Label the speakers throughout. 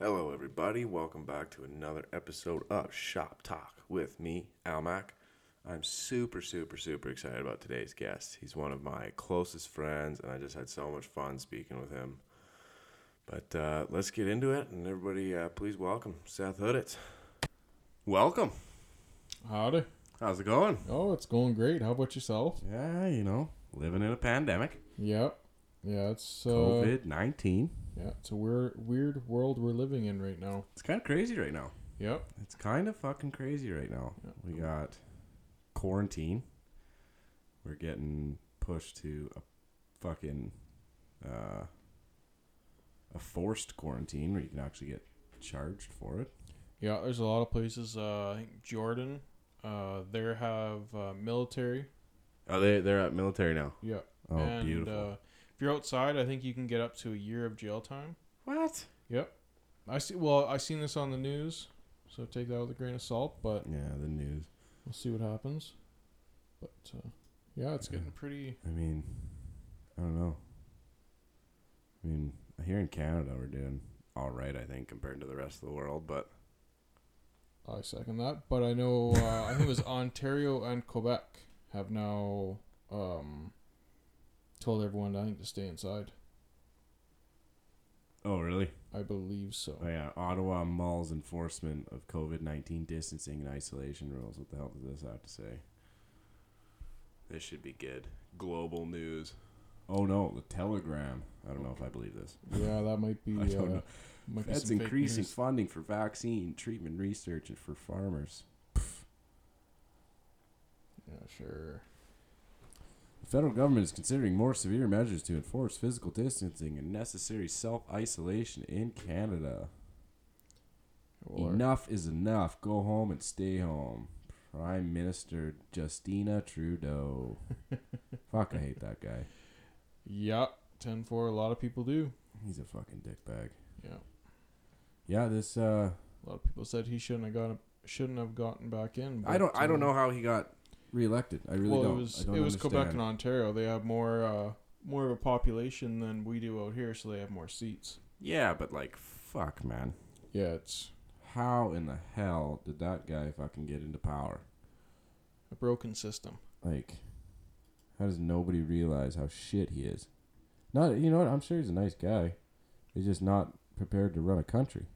Speaker 1: Hello, everybody. Welcome back to another episode of Shop Talk with me, Almac. I'm super, super, super excited about today's guest. He's one of my closest friends, and I just had so much fun speaking with him. But uh, let's get into it, and everybody, uh, please welcome Seth Hooditz. Welcome.
Speaker 2: Howdy.
Speaker 1: How's it going?
Speaker 2: Oh, it's going great. How about yourself?
Speaker 1: Yeah, you know, living in a pandemic,
Speaker 2: Yep. Yeah, it's uh,
Speaker 1: COVID 19.
Speaker 2: yeah, it's a weird, weird world we're living in right now.
Speaker 1: It's kind of crazy right now.
Speaker 2: Yep.
Speaker 1: It's kind of fucking crazy right now.
Speaker 2: Yeah.
Speaker 1: We got quarantine. We're getting pushed to a fucking uh, a forced quarantine where you can actually get charged for it.
Speaker 2: Yeah, there's a lot of places. Uh, I think Jordan, uh, there have uh, military.
Speaker 1: Oh, they they're at military now.
Speaker 2: Yeah.
Speaker 1: Oh,
Speaker 2: and,
Speaker 1: beautiful.
Speaker 2: Uh, if you're outside, I think you can get up to a year of jail time.
Speaker 1: what?
Speaker 2: Yep. I see. Well, I seen this on the news, so take that with a grain of salt. But
Speaker 1: Yeah, the news.
Speaker 2: we'll see what happens. But uh, yeah, it's getting pretty.
Speaker 1: I mean, I don't know. I mean, here in Canada, we're doing all right, I think, compared to the rest of the world. But
Speaker 2: I second that, but I know uh, I think it was Ontario and Quebec have now um, told everyone I think to stay inside.
Speaker 1: oh, really?
Speaker 2: I believe so.
Speaker 1: Oh yeah, Ottawa Mall's enforcement of COVID nineteen distancing and isolation rules. What the hell does this have to say? This should be good. Global news. Oh no, the Telegram. I don't know if I believe this.
Speaker 2: Yeah, that might be.
Speaker 1: I don't
Speaker 2: uh,
Speaker 1: know.
Speaker 2: might be
Speaker 1: That's
Speaker 2: some fake
Speaker 1: increasing
Speaker 2: news.
Speaker 1: funding for vaccine treatment research and for farmers.
Speaker 2: Yeah, sure.
Speaker 1: The federal government is considering more severe measures to enforce physical distancing and necessary self isolation in Canada.
Speaker 2: Well, our-
Speaker 1: Enough is enough. Go home and stay home. Prime Minister Justina Trudeau. Fuck, I hate that guy.
Speaker 2: yeah, ten four. A lot of people do.
Speaker 1: He's a fucking dickbag.
Speaker 2: Yeah,
Speaker 1: Yeah, this. uh
Speaker 2: a lot of people said he shouldn't have gotten shouldn't have gotten back in.
Speaker 1: I don't.
Speaker 2: but,
Speaker 1: I don't
Speaker 2: uh,
Speaker 1: know how he got reelected. I really
Speaker 2: well,
Speaker 1: don't.
Speaker 2: it was
Speaker 1: I don't
Speaker 2: it was Quebec
Speaker 1: understand.
Speaker 2: and Ontario. They have more uh, more of a population than we do out here, so they have more seats.
Speaker 1: Yeah, but like, fuck, man.
Speaker 2: Yeah, it's
Speaker 1: How in the hell did that guy fucking get into power?
Speaker 2: a broken system.
Speaker 1: Like, how does nobody realize how shit he is? Not. You know what? I'm sure he's a nice guy. He's just not prepared to run a country.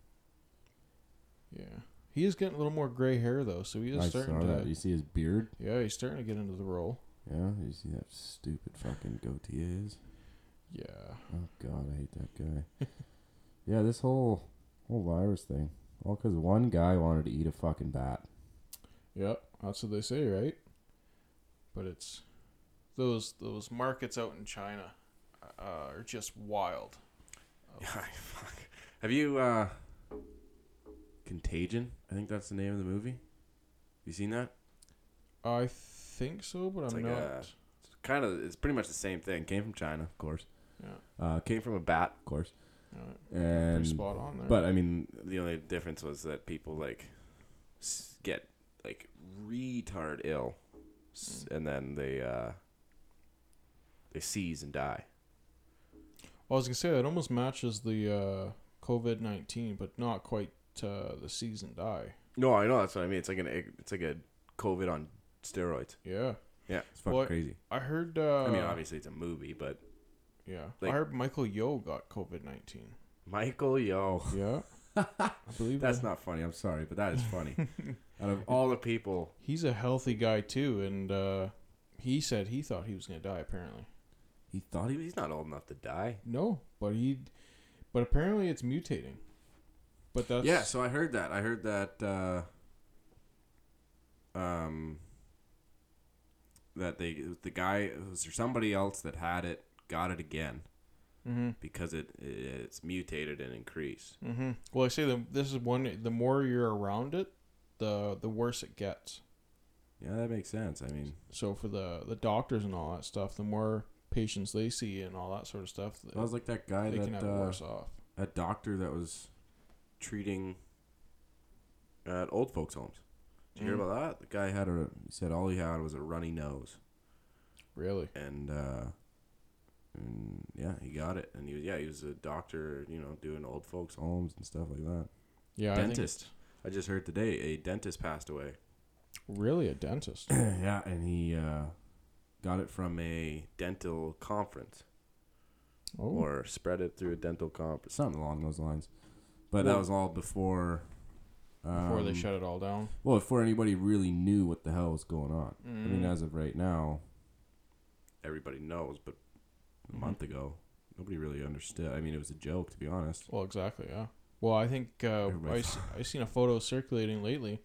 Speaker 2: Yeah, he is getting a little more gray hair though, so he is
Speaker 1: I
Speaker 2: starting
Speaker 1: saw
Speaker 2: to.
Speaker 1: that. You see his beard?
Speaker 2: Yeah, he's starting to get into the role.
Speaker 1: Yeah, you see that stupid fucking goatee of his?
Speaker 2: Yeah,
Speaker 1: Oh god, I hate that guy. yeah, this whole whole virus thing, all because one guy wanted to eat a fucking bat.
Speaker 2: yep, that's what they say, right? But it's those those markets out in China uh, are just wild.
Speaker 1: fuck. Have you uh Contagion? I think that's the name of the movie. Have you seen that?
Speaker 2: I think so, but
Speaker 1: It's
Speaker 2: I'm
Speaker 1: like uh,
Speaker 2: not.
Speaker 1: a- It's kind of. It's pretty much the same thing. Came from China, of course.
Speaker 2: Yeah.
Speaker 1: Uh, came from a bat, of course.
Speaker 2: Alright, pretty
Speaker 1: And
Speaker 2: spot on there.
Speaker 1: But I mean, the only difference was that people like s- get like retard ill, s- and then they uh they seize and die.
Speaker 2: I was gonna say that almost matches the uh, COVID nineteen, but not quite uh, the season die.
Speaker 1: No, I know that's what I mean. It's like an it's like a COVID on steroids.
Speaker 2: Yeah,
Speaker 1: Yeah, it's
Speaker 2: fucking What-
Speaker 1: crazy.
Speaker 2: I heard. Uh,
Speaker 1: I mean, obviously it's a movie, but
Speaker 2: Yeah,
Speaker 1: like-
Speaker 2: I heard Michael Yo got COVID nineteen.
Speaker 1: Michael, yo,
Speaker 2: Yeah. I believe
Speaker 1: that's
Speaker 2: that.
Speaker 1: not funny. I'm sorry, but that is funny. Out of all the people,
Speaker 2: He's a healthy guy too, and uh, he said he thought he was gonna die. Apparently,
Speaker 1: he thought he he's not old enough to die.
Speaker 2: no, but he, but apparently it's mutating. But that's
Speaker 1: Yeah, so I heard that. I heard that. Uh, um, that they the guy it was there somebody else that had it got it again
Speaker 2: Mm-hmm.
Speaker 1: because it it's mutated and increased.
Speaker 2: Mm-hmm. Well, I say the, this is one. The more you're around it, the the worse it gets.
Speaker 1: Yeah, that makes sense. I mean,
Speaker 2: So for the the doctors and all that stuff, the more patients they see and all that sort of stuff,
Speaker 1: I was like that guy
Speaker 2: they can
Speaker 1: that
Speaker 2: have
Speaker 1: uh,
Speaker 2: worse off.
Speaker 1: a doctor that was treating at old folks' homes. Did you
Speaker 2: Mm.
Speaker 1: hear about that? The guy had
Speaker 2: Mm-hmm.
Speaker 1: a he said all he had was a runny nose,
Speaker 2: Really?
Speaker 1: and uh, and yeah, he got it. And he was yeah, he was a doctor, you know, doing old folks homes and stuff like that.
Speaker 2: Yeah,
Speaker 1: dentist. I, just heard today a dentist passed away.
Speaker 2: I think really a dentist.
Speaker 1: yeah, and he uh, got it from a dental conference
Speaker 2: Oh,
Speaker 1: or spread it through a dental conference, something along those lines. But that
Speaker 2: Well-
Speaker 1: was all before.
Speaker 2: Oh. before they
Speaker 1: um,
Speaker 2: shut it all down.
Speaker 1: Well, before anybody really knew what the hell was going on. I mean, uh,
Speaker 2: Mm.
Speaker 1: as of right now, everybody knows, but a
Speaker 2: Mhm.
Speaker 1: month ago, nobody really understood. I mean, it was a joke, to be honest.
Speaker 2: Well, exactly, yeah. Well, I think uh, I
Speaker 1: Everybody-
Speaker 2: s- I seen a photo circulating lately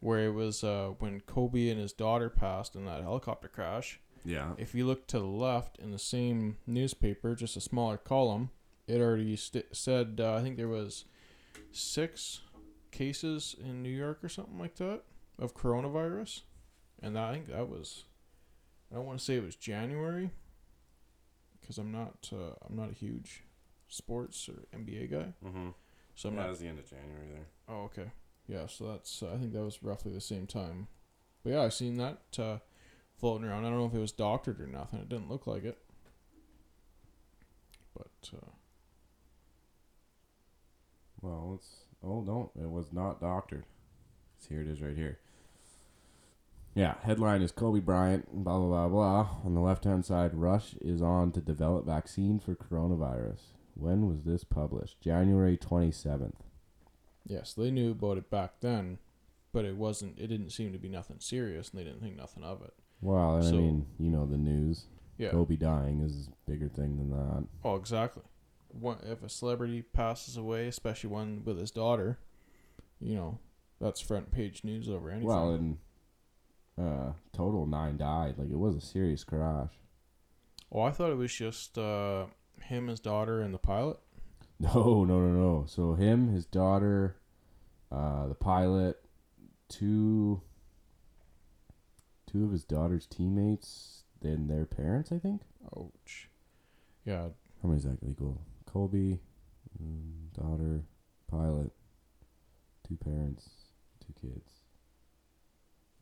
Speaker 2: where it was uh, when Kobe and his daughter passed in that helicopter crash.
Speaker 1: Yeah.
Speaker 2: If you look to the left in the same newspaper, just a smaller column, it already st- said uh, I think there was six cases in New York or something like that of coronavirus, and I think that was I don't want to say it was January because I'm not uh, I'm not a huge sports or NBA guy,
Speaker 1: Mm-hmm.
Speaker 2: so I'm not
Speaker 1: the end of January there.
Speaker 2: Oh, okay. Yeah, so that's uh, I think that was roughly the same time. But yeah, I seen that uh, floating around. I don't know if it was doctored or nothing. It didn't look like it. But uh,
Speaker 1: Well, it's oh no, it was not doctored. So here it is, right here. Yeah, headline is Kobe Bryant. Blah blah blah blah. On the left hand side, Rush is on to develop vaccine for coronavirus. When was this published? January twenty seventh.
Speaker 2: yes, they knew about it back then, but it wasn't. It didn't seem to be nothing serious, and they didn't think nothing of it.
Speaker 1: Well, and I
Speaker 2: So-
Speaker 1: mean, you know the news.
Speaker 2: Yeah.
Speaker 1: Kobe dying is a bigger thing than that.
Speaker 2: Oh, exactly. What if a celebrity passes away, especially one with his daughter? You know, that's front page news over anything.
Speaker 1: Well, and uh, total nine died. Like it was a serious crash.
Speaker 2: oh, I thought it was just uh, him, his daughter, and the pilot.
Speaker 1: No, no, no, no. So him, his daughter, uh, the pilot, two, two of his daughter's teammates, then their parents. I think.
Speaker 2: Ouch. Yeah,
Speaker 1: How many is that equal? Colby, mm, daughter, pilot, two parents, two kids,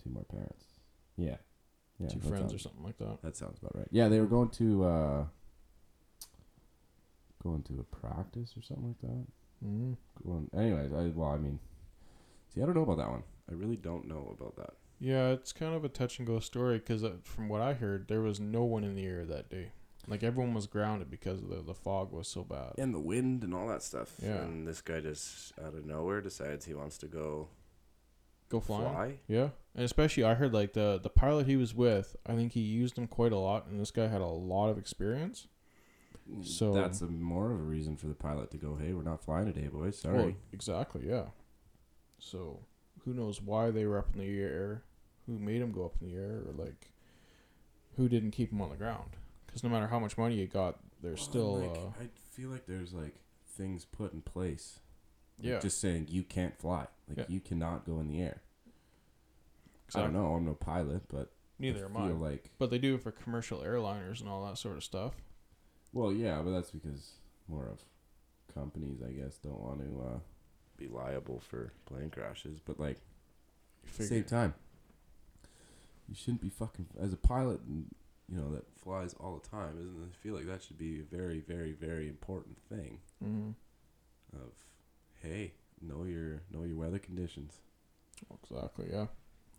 Speaker 1: two more parents. Yeah, yeah.
Speaker 2: two
Speaker 1: that
Speaker 2: friends
Speaker 1: sounds-
Speaker 2: or something like that.
Speaker 1: That sounds about right. Yeah, they were going to uh going to a practice or something like that.
Speaker 2: Mm.
Speaker 1: Going, anyways, I well, I mean, see, I don't know about that one. I really don't know about that.
Speaker 2: Yeah, it's kind of a touch and go story because from what I heard, there was no one in the air that day. Like everyone was grounded because the the fog was so bad.
Speaker 1: And the wind and all that stuff.
Speaker 2: Yeah.
Speaker 1: And this guy just out of nowhere decides he wants to go
Speaker 2: Go flying.
Speaker 1: fly.
Speaker 2: Yeah, and especially I heard like the the pilot he was with. I think he used him quite a lot, and this guy had a lot of experience. So-
Speaker 1: that's a, more of a reason for the pilot to go. Hey, we're not flying today, boys. Sorry.
Speaker 2: Well, exactly. Yeah. So who knows why they were up in the air? Who made them go up in the air? Or like, who didn't keep them on the ground? Because no matter how much money you got, there's still uh,
Speaker 1: Oh, I feel like there's like things put in place.
Speaker 2: yeah.
Speaker 1: Just saying you can't fly. Like
Speaker 2: Yeah.
Speaker 1: you cannot go in the air.
Speaker 2: exactly.
Speaker 1: I don't know. I'm no pilot, but
Speaker 2: Neither
Speaker 1: I
Speaker 2: am I.
Speaker 1: feel like
Speaker 2: But they do it for commercial airliners and all that sort of stuff.
Speaker 1: well, yeah, but that's because more of companies, I guess, don't want to uh, be liable for plane crashes. But like
Speaker 2: You
Speaker 1: at the
Speaker 2: figure-
Speaker 1: same time, you shouldn't be fucking as a pilot. and, You know that flies all the time, isn't it? I feel like that should be a very, very, very important thing.
Speaker 2: Mhm.
Speaker 1: Of hey, know your know your weather conditions.
Speaker 2: Exactly. Yeah.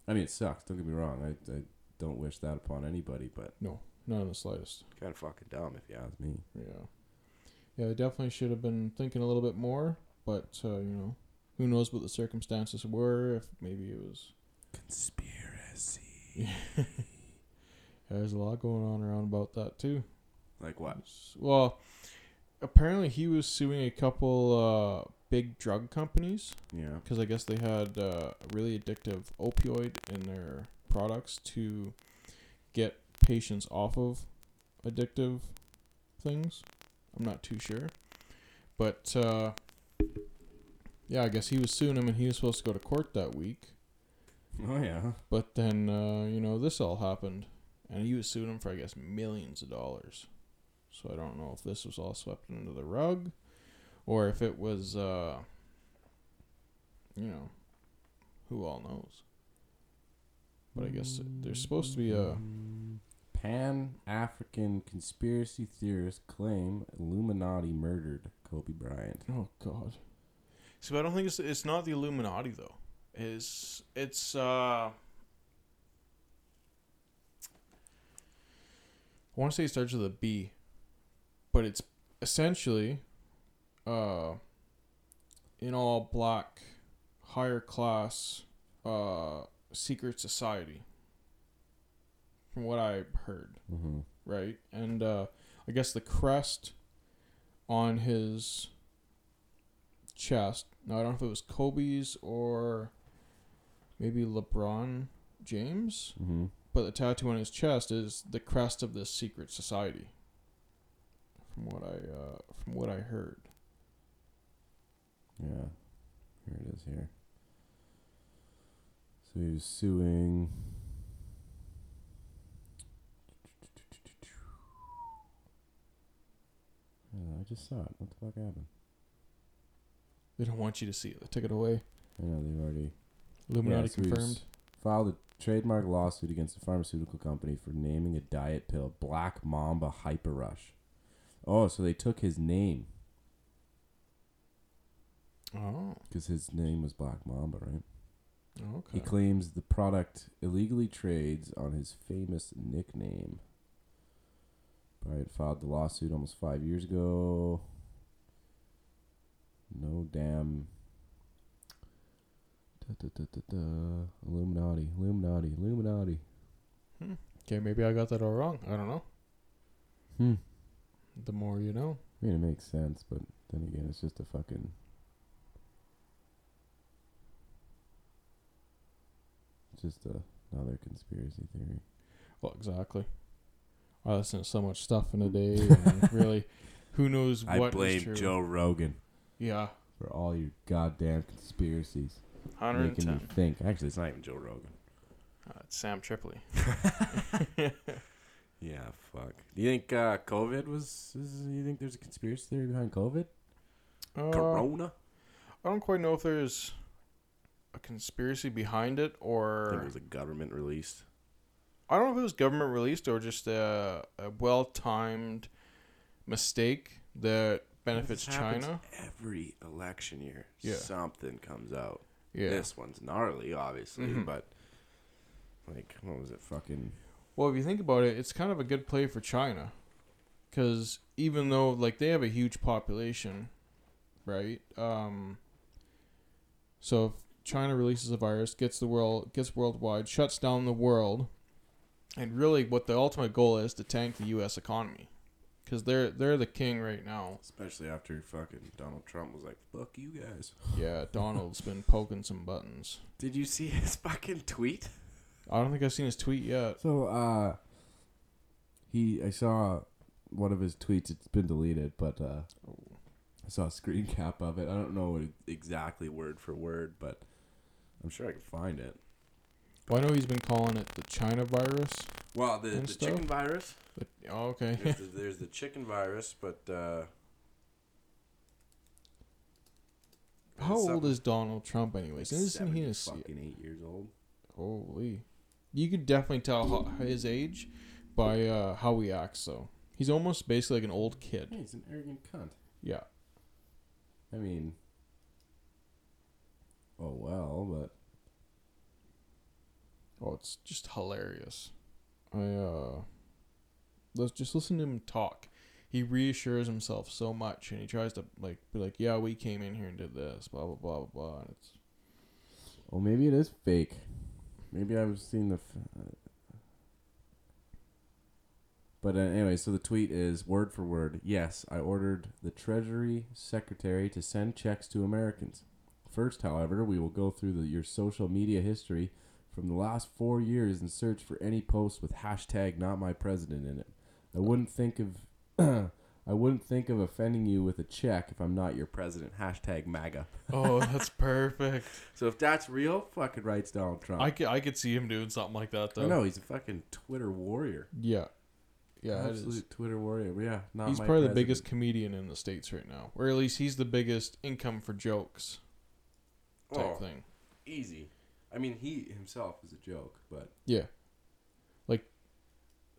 Speaker 1: I mean, it sucks. Don't get me wrong. I, I don't wish that upon anybody, but
Speaker 2: Not in the slightest.
Speaker 1: kind of fucking dumb if you ask me.
Speaker 2: Yeah. Yeah. They definitely should have been thinking a little bit more. But uh, you know, who knows what the circumstances were? If maybe it was.
Speaker 1: Conspiracy.
Speaker 2: There's a lot going on around about that too.
Speaker 1: like what?
Speaker 2: S- Well, apparently he was suing a couple uh, big drug companies
Speaker 1: Yeah.
Speaker 2: because I guess they had uh, really addictive opioid in their products to get patients off of addictive things. I'm not too sure, but uh, yeah, I guess he was suing him, and he was supposed to go to court that week.
Speaker 1: Oh yeah.
Speaker 2: But then uh, you know this all happened, and he was suing him for I guess millions of dollars. So I don't know if this was all swept under the rug, or if it was, uh, you know, who all knows. But I guess there's supposed to be a
Speaker 1: Pan African conspiracy theorists claim Illuminati murdered Kobe Bryant.
Speaker 2: Oh God. So I don't think it's it's not the Illuminati though. Is it's uh. I want to say it starts with a B, but it's essentially, uh, an all black, higher class, uh, secret society. From what I heard
Speaker 1: Mm-hmm.
Speaker 2: right? And uh, I guess the crest on his chest. Now I don't know if it was Kobe's or maybe LeBron James,
Speaker 1: Mm-hmm.
Speaker 2: but the tattoo on his chest is the crest of this secret society. From what I uh, from what I heard.
Speaker 1: Yeah. Here it is here. So he was suing. Yeah, I just saw it. What the fuck happened?
Speaker 2: They don't want you to see it. They took it away.
Speaker 1: I know they've already
Speaker 2: Illuminati
Speaker 1: so he's-
Speaker 2: confirmed.
Speaker 1: filed a trademark lawsuit against a pharmaceutical company for naming a diet pill Black Mamba Hyper Rush. Oh, so they took his name
Speaker 2: Oh,
Speaker 1: because his name was Black Mamba, right? He
Speaker 2: okay.
Speaker 1: claims the product illegally trades on his famous nickname. Bryant filed the lawsuit almost five years ago. No damn. Da, da, da, da, da. Illuminati, Illuminati, Illuminati.
Speaker 2: Okay, maybe I got that all wrong. I don't know.
Speaker 1: Hmm.
Speaker 2: The more you know.
Speaker 1: I mean, it makes sense, but then again, it's just a fucking. it's Just a, another conspiracy theory.
Speaker 2: Well, exactly. I listen to so much stuff in a day, and really, who knows what
Speaker 3: I
Speaker 2: is
Speaker 3: blame
Speaker 2: true.
Speaker 3: Joe Rogan.
Speaker 2: Yeah,
Speaker 1: For all your goddamn conspiracies.
Speaker 2: hundred and
Speaker 1: making me
Speaker 2: ten.
Speaker 1: think. Actually,
Speaker 3: It's not even Joe Rogan.
Speaker 2: Uh, it's Sam Tripoli.
Speaker 3: Yeah, fuck. Do you think uh, COVID was?
Speaker 1: is, you think there's a conspiracy theory behind COVID?
Speaker 2: Uh, I
Speaker 3: Corona?
Speaker 2: don't quite know if there's a conspiracy behind it,
Speaker 3: I think
Speaker 2: or
Speaker 3: it was a government released.
Speaker 2: I don't know if it was government released or just a, a well-timed mistake that benefits
Speaker 3: This happens
Speaker 2: China.
Speaker 3: Every election year,
Speaker 2: Yeah.
Speaker 3: something comes out.
Speaker 2: Yeah.
Speaker 3: This one's gnarly, obviously,
Speaker 1: Mm-hmm.
Speaker 2: Mhm.
Speaker 3: but like, what was it?
Speaker 1: Fucking.
Speaker 2: Well, if you think about it, it's kind of a good play for China, because even though like they have a huge population, right? Um, so if China releases a virus, gets the world, gets worldwide, shuts down the world, and really, what the ultimate goal is to tank the U.S. economy, because they're they're the king right now.
Speaker 3: Especially after fucking Donald Trump was like, "Fuck you guys."
Speaker 2: Yeah, Donald's been poking some buttons.
Speaker 3: Did you see his fucking tweet?
Speaker 2: I don't think I've seen his tweet yet.
Speaker 1: So, uh, he, I saw one of his tweets. It's been deleted, but uh, I saw a screen cap of it. I don't know what it,
Speaker 3: Exactly word for word, but I'm sure I can find it.
Speaker 2: Well, I know he's been calling it the China virus.
Speaker 3: Well, the,
Speaker 2: And
Speaker 3: the chicken
Speaker 2: stuff?
Speaker 3: virus.
Speaker 2: But, oh, okay.
Speaker 3: There's the, there's the chicken virus, but uh,
Speaker 2: How
Speaker 3: it's
Speaker 2: old
Speaker 3: something
Speaker 2: is Donald Trump, anyways?
Speaker 3: like
Speaker 2: Isn't
Speaker 3: 70
Speaker 2: he a
Speaker 3: fucking eight years old?
Speaker 2: holy? You could definitely tell ho- his age by uh, how he acts, though. He's almost basically like an old kid.
Speaker 1: Hey, he's an arrogant cunt.
Speaker 2: Yeah,
Speaker 1: I mean, oh well, but
Speaker 2: Oh, it's just hilarious. I uh let's just listen to him talk. He reassures himself so much and he tries to like be like, Yeah, we came in here and did this, blah blah blah blah blah and it's
Speaker 1: Oh, maybe it is fake. Maybe I've seen the. F- but uh, anyway, so the tweet is word for word. Yes, I ordered the Treasury Secretary to send checks to Americans. First, however, we will go through the, your social media history from the last four years and search for any post with hashtag not my president in it. I wouldn't think of. I wouldn't think of offending you with a check if I'm not your president. Hashtag MAGA.
Speaker 2: Oh, that's perfect.
Speaker 1: So if that's real, fucking rights Donald Trump.
Speaker 2: I could, I could see him doing something like that
Speaker 1: I
Speaker 2: though.
Speaker 1: know he's a fucking Twitter warrior.
Speaker 2: Yeah. Yeah, it is.
Speaker 1: absolute Twitter warrior. Yeah, not
Speaker 2: he's
Speaker 1: my
Speaker 2: probably the
Speaker 1: president.
Speaker 2: biggest comedian in the states right now, or at least he's the biggest income for jokes type
Speaker 3: Oh,
Speaker 2: thing.
Speaker 3: easy. I mean, he himself is a joke, but
Speaker 2: Yeah, like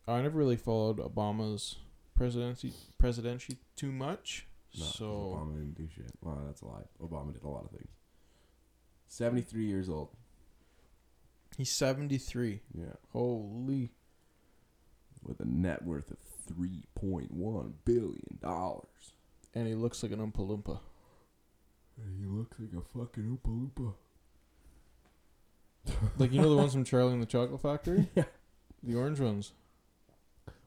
Speaker 2: I never really followed Obama's presidency presidency too much.
Speaker 4: No, 'cause
Speaker 2: so
Speaker 4: Obama didn't do shit. Well, that's a lie. Obama did a lot of things. Seventy-three years old.
Speaker 2: he's seventy three.
Speaker 4: Yeah,
Speaker 2: Holy
Speaker 4: with a net worth of three point one billion dollars.
Speaker 2: and he looks like an Oompa Loompa.
Speaker 4: He looks like a fucking Oompa Loompa.
Speaker 2: Like you know the ones from Charlie and the Chocolate Factory?
Speaker 4: Yeah.
Speaker 2: The orange ones.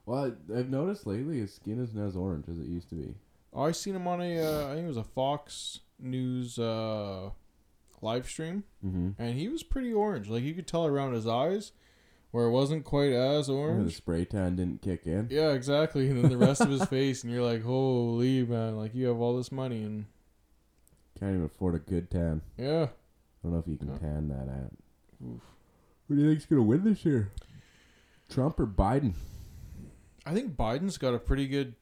Speaker 4: Well, I- I've noticed lately his skin isn't as orange as it used to be.
Speaker 2: Oh, I seen him on a uh, I think it was a Fox News uh, live stream
Speaker 4: Mm-hmm.
Speaker 2: and he was pretty orange. Like you could tell around his eyes where it wasn't quite as
Speaker 4: The
Speaker 2: orange.
Speaker 4: spray tan didn't kick in.
Speaker 2: Yeah, exactly. And then the rest of his face and you're like, Holy man, like you have all this money and
Speaker 4: Can't even afford a good tan.
Speaker 2: yeah.
Speaker 4: I don't know if you can
Speaker 2: Yeah.
Speaker 4: tan that out.
Speaker 2: Oof.
Speaker 4: Who do you think's gonna win this year? Trump or Biden?
Speaker 2: I think Biden's got a pretty good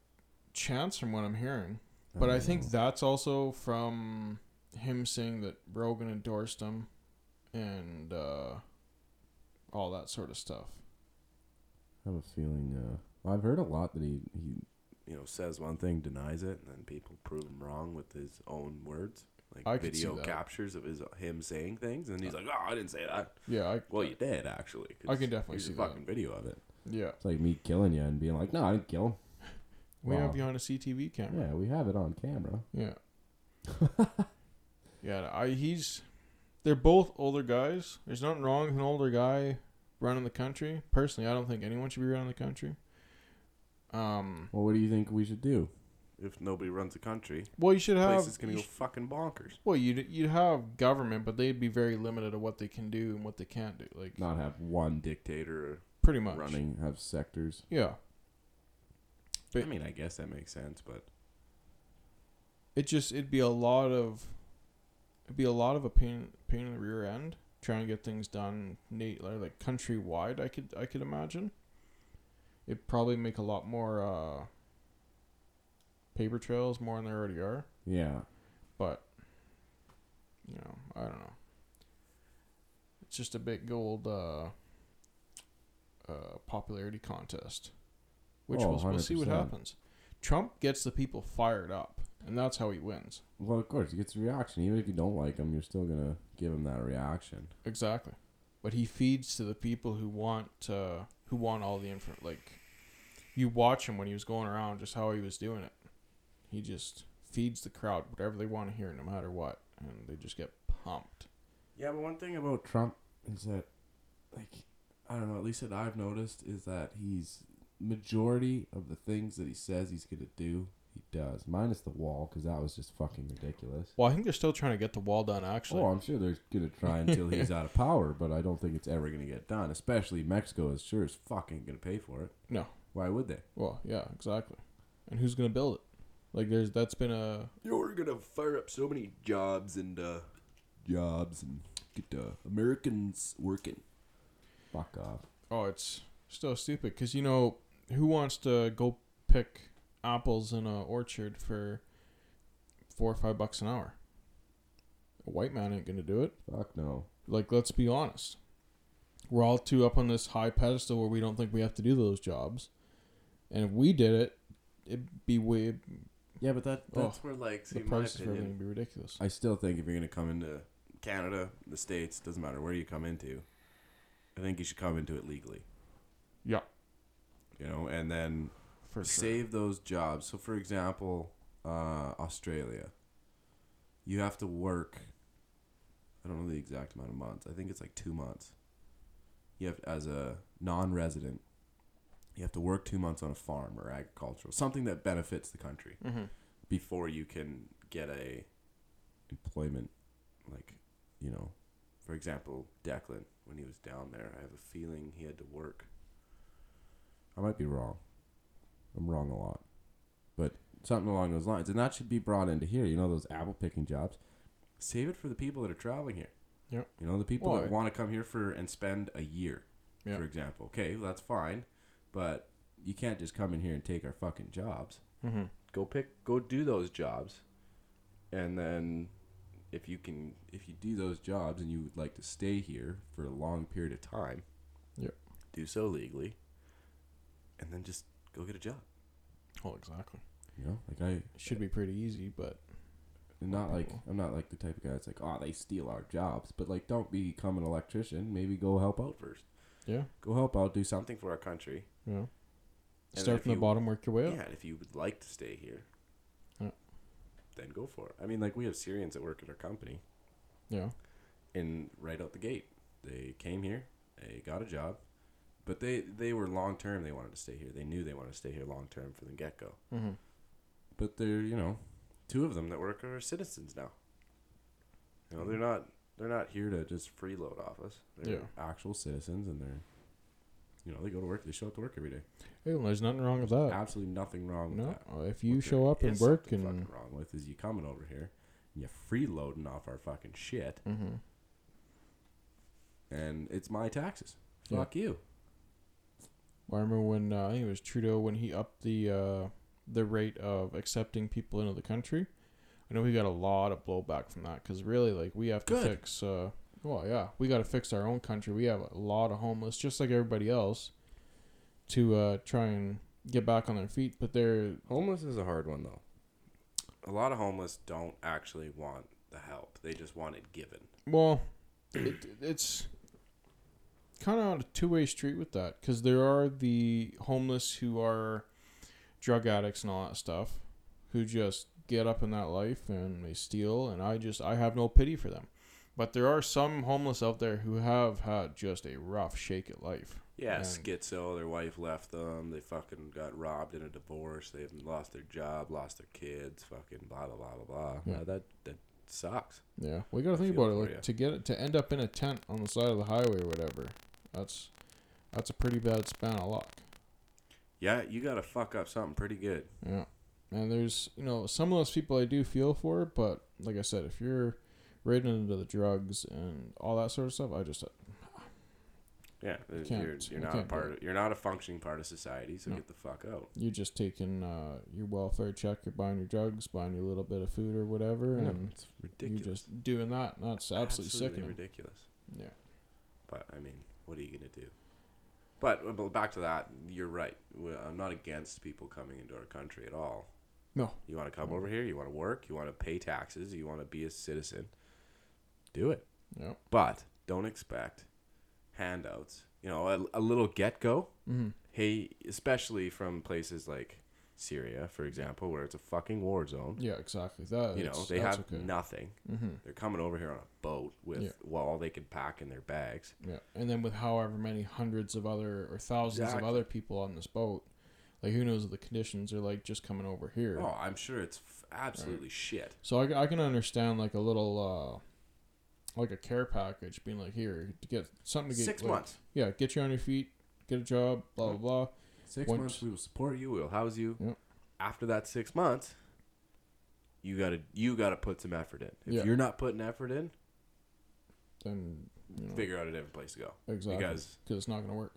Speaker 2: chance from what I'm hearing. But I
Speaker 4: don't
Speaker 2: think
Speaker 4: know.
Speaker 2: that's also from him saying that Rogan endorsed him and uh, all that sort of stuff.
Speaker 4: I have a feeling. Uh, well, I've heard a lot that he, he
Speaker 1: You know, says one thing, denies it, and then people prove him wrong with his own words, like
Speaker 2: I could see
Speaker 1: video
Speaker 2: that.
Speaker 1: captures of his him saying things, and he's like, "Oh, I didn't say that."
Speaker 2: Yeah, I,
Speaker 1: Well, you did actually. 'cause
Speaker 2: I can definitely
Speaker 1: here's a
Speaker 2: see that.
Speaker 1: fucking video of it.
Speaker 2: yeah.
Speaker 4: It's like me killing you and being like, no, I didn't kill him.
Speaker 2: We
Speaker 4: Wow.
Speaker 2: might be on a CTV camera.
Speaker 4: Yeah, we have it on camera.
Speaker 2: Yeah. Yeah, I he's they're both older guys. There's nothing wrong with an older guy running the country. Personally, I don't think anyone should be running the country. Um
Speaker 4: Well, what do you think we should do? Uh,
Speaker 1: If nobody runs the country,
Speaker 2: well, you should
Speaker 1: the
Speaker 2: have
Speaker 1: place is gonna
Speaker 2: you
Speaker 1: go fucking bonkers.
Speaker 2: Well, you'd you'd have government, but they'd be very limited of what they can do and what they can't do. Like
Speaker 4: Not have one dick
Speaker 1: Dictator
Speaker 2: pretty much.
Speaker 4: running, have sectors.
Speaker 2: Yeah, But-
Speaker 1: I mean, I guess that makes sense, but
Speaker 2: it just it'd be a lot of it'd be a lot of a pain pain in the rear end trying to get things done. Nate like, like countrywide, I could I could imagine. It'd probably make a lot more uh, paper trails, more than there already are.
Speaker 4: Yeah.
Speaker 2: But you know, I don't know. It's just a big old uh, uh, popularity contest, which
Speaker 4: Oh,
Speaker 2: we'll, we'll see what
Speaker 4: 100%.
Speaker 2: happens. Trump gets the people fired up, and that's how he wins.
Speaker 4: Well, of course, he gets a reaction. Even if you don't like him, you're still gonna give him that reaction.
Speaker 2: Exactly. But he feeds to the people who want uh, who want all the info. Like you watch him when he was going around, just how he was doing it. He just feeds the crowd whatever they want to hear, no matter what, and they just get pumped.
Speaker 1: yeah. But one thing about
Speaker 4: About Trump is that, like, I don't know. At least that I've noticed is that he's majority of the things that he says he's gonna do, he does. Minus the wall, because that was just fucking ridiculous.
Speaker 2: Well, I think they're still trying to get the wall done. Actually,
Speaker 4: Oh, I'm sure they're gonna try until he's out of power, but I don't think it's ever gonna get done. Especially Mexico is sure as fucking gonna pay for it.
Speaker 2: No.
Speaker 4: Why would they?
Speaker 2: Well, yeah, exactly. And who's gonna build it? Like, there's that's been a
Speaker 1: you're gonna fire up so many jobs and uh,
Speaker 4: Jobs and get the Americans working. Fuck off.
Speaker 2: oh, it's still stupid because you know who wants to go pick apples in a orchard for four or five bucks an hour? A white man ain't gonna do it.
Speaker 4: Fuck no.
Speaker 2: Like, let's be honest. We're all too up on this high pedestal where we don't think we have to do those jobs, and if we did it, it'd be way
Speaker 4: Yeah, but that
Speaker 1: that's where like see
Speaker 2: the
Speaker 1: my
Speaker 2: prices for
Speaker 1: opinion.
Speaker 2: everything would be ridiculous.
Speaker 4: I still think if
Speaker 1: if you're gonna come into Canada, the states, doesn't matter where you come into, I think you should come into it legally.
Speaker 2: Yeah.
Speaker 1: You know, and then
Speaker 2: For sure.
Speaker 1: save those jobs. So, for example, uh, Australia, you have to work. I don't know the exact amount of months. I think it's like two months. You have as a non-resident, you have to work two months on a farm or agricultural, something that benefits the country
Speaker 2: Mm-hmm.
Speaker 1: before you can get a employment like you know for example declan when he was down there i have a feeling he had to work
Speaker 4: I might be wrong. I'm wrong a lot. But something along those lines. And that should be brought into here, you know, those apple picking jobs.
Speaker 1: save it for the people that are traveling here
Speaker 2: Yep.
Speaker 1: you know the people
Speaker 2: Well, I-
Speaker 1: that want to come here for and spend a year
Speaker 2: Yeah.
Speaker 1: for example okay well, that's fine but you can't just come in here and take our fucking jobs
Speaker 2: Mm-hmm.
Speaker 1: go pick go do those jobs and then if you can if you do those jobs and you would like to stay here for a long period of time
Speaker 2: Yep.
Speaker 1: do so legally and then just go get a job.
Speaker 2: Well, exactly.
Speaker 4: You know, like I
Speaker 2: Should be pretty easy, but
Speaker 4: I'm not like
Speaker 2: people.
Speaker 4: I'm not like the type of guy that's like, oh, they steal our jobs. But like, don't become an electrician. Maybe go help out.
Speaker 1: First,
Speaker 2: yeah,
Speaker 4: Go help out. Do something.
Speaker 1: something for our country.
Speaker 2: yeah.
Speaker 1: then
Speaker 2: Start
Speaker 1: if
Speaker 2: from the
Speaker 1: you-
Speaker 2: bottom, work your way
Speaker 1: Yeah,
Speaker 2: up.
Speaker 1: and if you would like to stay here,
Speaker 2: Yeah.
Speaker 1: then go for it. I mean, like we have Syrians that work at our company,
Speaker 2: Yeah,
Speaker 1: and right out the gate, they came here, they got a job, but they they were long term. They wanted to stay here. They knew they wanted to stay here long term from the get go.
Speaker 2: hmm
Speaker 4: But they're you know,
Speaker 1: Two of them that work are citizens now. You know, they're not they're not here to just freeload off us. They're
Speaker 2: Yeah.
Speaker 4: actual citizens, and they're you know they go to work. They show up to work every day.
Speaker 2: Hey, well, there's nothing wrong with that.
Speaker 4: Absolutely nothing wrong with
Speaker 2: Oh. No,
Speaker 4: that.
Speaker 2: Uh, if you
Speaker 1: What
Speaker 2: show
Speaker 1: there
Speaker 2: up and
Speaker 1: is
Speaker 2: work
Speaker 1: something
Speaker 2: and
Speaker 1: fucking wrong with is you coming over here, and you freeloading off our fucking shit,
Speaker 2: Mhm.
Speaker 1: and it's my taxes.
Speaker 2: Yeah.
Speaker 1: Fuck you.
Speaker 2: I remember when uh, I think it was Trudeau when he upped the uh, the rate of accepting people into the country. I know we got a lot of blowback from that because really, like, we have to
Speaker 1: Good.
Speaker 2: fix. Uh, well, yeah, we got to fix our own country. We have a lot of homeless, just like everybody else, to uh, try and get back on their feet. But they're
Speaker 1: Homeless is a hard one though. A lot of homeless don't actually want the help; they just want it given.
Speaker 2: Well, it, it's kind of on a two way street with that because there are the homeless who are drug addicts and all that stuff who just get up in that life and they steal, and I just I have no pity for them. But there are some homeless out there who have had just a rough shake at life.
Speaker 1: Yeah,
Speaker 2: Yeah.
Speaker 1: schizo. Their wife left them. They fucking got robbed in a divorce. They haven't lost their job, lost their kids. Fucking blah blah blah blah blah.
Speaker 2: Yeah.
Speaker 1: Uh, that that sucks.
Speaker 2: Yeah, we got to
Speaker 1: I
Speaker 2: think
Speaker 1: feel
Speaker 2: about it.
Speaker 1: for
Speaker 2: Like
Speaker 1: ya.
Speaker 2: to get to end up in a tent on the side of the highway or whatever. That's that's a pretty bad span of luck.
Speaker 1: Yeah, you gotta fuck up something pretty good.
Speaker 2: Yeah. And there's, you know, some of those people I do feel for, but like I said, if you're right into the drugs and all that sort of stuff, I just,
Speaker 1: Yeah, if
Speaker 2: can't-
Speaker 1: you're
Speaker 2: you
Speaker 1: you're not a
Speaker 2: can't do
Speaker 1: part.
Speaker 2: it.
Speaker 1: Of, you're not a functioning part of society. So
Speaker 2: No.
Speaker 1: get the fuck out.
Speaker 2: you're just taking uh, your welfare check, you're buying your drugs, buying your little bit of food or whatever,
Speaker 4: Yeah,
Speaker 2: and
Speaker 4: it's
Speaker 2: you're
Speaker 1: Ridiculous.
Speaker 2: just doing that. And that's absolutely, sickening.
Speaker 1: ridiculous.
Speaker 2: Yeah.
Speaker 1: But I mean, what are you gonna do? But, but back to that, you're right. We- I'm not against people coming into our country at all.
Speaker 2: No.
Speaker 1: You want to come over here? You want to work? You want to pay taxes? You want to be a citizen? Do it.
Speaker 2: Yeah.
Speaker 1: But don't expect handouts. You know, a, a little get go.
Speaker 2: Mm-hmm.
Speaker 1: Hey, especially from places like Syria, for example, where it's a fucking war zone.
Speaker 2: Yeah, exactly. That,
Speaker 1: You know, they
Speaker 2: that's
Speaker 1: have
Speaker 2: okay.
Speaker 1: nothing.
Speaker 2: mm-hmm.
Speaker 1: They're coming over here on a boat with
Speaker 2: Yeah.
Speaker 1: well, all they can pack in their bags.
Speaker 2: Yeah, and then with however many hundreds of other or thousands
Speaker 1: Exactly.
Speaker 2: of other people on this boat, like who knows what the conditions are like just coming over here.
Speaker 1: Oh, I'm sure it's f- absolutely shit.
Speaker 2: So I, I can understand like a little uh, like a care package being like here to get something to get
Speaker 1: Six
Speaker 2: like-
Speaker 1: months. Mm-hmm.
Speaker 2: Yeah, get you on your feet, get a job, blah blah blah.
Speaker 4: Six
Speaker 2: Once-
Speaker 4: months we will support.
Speaker 1: Support you. We'll house you.
Speaker 2: Yep.
Speaker 1: After that six months, you gotta you gotta put some effort in. If
Speaker 2: Yeah.
Speaker 1: you're not putting effort in,
Speaker 2: Then you know,
Speaker 1: figure out a different place to go.
Speaker 2: exactly because
Speaker 1: Because
Speaker 2: it's not gonna work.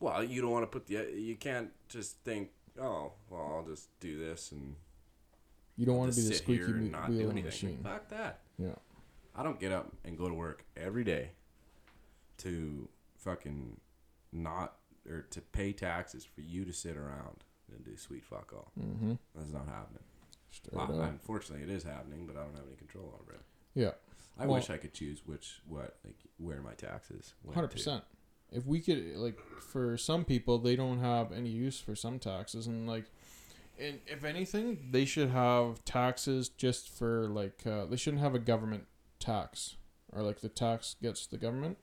Speaker 1: well, you don't want to put the you can't just think oh well I'll just do this and
Speaker 2: You don't want to
Speaker 1: just
Speaker 2: be the
Speaker 1: sit here
Speaker 2: squeaky
Speaker 1: and
Speaker 2: wheel
Speaker 1: not
Speaker 2: in
Speaker 1: do
Speaker 2: the
Speaker 1: anything.
Speaker 2: machine.
Speaker 1: Fuck that.
Speaker 2: Yeah,
Speaker 1: I don't get up and go to work every day to fucking not or to pay taxes for you to sit around and do sweet fuck all.
Speaker 2: mm-hmm.
Speaker 1: That's not happening.
Speaker 2: Straight
Speaker 1: Well,
Speaker 2: up.
Speaker 1: unfortunately, it is happening, but I don't have any control over it.
Speaker 2: Yeah,
Speaker 1: I
Speaker 2: Well-
Speaker 1: wish I could choose which, what, like where my taxes. went to.
Speaker 2: hundred percent. If we could like for some people they don't have any use for some taxes and like and if anything they should have taxes just for like uh, they shouldn't have a government tax or like the tax gets the government.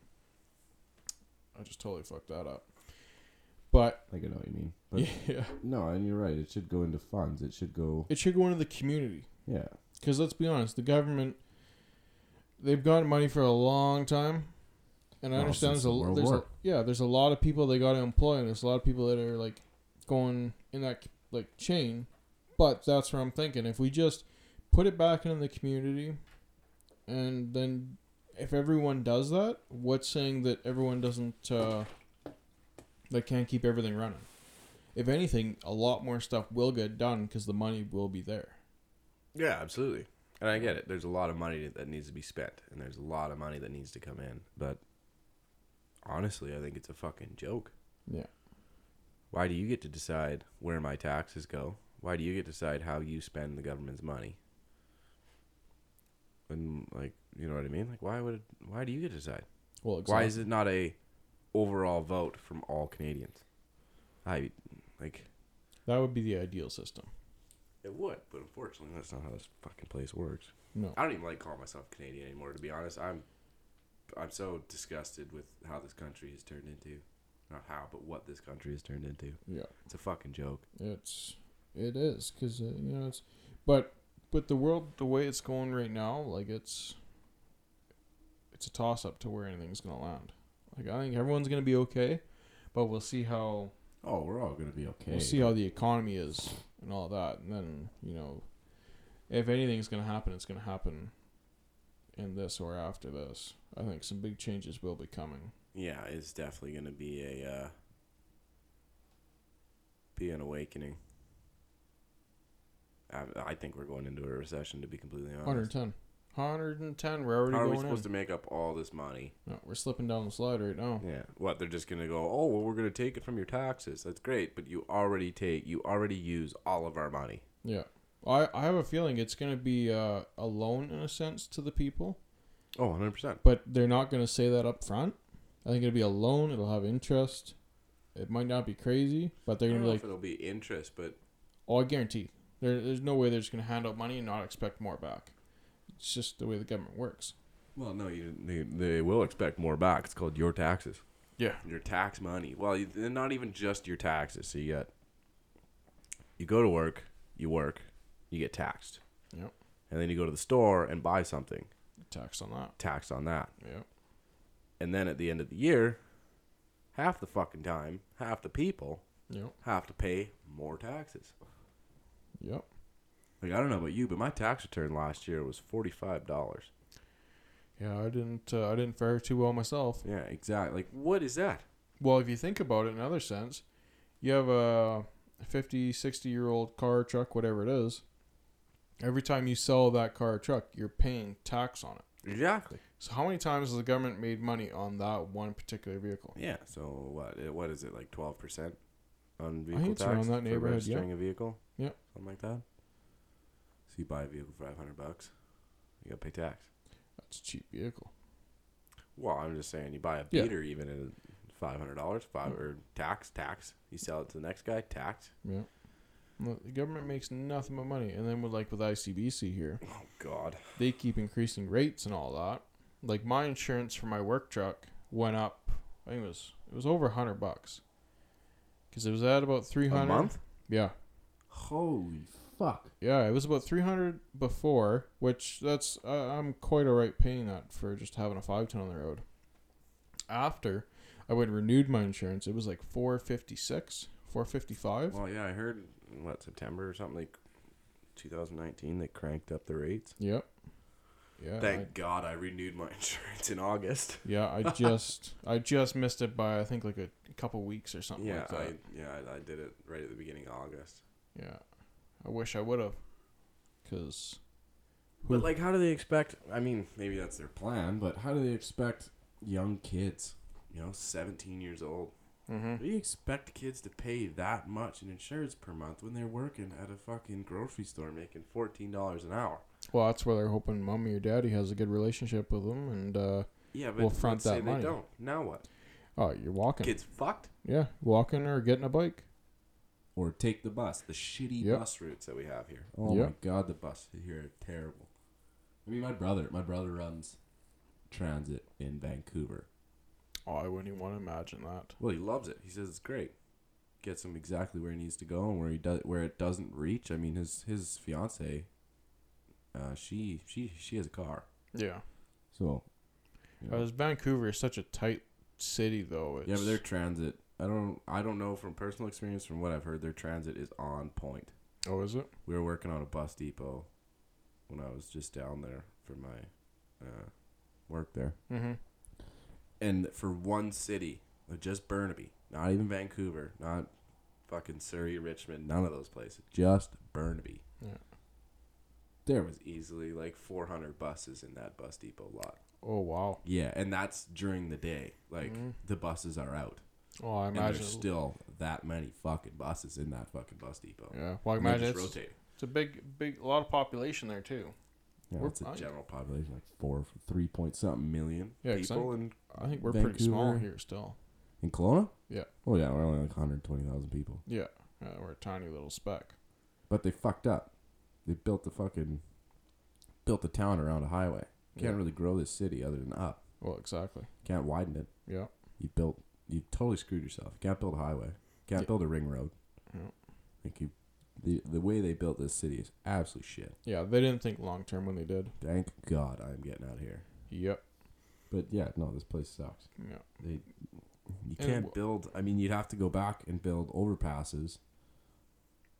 Speaker 2: I just totally fucked that up. But
Speaker 4: Like I know what you mean, but
Speaker 2: yeah,
Speaker 4: no, and you're right. It should go into funds. It should go.
Speaker 2: it should go into the community.
Speaker 4: Yeah,
Speaker 2: Because let's be honest, the government they've gotten money for a long time, and I
Speaker 4: Well,
Speaker 2: understand
Speaker 4: since
Speaker 2: there's a,
Speaker 4: the World
Speaker 2: there's a
Speaker 4: War.
Speaker 2: yeah there's a lot of people they got to employ, and there's a lot of people that are like going in that like chain. But that's what I'm thinking. If we just put it back into the community, and then if everyone does that, what's saying that everyone doesn't uh, that can't keep everything running? If anything, a lot more stuff will get done because the money will be there.
Speaker 1: Yeah, absolutely. And I get it. There's a lot of money that needs to be spent, and there's a lot of money that needs to come in. But honestly, I think it's a fucking joke.
Speaker 2: Yeah.
Speaker 1: Why do you get to decide where my taxes go? Why do you get to decide how you spend the government's money? And like, you know what I mean? Like, why would why do you get to decide?
Speaker 2: Well,
Speaker 1: Why is it not a overall vote from all Canadians? I like
Speaker 2: that would be the ideal system?
Speaker 1: it would, but unfortunately, that's not how this fucking place works.
Speaker 2: No.
Speaker 1: I don't even like calling myself Canadian anymore. To be honest, I'm I'm so disgusted with how this country has turned into. Not how, but what this country has turned into.
Speaker 2: Yeah.
Speaker 1: It's a fucking joke.
Speaker 2: It's it is because uh, you know it's, but with the world the way it's going right now, like it's it's a toss up to where anything's gonna land. Like I think everyone's gonna be okay, but we'll see how
Speaker 4: Oh, we're all gonna be okay.
Speaker 2: we'll see how the economy is and all that, and then you know if anything's gonna happen, it's gonna happen in this or after this. I think some big changes will be coming.
Speaker 1: Yeah, it's definitely going to be a uh, be an awakening. I, I think we're going into a recession. To be completely honest,
Speaker 2: 110. 110. We're already
Speaker 1: how are we
Speaker 2: going
Speaker 1: supposed
Speaker 2: in.
Speaker 1: to make up all this money?
Speaker 2: No, we're slipping down the slide right now.
Speaker 1: Yeah. What they're just gonna go? Oh well, we're gonna take it from your taxes. That's great, but you already take, you already use all of our money.
Speaker 2: Yeah. I, I have a feeling it's going to be uh, a loan in a sense to the people,
Speaker 1: Oh, 100 percent.
Speaker 2: but they're not going to say that up front. I think it'll be a loan. It'll have interest. It might not be crazy, but
Speaker 1: I
Speaker 2: they're
Speaker 1: don't
Speaker 2: going to
Speaker 1: know
Speaker 2: be
Speaker 1: if
Speaker 2: like,
Speaker 1: it'll be interest, but
Speaker 2: oh, I guarantee. There, there's no way they're just going to hand out money and not expect more back. It's just the way the government works.
Speaker 1: well, no, you they, they will expect more back. It's called your taxes.
Speaker 2: Yeah.
Speaker 1: your tax money. Well, you, they're not even just your taxes. So you got you go to work, you work, you get taxed.
Speaker 2: Yep.
Speaker 1: And then you go to the store and buy something,
Speaker 2: Tax on that.
Speaker 1: taxed on that.
Speaker 2: Yep.
Speaker 1: And then at the end of the year, half the fucking time, half the people
Speaker 2: Yep.
Speaker 1: have to pay more taxes.
Speaker 2: Yep.
Speaker 1: Like I don't know about you, but my tax return last year was forty five dollars.
Speaker 2: Yeah, I didn't. Uh, I didn't fare too well myself.
Speaker 1: Yeah, exactly. Like what is that?
Speaker 2: Well, if you think about it in another sense, you have a 50, 60 year old car, truck, whatever it is. Every time you sell that car or truck, you're paying tax on it.
Speaker 1: Exactly.
Speaker 2: So, how many times has the government made money on that one particular vehicle?
Speaker 1: Yeah. So what? it- What is it like? Twelve percent on
Speaker 2: I think
Speaker 1: vehicle
Speaker 2: it's around
Speaker 1: tax
Speaker 2: that
Speaker 1: for
Speaker 2: neighborhood, yeah.
Speaker 1: registering a vehicle.
Speaker 2: Yeah.
Speaker 1: Something like that. So you buy a vehicle for five hundred bucks, you gotta pay tax.
Speaker 2: That's a cheap vehicle.
Speaker 1: Well, I'm just saying, you buy a
Speaker 2: Yeah.
Speaker 1: beater even at five hundred dollars, five or tax, tax. You sell it to the next guy, tax.
Speaker 2: Yeah. No, The government makes nothing but money. And then, with like with ICBC here,
Speaker 1: Oh God.
Speaker 2: they keep increasing rates and all that. Like my insurance for my work truck went up. I think it was it was over hundred bucks. Cause it was at about three
Speaker 1: A
Speaker 2: hundred
Speaker 1: month?
Speaker 2: Yeah,
Speaker 4: Holy fuck!
Speaker 2: yeah. It was about three hundred before, which that's uh, I'm quite alright paying that for just having a five ton on the road. After I went and renewed my insurance, it was like four fifty six, four fifty five.
Speaker 1: Well, yeah, I heard in, what September or something like 2019 they cranked up the rates.
Speaker 2: Yep. Yeah.
Speaker 1: Thank
Speaker 2: I,
Speaker 1: God I renewed my insurance in August.
Speaker 2: yeah. I just I just missed it by I think like a couple weeks or something
Speaker 1: Yeah,
Speaker 2: like that.
Speaker 1: I, yeah, I, I did it right at the beginning of August.
Speaker 2: Yeah. I wish I would have. Because.
Speaker 1: But like, how do they expect? I mean, maybe that's their
Speaker 4: Plan,
Speaker 1: plan.
Speaker 4: but how do they expect young kids?
Speaker 1: You know, 17 years old.
Speaker 2: Mm-hmm.
Speaker 1: How do you expect kids to pay that much in insurance per month when they're working at a fucking grocery store making fourteen dollars an hour?
Speaker 2: Well, that's where they're hoping mommy or daddy has a good relationship with them. And, uh,
Speaker 1: Yeah, but
Speaker 2: Well, front
Speaker 1: let's say
Speaker 2: that
Speaker 1: they
Speaker 2: money.
Speaker 1: don't. Now what?
Speaker 2: oh, you're walking.
Speaker 1: Kids fucked.
Speaker 2: Yeah, walking or getting a bike.
Speaker 4: Or take the bus.
Speaker 1: The shitty
Speaker 2: Yep.
Speaker 1: bus routes that we have here.
Speaker 4: Oh
Speaker 2: Yeah.
Speaker 4: my god, the buses here are terrible. I mean, my brother, my brother runs transit in Vancouver.
Speaker 2: Oh, I wouldn't even want to imagine that.
Speaker 1: Well, he loves it. He says it's great.
Speaker 4: Gets him exactly where he needs to go and where he does where it doesn't reach. I mean, his his fiance, uh, she she she has a car,
Speaker 2: Yeah.
Speaker 4: so Yeah.
Speaker 2: Because Vancouver is such a tight city, though. It's,
Speaker 4: yeah. But their transit,
Speaker 1: I don't. I don't know from personal experience. From what I've heard, their transit is on point.
Speaker 2: Oh, is it?
Speaker 1: we were working on a bus depot when I was just down there for my uh, work there.
Speaker 2: Mm-hmm.
Speaker 1: And for one city, uh, just Burnaby, not even Vancouver, not fucking Surrey, Richmond, none of those places, just Burnaby.
Speaker 4: there
Speaker 1: There
Speaker 4: was
Speaker 1: was easily like 400 buses in that bus depot lot.
Speaker 2: Oh, wow.
Speaker 1: Yeah, and that's during the day. Like
Speaker 2: Mhm.
Speaker 1: the buses are out.
Speaker 2: Oh, I
Speaker 1: And
Speaker 2: imagine.
Speaker 1: there's still that many fucking buses in that fucking bus depot.
Speaker 2: yeah. Well, I
Speaker 1: And they're
Speaker 2: imagine
Speaker 1: just
Speaker 2: it's,
Speaker 1: rotating.
Speaker 2: it's a big, big, a lot of population there too.
Speaker 1: Yeah,
Speaker 2: we're
Speaker 1: it's a
Speaker 2: fine.
Speaker 1: general population like four, three point something million
Speaker 2: Yeah, 'cause I-
Speaker 1: people in
Speaker 2: I think we're pretty small
Speaker 1: Vancouver.
Speaker 2: here still.
Speaker 1: in Kelowna.
Speaker 2: Yeah.
Speaker 1: Oh yeah, we're only like 120,000 people.
Speaker 2: Yeah, uh, we're a tiny little speck.
Speaker 1: But they fucked up. They built the fucking built the town around a highway. Can't
Speaker 2: Yeah.
Speaker 1: really grow this city other than up.
Speaker 2: Well, exactly.
Speaker 1: Can't widen it.
Speaker 2: Yeah.
Speaker 1: You built. You totally screwed yourself. Can't build a highway. Can't
Speaker 2: Yeah.
Speaker 1: build a ring road.
Speaker 2: Yeah.
Speaker 1: Like you, the the way they built this city is absolute shit.
Speaker 2: Yeah, they didn't think long term when they did.
Speaker 1: Thank God I'm getting out of here.
Speaker 2: Yep.
Speaker 1: But yeah, no, this place sucks.
Speaker 2: Yeah.
Speaker 1: They you
Speaker 2: And
Speaker 1: can't
Speaker 2: wha-
Speaker 1: build. I mean, you'd have to go back and build overpasses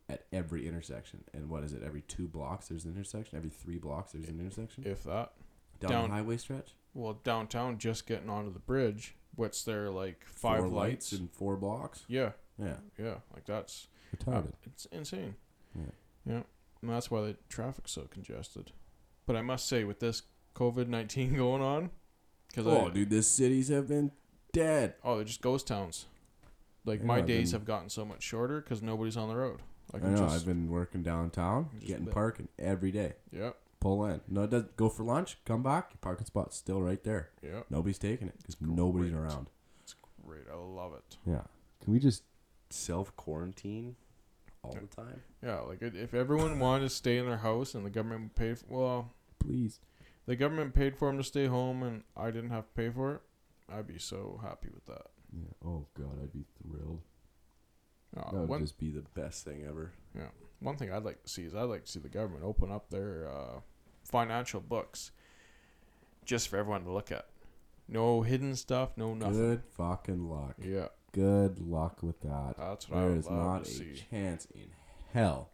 Speaker 1: at every intersection. And what is it? Every two blocks there's an intersection. Every three blocks there's an intersection.
Speaker 2: If that.
Speaker 1: down,
Speaker 2: down-
Speaker 1: the highway stretch.
Speaker 2: Well, downtown, just getting onto the bridge. What's there like five
Speaker 1: Four
Speaker 2: lights?
Speaker 1: and four blocks.
Speaker 2: yeah,
Speaker 1: Yeah,
Speaker 2: yeah. Like that's
Speaker 1: retarded.
Speaker 2: it's insane.
Speaker 1: Yeah.
Speaker 2: Yeah. And that's why the traffic's so congested. But I must say, with this COVID nineteen going on, because
Speaker 1: Oh,
Speaker 2: I,
Speaker 1: dude, the cities have been dead.
Speaker 2: oh, they're just ghost towns. Like
Speaker 1: Yeah,
Speaker 2: my
Speaker 1: I've
Speaker 2: days
Speaker 1: been-
Speaker 2: have gotten so much shorter because nobody's on the road. I
Speaker 1: I,
Speaker 2: can
Speaker 1: know.
Speaker 2: just
Speaker 1: I've been working downtown,
Speaker 2: Just
Speaker 1: getting
Speaker 2: been-
Speaker 1: parking every day.
Speaker 2: yep,
Speaker 1: Pull in. No, it does go for lunch. Come back. Your parking spot's still right there.
Speaker 2: yep.
Speaker 1: Nobody's taking it because
Speaker 2: It's
Speaker 1: nobody's
Speaker 2: great.
Speaker 1: around.
Speaker 2: It's great. I love it.
Speaker 1: Yeah. Can we just self quarantine all
Speaker 2: Yeah.
Speaker 1: the time,
Speaker 2: Yeah, like it- if everyone wanted to stay in their house and the government would pay for, well,
Speaker 1: please?
Speaker 2: the government paid for them to stay home and I didn't have to pay for it, I'd be so happy with that.
Speaker 1: Yeah. Oh God, I'd be thrilled.
Speaker 2: Uh,
Speaker 1: that would
Speaker 2: one,
Speaker 1: just be the best thing ever.
Speaker 2: one thing I'd like to see is I'd like to see the government open up their uh, financial books just for everyone to look at. No hidden stuff, no nothing.
Speaker 1: Good fucking luck.
Speaker 2: Yeah,
Speaker 1: Good luck with that.
Speaker 2: that's what I
Speaker 1: There
Speaker 2: would
Speaker 1: is
Speaker 2: love
Speaker 1: not
Speaker 2: to
Speaker 1: a
Speaker 2: see.
Speaker 1: chance in hell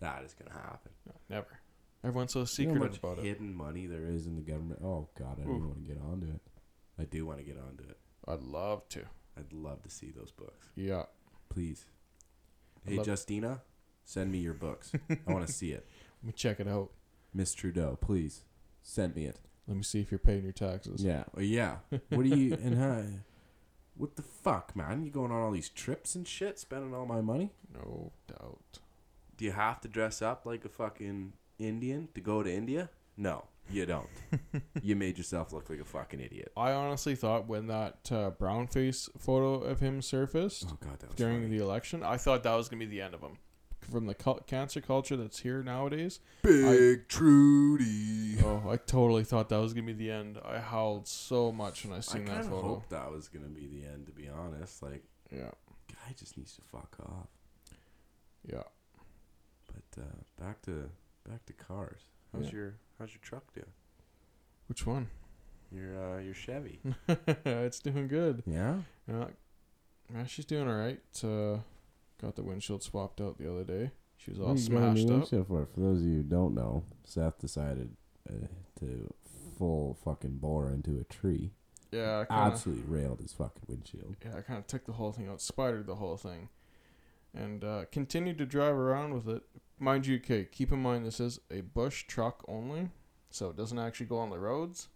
Speaker 1: that is gonna happen.
Speaker 2: No, never. Everyone's so
Speaker 1: You know how
Speaker 2: secretive
Speaker 1: much
Speaker 2: about it.
Speaker 1: hidden money there is in the government. Oh God, I don't
Speaker 2: Oof.
Speaker 1: even want to get onto it. I do want to get onto it.
Speaker 2: I'd love to.
Speaker 1: I'd love to see those books.
Speaker 2: Yeah,
Speaker 1: Please.
Speaker 2: I'd
Speaker 1: Hey
Speaker 2: love-
Speaker 1: Justina, send me your books. I want to see it.
Speaker 2: let me check it out.
Speaker 1: Miss Trudeau, please send me it.
Speaker 2: Let me see if you're paying your taxes.
Speaker 1: Yeah, well, yeah. What do you and how? What the fuck, man? You going on all these trips and shit, spending all my money?
Speaker 2: No doubt.
Speaker 1: Do you have to dress up like a fucking Indian to go to India? No, you don't. you made yourself look like a fucking idiot.
Speaker 2: I honestly thought when that uh, brown face photo of him surfaced
Speaker 1: Oh god, that was
Speaker 2: during
Speaker 1: funny.
Speaker 2: the election, I thought that was gonna be the end of him. From the cul cancer culture that's here nowadays,
Speaker 1: Big Trudy.
Speaker 2: oh, I totally thought that was gonna be the end. I howled so much when I
Speaker 1: I
Speaker 2: seen
Speaker 1: kind
Speaker 2: that
Speaker 1: of
Speaker 2: photo.
Speaker 1: hoped that was gonna be the end. To be honest, like
Speaker 2: Yeah,
Speaker 1: guy just needs to fuck off.
Speaker 2: yeah.
Speaker 1: But uh, back to back to cars. How's
Speaker 2: Yeah.
Speaker 1: your How's your truck doing?
Speaker 2: Which one?
Speaker 5: Your uh, your Chevy.
Speaker 2: it's doing good.
Speaker 1: Yeah.
Speaker 2: Yeah, yeah, she's doing all right. Uh, got the windshield swapped out the other day. She was all smashed up.
Speaker 1: For, for those of you who don't know, Seth decided uh, to full fucking bore into a tree.
Speaker 2: Yeah, I kinda,
Speaker 1: Absolutely railed his fucking windshield.
Speaker 2: yeah, I kind of took the whole thing out, spidered the whole thing, and uh, continued to drive around with it. Mind you, okay, keep in mind this is a bush truck only, so it doesn't actually go on the roads.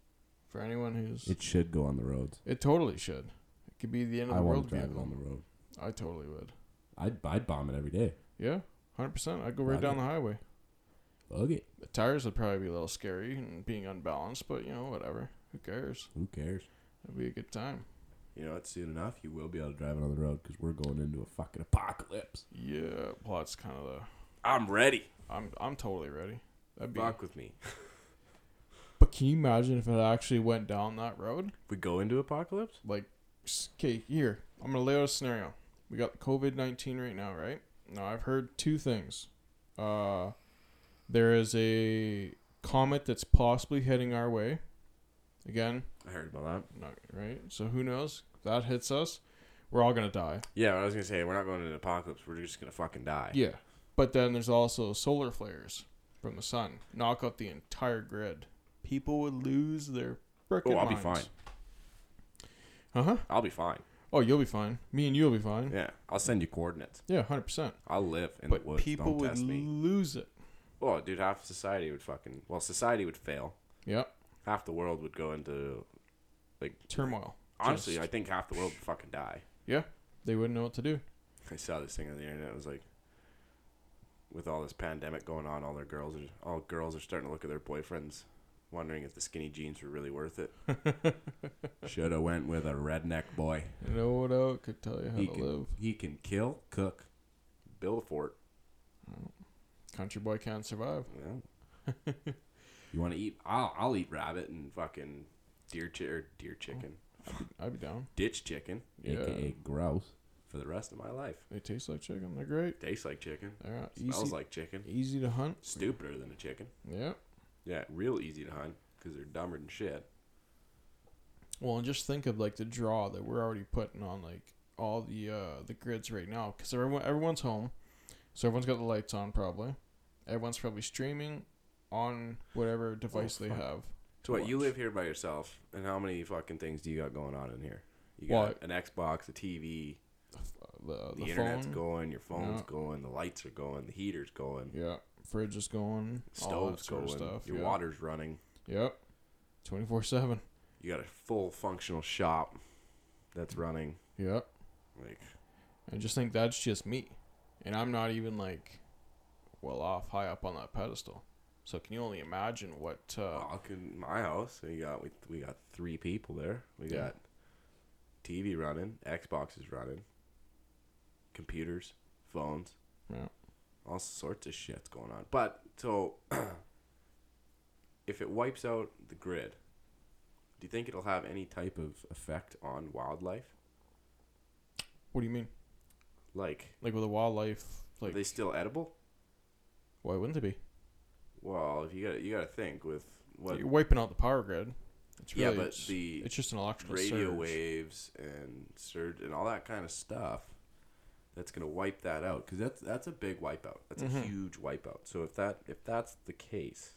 Speaker 2: For anyone who's, it,
Speaker 1: It should go on the roads.
Speaker 2: totally should. It could be the end of
Speaker 1: I
Speaker 2: the
Speaker 1: want
Speaker 2: world
Speaker 1: to drive
Speaker 2: vehicle.
Speaker 1: it on the road.
Speaker 2: I totally would.
Speaker 1: I'd, I'd bomb it every day.
Speaker 2: Yeah, hundred percent. I'd go right
Speaker 1: Love
Speaker 2: down
Speaker 1: it.
Speaker 2: the highway.
Speaker 1: Bug it.
Speaker 2: The tires would probably be a little scary and being unbalanced, but you know whatever. Who cares?
Speaker 1: Who cares?
Speaker 2: It'd be a good time.
Speaker 1: You know what? Soon enough, you will be able to drive it on the road because we're going into a fucking apocalypse.
Speaker 2: Yeah, well, that's kind of the.
Speaker 5: I'm ready.
Speaker 2: I'm I'm totally ready. That'd be.
Speaker 5: Fuck with me.
Speaker 2: But can you imagine if it actually went down that road?
Speaker 5: We go into apocalypse.
Speaker 2: like okay here i'm gonna lay out a scenario we got covid-19 right now right now i've heard two things uh there is a comet that's possibly heading our way again
Speaker 5: I heard about that.
Speaker 2: not right so who knows if that hits us we're all gonna die
Speaker 5: Yeah, I was gonna say we're not going into an apocalypse. We're just gonna fucking die.
Speaker 2: yeah but then there's also solar flares from the sun knock out the entire grid people would lose their frickin'
Speaker 5: Oh, I'll be
Speaker 2: minds.
Speaker 5: fine.
Speaker 2: uh-huh
Speaker 5: I'll be fine.
Speaker 2: oh you'll be fine me and you'll be fine
Speaker 5: Yeah, I'll send you coordinates.
Speaker 2: yeah 100%
Speaker 5: I'll live in
Speaker 2: but
Speaker 5: the woods.
Speaker 2: people
Speaker 5: Don't
Speaker 2: would
Speaker 5: test me.
Speaker 2: lose it.
Speaker 5: Oh, dude, half society would fucking. Well, society would fail.
Speaker 2: Yep.
Speaker 5: Half the world would go into.
Speaker 2: Turmoil.
Speaker 5: Honestly,
Speaker 2: Just-
Speaker 5: I think half the world would fucking die.
Speaker 2: Yeah. They wouldn't know what to do.
Speaker 1: I saw this thing on the internet. It was like, with all this pandemic going on, all their girls are all girls are starting to look at their boyfriends, wondering if the skinny jeans were really worth it.
Speaker 4: Should have went with a redneck boy.
Speaker 2: No doubt could tell you how
Speaker 4: He
Speaker 2: to
Speaker 4: can-
Speaker 2: live.
Speaker 4: He can kill, cook.
Speaker 1: Build a fort.
Speaker 2: Country boy can't survive.
Speaker 1: Yeah.
Speaker 4: You want to eat?
Speaker 1: I'll I'll eat rabbit and fucking deer chi- or deer chicken,
Speaker 2: I'd be down.
Speaker 1: ditch chicken
Speaker 2: Yeah.
Speaker 4: AKA grouse.
Speaker 1: for the rest of my life.
Speaker 2: They taste like chicken. They're great.
Speaker 1: Tastes like chicken.
Speaker 2: They're not easy,
Speaker 1: Smells like chicken.
Speaker 2: easy to hunt.
Speaker 1: Stupider than a chicken.
Speaker 2: Yeah.
Speaker 1: Yeah, real easy to hunt because they're dumber than shit.
Speaker 2: Well, and just think of like the draw that we're already putting on like all the uh the grids right now because everyone everyone's home, so everyone's got the lights on probably. Everyone's probably streaming on whatever device they
Speaker 1: fuck.
Speaker 2: have.
Speaker 1: So what? You
Speaker 2: watch.
Speaker 1: live here by yourself, and how many fucking things do you got going on in here? You got
Speaker 2: What?
Speaker 1: an Xbox, a TV,
Speaker 2: The uh,
Speaker 1: the,
Speaker 2: the,
Speaker 1: internet's
Speaker 2: phone,
Speaker 1: going, your phone's
Speaker 2: Yeah.
Speaker 1: going, the lights are going, the heater's going,
Speaker 2: yeah, fridge is going, all that
Speaker 1: stove's
Speaker 2: sort
Speaker 1: going,
Speaker 2: of stuff.
Speaker 1: your
Speaker 2: yeah.
Speaker 1: water's running.
Speaker 2: Yep. Twenty four seven.
Speaker 1: You got a full functional shop that's running.
Speaker 2: Yep.
Speaker 1: Like
Speaker 2: I just think that's just me, and I'm not even like well off high up on that pedestal. So can you only imagine what? Uh,
Speaker 1: well, I can- my house, we got we, we got three people there. We
Speaker 2: Yeah.
Speaker 1: got TV running, Xbox is running, computers, phones.
Speaker 2: yeah.
Speaker 1: all sorts of shit's going on. But so, if it wipes out the grid, do you think it'll have any type of effect on wildlife?
Speaker 2: What do you mean?
Speaker 1: Like,
Speaker 2: Like with the wildlife,
Speaker 1: are
Speaker 2: like
Speaker 1: they still edible?
Speaker 2: why wouldn't they be?
Speaker 1: Well, if you got you got to think with what.
Speaker 2: You're wiping out the power grid. It's
Speaker 1: Yeah,
Speaker 2: really,
Speaker 1: but
Speaker 2: it's,
Speaker 1: the
Speaker 2: it's just an electrical
Speaker 1: radio
Speaker 2: surge.
Speaker 1: waves and surge and all that kind of stuff that's going to wipe that out because that's that's a big wipeout that's a
Speaker 2: Mhm.
Speaker 1: huge wipeout so if that if that's the case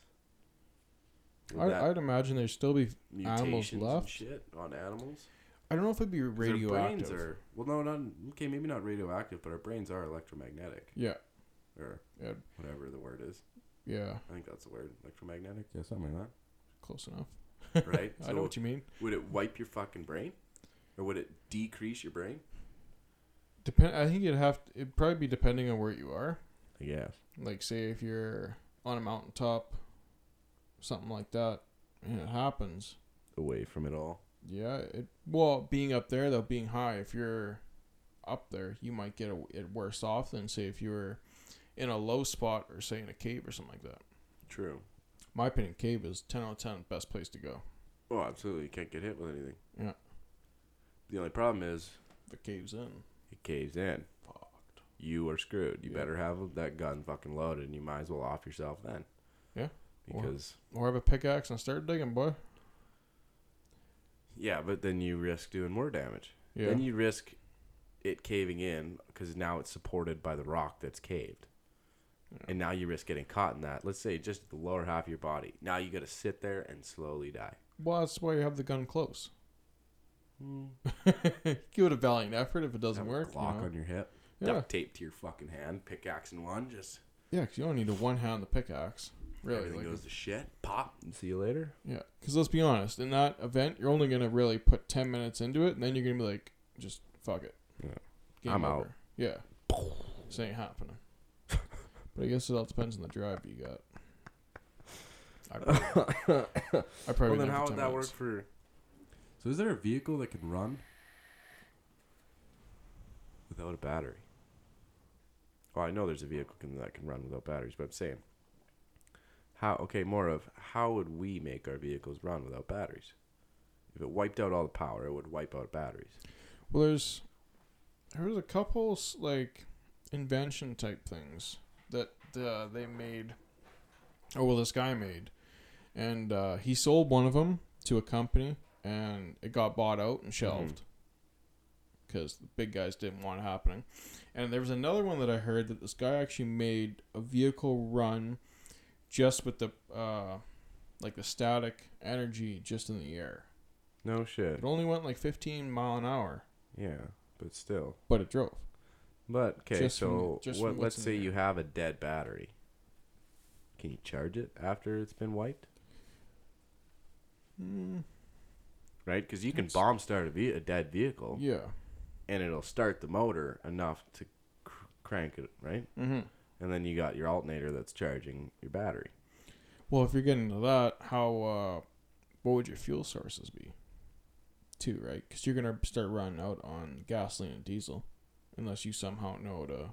Speaker 1: would that
Speaker 2: I, I'd imagine there'd still be. animals
Speaker 1: mutations and
Speaker 2: left?
Speaker 1: shit on animals
Speaker 2: I don't know if it'd be
Speaker 1: 'Cause Our brains
Speaker 2: radioactive.
Speaker 1: are well, no, not okay. Maybe not radioactive, but our brains are electromagnetic
Speaker 2: Yeah,
Speaker 1: or
Speaker 2: yeah,
Speaker 1: whatever the word is.
Speaker 2: yeah,
Speaker 1: I think that's the word, electromagnetic,
Speaker 4: Yeah, something like
Speaker 2: close enough.
Speaker 1: right?
Speaker 2: I know what you mean.
Speaker 1: would it wipe your fucking brain, or would it decrease your brain?
Speaker 2: Depend. I think it'd have. It'd probably be depending on where you are.
Speaker 4: that. Yeah.
Speaker 2: Like, say, if you're on a mountaintop, something like that, and it happens.
Speaker 1: Away from it all.
Speaker 2: Yeah. It well, being up there though, being high. If you're up there, you might get a, it worse off than say if you were in a low spot or say in a cave or something like that.
Speaker 1: True.
Speaker 2: My opinion, cave is ten out of ten best place to go.
Speaker 1: Oh, absolutely. You can't get hit with anything.
Speaker 2: Yeah.
Speaker 1: The only problem is
Speaker 2: The cave's in.
Speaker 1: it caves in.
Speaker 2: Fucked.
Speaker 1: You are screwed. You
Speaker 2: Yeah.
Speaker 1: better have that gun fucking loaded, and you might as well off yourself then.
Speaker 2: Yeah. Or-
Speaker 1: Because
Speaker 2: Or have a pickaxe and start digging, boy.
Speaker 1: yeah, but then you risk doing more damage.
Speaker 2: Yeah.
Speaker 1: Then you risk it caving in because now it's supported by the rock that's caved.
Speaker 2: Yeah.
Speaker 1: And now you risk getting caught in that. Let's say just the lower half of your body. Now you got to sit there and slowly die.
Speaker 2: well, that's why you have the gun close. Give it a valiant effort if it Mm. doesn't
Speaker 1: Have a
Speaker 2: work. you
Speaker 1: Glock
Speaker 2: know.
Speaker 1: on your hip.
Speaker 2: yeah,
Speaker 1: Duct tape to your fucking hand. Pickaxe in one. Just
Speaker 2: yeah, because you only need a one hand pickaxe. Really,
Speaker 1: everything
Speaker 2: like,
Speaker 1: goes to shit. Pop and see you later.
Speaker 2: yeah. Because let's be honest, in that event, you're only gonna really put ten minutes into it, and then you're gonna be like, just fuck it.
Speaker 1: Yeah. I'm out.
Speaker 2: Yeah. This ain't happening. but I guess it all depends on the drive you got. I probably, I probably
Speaker 1: well, then
Speaker 2: went
Speaker 1: how
Speaker 2: for
Speaker 1: would
Speaker 2: 10
Speaker 1: that work
Speaker 2: minutes.
Speaker 1: for?
Speaker 4: So is there a vehicle that can run?
Speaker 1: without a battery. Well, I know there's a vehicle can, that can run without batteries, but I'm saying, how? Okay, more of how would we make our vehicles run without batteries? If it wiped out all the power, it would wipe out batteries.
Speaker 2: Well, there's there was a couple s- like invention type things that uh, they made. Oh well, this guy made, and uh, he sold one of them to a company, and it got bought out and shelved because the big guys didn't want it happening. And there was another one that I heard that this guy actually made a vehicle run just with the uh, like the static energy just in the air.
Speaker 1: No shit.
Speaker 2: It only went like 15 mile an hour,
Speaker 1: Yeah, but still.
Speaker 2: but it drove.
Speaker 1: But okay,
Speaker 2: Just from-
Speaker 1: so
Speaker 2: just
Speaker 1: what,
Speaker 2: from
Speaker 1: let's
Speaker 2: what's in
Speaker 1: say
Speaker 2: there.
Speaker 1: you have a dead battery. Can you charge it after it's been wiped?
Speaker 2: Mm,
Speaker 1: Right, because you can
Speaker 2: Yes.
Speaker 1: bomb start a, ve- a dead vehicle,
Speaker 2: yeah,
Speaker 1: and it'll start the motor enough to cr- crank it, right?
Speaker 2: Mm-hmm.
Speaker 1: And then you got your alternator that's charging your battery.
Speaker 2: Well, if you're getting to that, how uh, what would your fuel sources be? Too right, because you're gonna start running out on gasoline and diesel, unless you somehow know to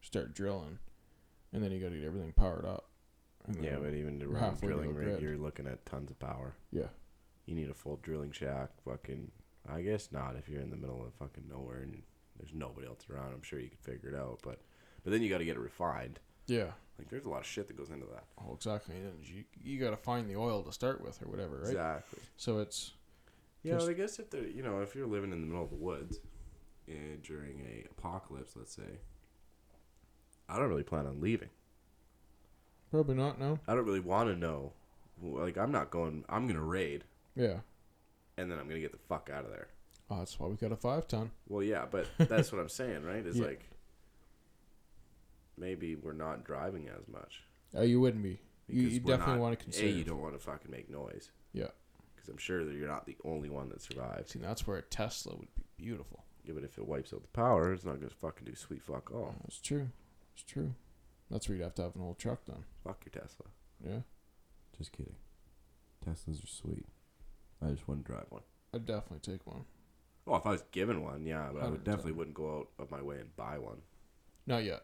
Speaker 2: start drilling, and then you got to get everything powered up. And
Speaker 1: Yeah,
Speaker 2: then-
Speaker 1: but even to
Speaker 2: You're
Speaker 1: run a
Speaker 2: halfway to
Speaker 1: drilling
Speaker 2: the
Speaker 1: rig,
Speaker 2: grid.
Speaker 1: you're looking at tons of power.
Speaker 2: Yeah.
Speaker 1: You need a full drilling shack. Fucking, I guess not if you're in the middle of fucking nowhere and there's nobody else around. I'm sure you could figure it out, but but then you got to get it refined.
Speaker 2: yeah,
Speaker 1: Like there's a lot of shit that goes into that.
Speaker 2: oh exactly. And then you you got to find the oil to start with or whatever, right?
Speaker 1: Exactly.
Speaker 2: So it's
Speaker 1: Yeah,
Speaker 2: Just-
Speaker 1: I guess if they're you know if you're living in the middle of the woods eh, during a apocalypse, let's say, I don't really plan on leaving.
Speaker 2: probably not no.
Speaker 1: I don't really want to know. Like I'm not going. I'm gonna raid,
Speaker 2: Yeah.
Speaker 1: and then I'm gonna get the fuck out of there.
Speaker 2: Oh, that's why we got a five ton.
Speaker 1: Well, yeah, but that's what I'm saying, right? Is
Speaker 2: Yeah.
Speaker 1: like maybe we're not driving as much.
Speaker 2: Oh, you wouldn't be. You,
Speaker 1: because
Speaker 2: you
Speaker 1: we're
Speaker 2: definitely
Speaker 1: not-
Speaker 2: want to consider.
Speaker 1: A, you don't want to fucking make noise.
Speaker 2: Yeah.
Speaker 1: Because I'm sure that you're not the only one that survives.
Speaker 2: See, that's where a Tesla would be beautiful.
Speaker 1: Yeah, but if it wipes out the power, it's not gonna fucking do sweet fuck all.
Speaker 2: That's true. It's true. That's where you'd have to have an old truck then.
Speaker 1: Fuck your Tesla.
Speaker 2: Yeah.
Speaker 4: Just kidding. Teslas are sweet. I just wouldn't drive one.
Speaker 2: I'd definitely take one.
Speaker 1: Well, if I was given one, yeah, but I would
Speaker 2: 110.
Speaker 1: definitely wouldn't go out of my way and buy one.
Speaker 2: Not yet.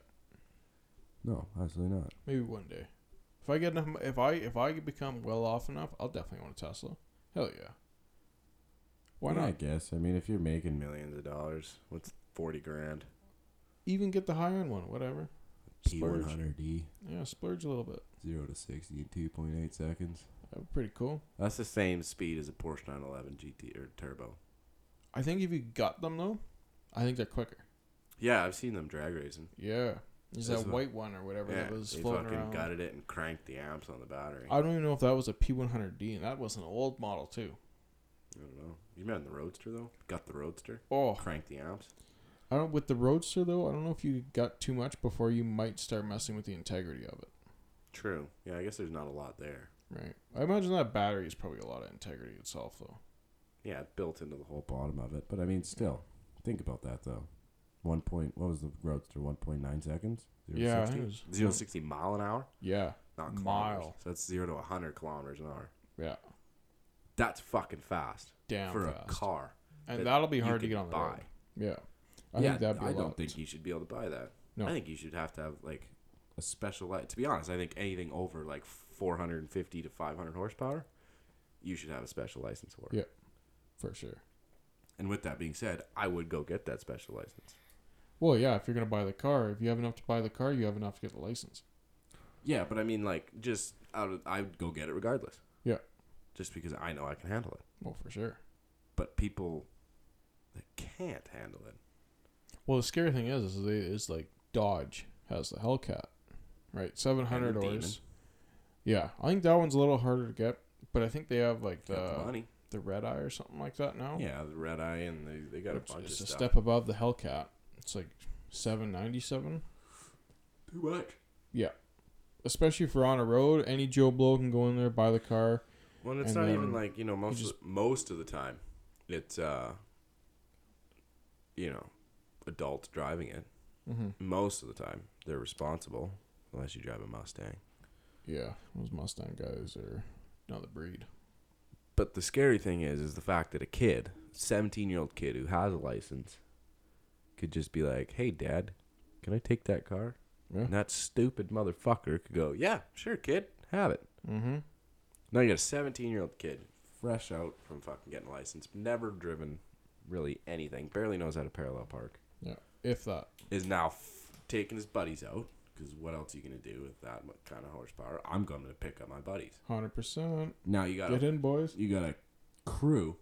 Speaker 4: No, absolutely not.
Speaker 2: Maybe one day. If I get enough, mo- if I if I could become well off enough, I'll definitely want a Tesla. Hell yeah. Why
Speaker 4: Yeah, I
Speaker 2: not?
Speaker 4: guess. I mean, if you're making mil-
Speaker 1: Millions of dollars. What's forty grand?
Speaker 2: Even get the high end one, whatever. Splurge.
Speaker 4: P100D,
Speaker 2: Yeah, splurge a little bit.
Speaker 4: E, zero to sixty in two point eight seconds.
Speaker 2: That'd be pretty cool.
Speaker 1: That's the same speed as a Porsche 911 GT or Turbo.
Speaker 2: I think if you got them though, I think they're quicker.
Speaker 1: Yeah, I've seen them drag racing.
Speaker 2: Yeah. There's
Speaker 1: That's
Speaker 2: that
Speaker 1: what-
Speaker 2: white one or whatever that was
Speaker 1: they
Speaker 2: floating
Speaker 1: fucking
Speaker 2: around.
Speaker 1: gutted it and cranked the amps on the battery. I,
Speaker 2: I don't even know if that was a P100D, and that was an old model too.
Speaker 1: don't know. You meant the Roadster though? Got the Roadster,
Speaker 2: Oh,
Speaker 1: cranked the amps.
Speaker 2: I don't with the roadster though. I don't know if you got too much before you might start messing with the integrity of it.
Speaker 1: True. Yeah, I guess there's not a lot there.
Speaker 2: Right. I imagine that battery is probably a lot of integrity itself though.
Speaker 1: Yeah, it's built into the whole.
Speaker 4: Bottom of it, but I mean, still, think about that though. One point. What was the roadster? One point nine seconds. Zero to
Speaker 2: Yeah, I
Speaker 4: 60?
Speaker 2: think it was-
Speaker 1: Zero to sixty mile an hour,
Speaker 2: Yeah.
Speaker 1: not
Speaker 2: Mile.
Speaker 1: kilometers. So that's zero to hundred kilometers an hour.
Speaker 2: Yeah.
Speaker 1: That's fucking fast
Speaker 2: Damn
Speaker 1: for
Speaker 2: fast.
Speaker 1: a car. that
Speaker 2: and that'll be
Speaker 1: you
Speaker 2: hard to
Speaker 1: could
Speaker 2: get on the
Speaker 1: buy.
Speaker 2: road. Yeah. I
Speaker 4: Yeah,
Speaker 2: think that'd be
Speaker 4: I
Speaker 2: a
Speaker 4: don't
Speaker 2: lot.
Speaker 1: think you should be able to buy that.
Speaker 2: No.
Speaker 1: I think you should have to have like a special light. To be honest, I think anything over like 450 to 500 horsepower, you should have a special license for.
Speaker 2: Yeah. for sure.
Speaker 1: And with that being said, I would go get that special license.
Speaker 2: Well, yeah, if you're gonna buy the car, if you have enough to buy the car, you have enough to get the license.
Speaker 1: Yeah, but I mean, like, just out of, I would go get it regardless.
Speaker 2: Yeah.
Speaker 1: Just because I know I can handle it.
Speaker 2: Well, for sure.
Speaker 1: But people that can't handle it.
Speaker 2: Well, the scary thing is, is they is like Dodge has the Hellcat, right? Seven hundred
Speaker 1: Demon.
Speaker 2: doors. Yeah, I think that one's a little harder to get, but I think they have like
Speaker 1: got the
Speaker 2: the
Speaker 1: money.
Speaker 2: the red eye or something like that now.
Speaker 1: Yeah, the red eye, and they, they got a
Speaker 2: It's,
Speaker 1: bunch
Speaker 2: oh. it's
Speaker 1: of
Speaker 2: a
Speaker 1: stuff.
Speaker 2: step above the Hellcat. It's like seven ninety seven.
Speaker 1: Too much.
Speaker 2: Especially if we're on a road, any Joe Blow can go in there, buy the car.
Speaker 1: Well, and it's
Speaker 2: And
Speaker 1: not
Speaker 2: then
Speaker 1: even like you know most
Speaker 2: just-
Speaker 1: of, the- most of the time, it's uh, you know, adults driving it.
Speaker 2: Mm-hmm.
Speaker 1: Most of the time, they're responsible unless you drive a Mustang.
Speaker 2: Yeah, those Mustang guys are another breed.
Speaker 1: But the scary thing is, is the fact that a kid, seventeen year old kid who has a license, could just be like, "Hey, Dad, can I take that car?"
Speaker 2: Yeah.
Speaker 1: And that stupid motherfucker could go, "Yeah, sure, kid, have it."
Speaker 2: Mm-hmm.
Speaker 1: Now you got a 17 year old kid, fresh out from fucking getting a license, never driven really anything, barely knows how to parallel park,
Speaker 2: Yeah, if that.
Speaker 1: is now f- taking his buddies out. Because what else are you going to do with that mu- kind of horsepower? I'm going to pick up my buddies.
Speaker 2: Hundred percent.
Speaker 1: Now you got
Speaker 2: Get
Speaker 1: a,
Speaker 2: in, boys.
Speaker 1: you got a crew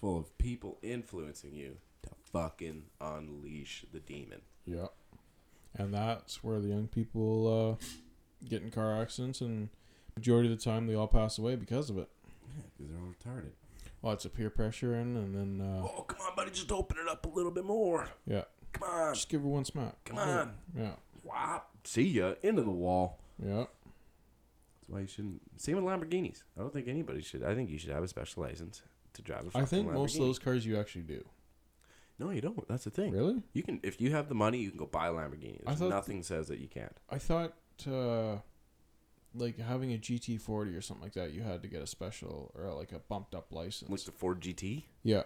Speaker 1: full of people influencing you to fucking unleash the demon.
Speaker 2: Yeah. And that's where the young people uh, get in car accidents, and majority of the time they all pass away because of it.
Speaker 4: Yeah, because they're all retarded.
Speaker 2: Well, it's a peer pressure, and and then uh,
Speaker 1: Oh, come on, buddy, just open it up a little bit more.
Speaker 2: yeah,
Speaker 1: Come on,
Speaker 2: just give her one smack.
Speaker 1: Oh, come on.
Speaker 2: Yeah,
Speaker 1: Whop. See ya. Into the wall.
Speaker 2: yeah.
Speaker 1: That's why you shouldn't. Same with Lamborghinis. I don't think anybody should. I think you should have a special license to drive a fucking
Speaker 2: I think most of
Speaker 1: Lamborghini.
Speaker 2: those cars you actually do.
Speaker 1: No, you don't. That's the thing.
Speaker 2: Really?
Speaker 1: You can if you have the money, you can go buy a Lamborghini.
Speaker 2: I
Speaker 1: There's
Speaker 2: thought-
Speaker 1: nothing says that you can't.
Speaker 2: I thought uh, like having a GT40 or something like that, you had to get a special or uh, like a bumped up license.
Speaker 1: Like the Ford GT.
Speaker 2: yeah.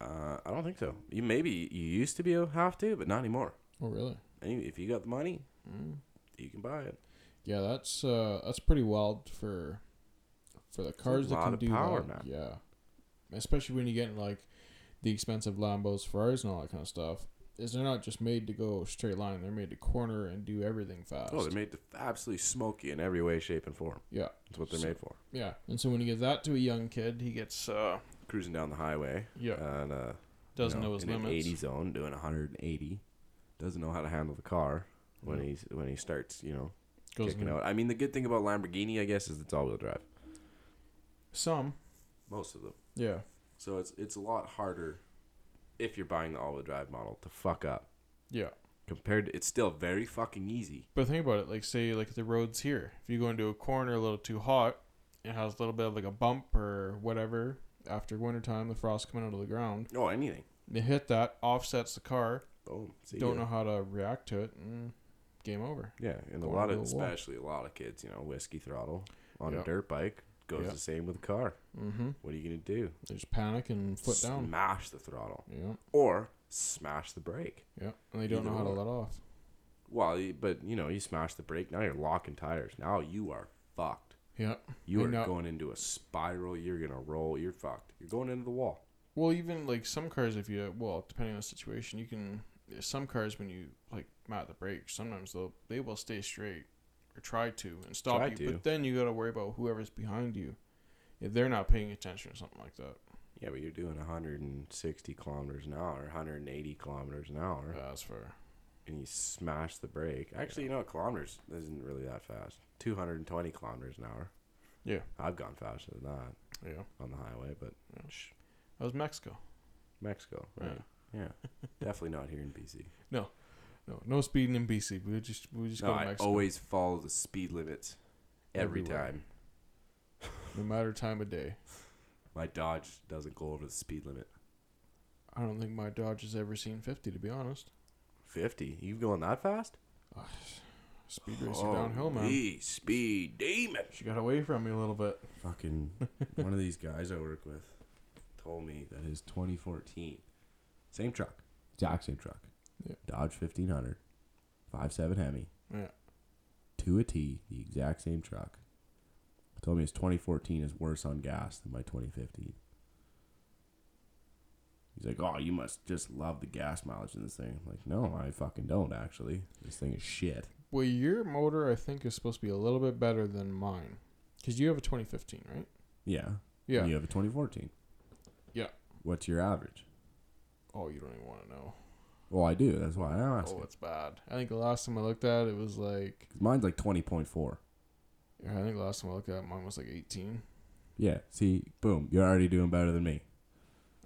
Speaker 1: Uh, I don't think so. You maybe you used to be able to have to, but not anymore.
Speaker 2: Oh, really?
Speaker 1: And if you got the money,
Speaker 2: Mm.
Speaker 1: you can buy it.
Speaker 2: Yeah, that's uh, that's pretty wild for for the cars that
Speaker 1: lot
Speaker 2: can
Speaker 1: of
Speaker 2: do
Speaker 1: power,
Speaker 2: that.
Speaker 1: man.
Speaker 2: Yeah, especially when you get like the expensive Lambos, Ferraris, and all that kind of stuff. Is they're not just made to go straight line; they're made to corner and do everything fast.
Speaker 1: Oh, they're made to absolutely smoke you in every way, shape, and form.
Speaker 2: Yeah.
Speaker 1: that's what they're
Speaker 2: So-
Speaker 1: made for.
Speaker 2: yeah, and so when you give that to a young kid, he gets uh,
Speaker 1: Cruising down the highway,
Speaker 2: yeah,
Speaker 1: and uh,
Speaker 2: doesn't
Speaker 1: you
Speaker 2: know his
Speaker 1: in
Speaker 2: limits.
Speaker 1: An 80 zone, doing 180, doesn't know how to handle the car when
Speaker 2: Yeah.
Speaker 1: he's when he starts, you know,
Speaker 2: Goes
Speaker 1: kicking
Speaker 2: in-
Speaker 1: out. I mean, the good thing about Lamborghini, I guess, is it's all-wheel drive.
Speaker 2: Some,
Speaker 1: Most of them.
Speaker 2: yeah,
Speaker 1: So it's it's a lot harder if you're buying the all-wheel drive model to fuck up.
Speaker 2: yeah.
Speaker 1: Compared to, it's still very fucking easy.
Speaker 2: But think about it, like say like the roads here. If you go into a corner a little too hot, it has a little bit of like a bump or whatever. After wintertime, the frost coming out of the ground,
Speaker 1: Oh, anything.
Speaker 2: they hit that, offsets the car.
Speaker 1: Boom. See
Speaker 2: don't
Speaker 1: ya.
Speaker 2: know how to react to it, and game over.
Speaker 1: Yeah, and a
Speaker 2: Going
Speaker 1: lot
Speaker 2: to
Speaker 1: of
Speaker 2: a wall.
Speaker 1: especially a lot of kids, you know, whiskey throttle on
Speaker 2: Yeah.
Speaker 1: a dirt bike goes
Speaker 2: Yeah.
Speaker 1: the same with a car.
Speaker 2: Mm-hmm.
Speaker 1: What are you gonna do?
Speaker 2: There's panic and foot down.
Speaker 1: Smash the throttle
Speaker 2: Yeah,
Speaker 1: or smash the brake.
Speaker 2: yeah, and they don't
Speaker 1: Either
Speaker 2: know how to
Speaker 1: or.
Speaker 2: let off.
Speaker 1: Well, you- but you know, you smash the brake. Now you're locking tires. Now you are fucked.
Speaker 2: Yeah.
Speaker 1: You
Speaker 2: I
Speaker 1: are
Speaker 2: know.
Speaker 1: going into a spiral. You're gonna roll. You're fucked. You're going into the wall.
Speaker 2: Well, even like some cars, if you well, depending on the situation, you can. Some cars, when you like mat the brakes, sometimes they'll they will stay straight or try to and stop
Speaker 1: Try
Speaker 2: you.
Speaker 1: to.
Speaker 2: But then you got to worry about whoever's behind you if they're not paying attention or something like that.
Speaker 1: Yeah, but you're doing 160 kilometers an hour, 180 kilometers an hour,
Speaker 2: Yeah, that's fair.
Speaker 1: and you smash the brake. Actually, you know, kilometers isn't really that fast. 220 kilometers an hour.
Speaker 2: Yeah.
Speaker 1: I've gone faster than that
Speaker 2: Yeah,
Speaker 1: on the highway, but
Speaker 2: Yeah.
Speaker 1: shh,
Speaker 2: that was Mexico.
Speaker 1: Mexico,
Speaker 2: Yeah.
Speaker 1: right? Yeah, definitely not here in BC.
Speaker 2: No, no speeding in BC. We just we just
Speaker 1: No,
Speaker 2: go to
Speaker 1: I
Speaker 2: Mexico.
Speaker 1: always follow the speed limits every
Speaker 2: Everywhere.
Speaker 1: time.
Speaker 2: no matter time of day.
Speaker 1: My Dodge doesn't go over the speed limit.
Speaker 2: I don't think my Dodge has ever seen fifty, to be honest.
Speaker 1: 50. You going that fast?
Speaker 2: Speed racer downhill, man.
Speaker 1: Holy speed demon.
Speaker 2: She got away from me a little bit.
Speaker 4: Fucking
Speaker 1: One of these guys I work with told me that his 2014, same truck, exact same truck,
Speaker 2: Yeah.
Speaker 4: Dodge 1500, 5.7 Hemi,
Speaker 2: Yeah.
Speaker 4: to a T, the exact same truck. Told me his 2014 is worse on gas than my 2015. He's like, oh, you must just love the gas mileage in this thing. I'm like, no, I fucking don't actually. This thing is shit.
Speaker 2: Well, your motor, I think, is supposed to be a little bit better than mine. Because you have a 2015, right?
Speaker 4: Yeah.
Speaker 2: Yeah.
Speaker 4: You have a 2014.
Speaker 2: Yeah.
Speaker 4: What's your average?
Speaker 2: Oh, you don't even want to know.
Speaker 4: Well, I do. That's why I asked.
Speaker 2: Oh, it's bad. I think the last time I looked at it, it was like.
Speaker 4: Mine's like 20.4.
Speaker 2: I think the last time I looked at it, mine was like 18.
Speaker 4: Yeah. See, boom. You're already doing better than me.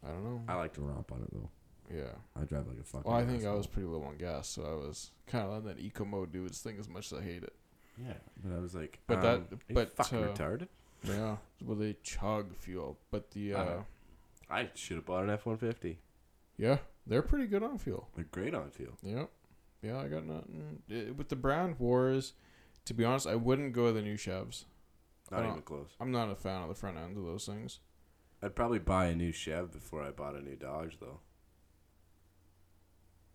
Speaker 2: I don't know.
Speaker 1: I like
Speaker 4: To
Speaker 1: to
Speaker 4: romp on it, though.
Speaker 2: yeah.
Speaker 4: I drive like a fucking.
Speaker 2: Well, I think I
Speaker 4: asshole.
Speaker 2: was pretty low on gas, so I was kind of letting that eco mode do its thing as much as I hate it.
Speaker 1: Yeah, but I was like,
Speaker 2: But
Speaker 1: um,
Speaker 2: that-
Speaker 1: are you
Speaker 2: but,
Speaker 1: fucking
Speaker 2: uh,
Speaker 1: retarded.
Speaker 2: Yeah. well, they chug fuel, but the. Uh,
Speaker 1: Uh-huh. I should have bought an F one fifty.
Speaker 2: Yeah, they're pretty good on fuel.
Speaker 1: They're great on fuel.
Speaker 2: Yep. Yeah, I got nothing. Eh, with the brand wars, to be honest, I wouldn't go with the new Chevs.
Speaker 1: Not
Speaker 2: Uh,
Speaker 1: even close.
Speaker 2: I'm not a fan of the front end of those things.
Speaker 1: I'd probably buy a new Chev before I bought a new Dodge, though.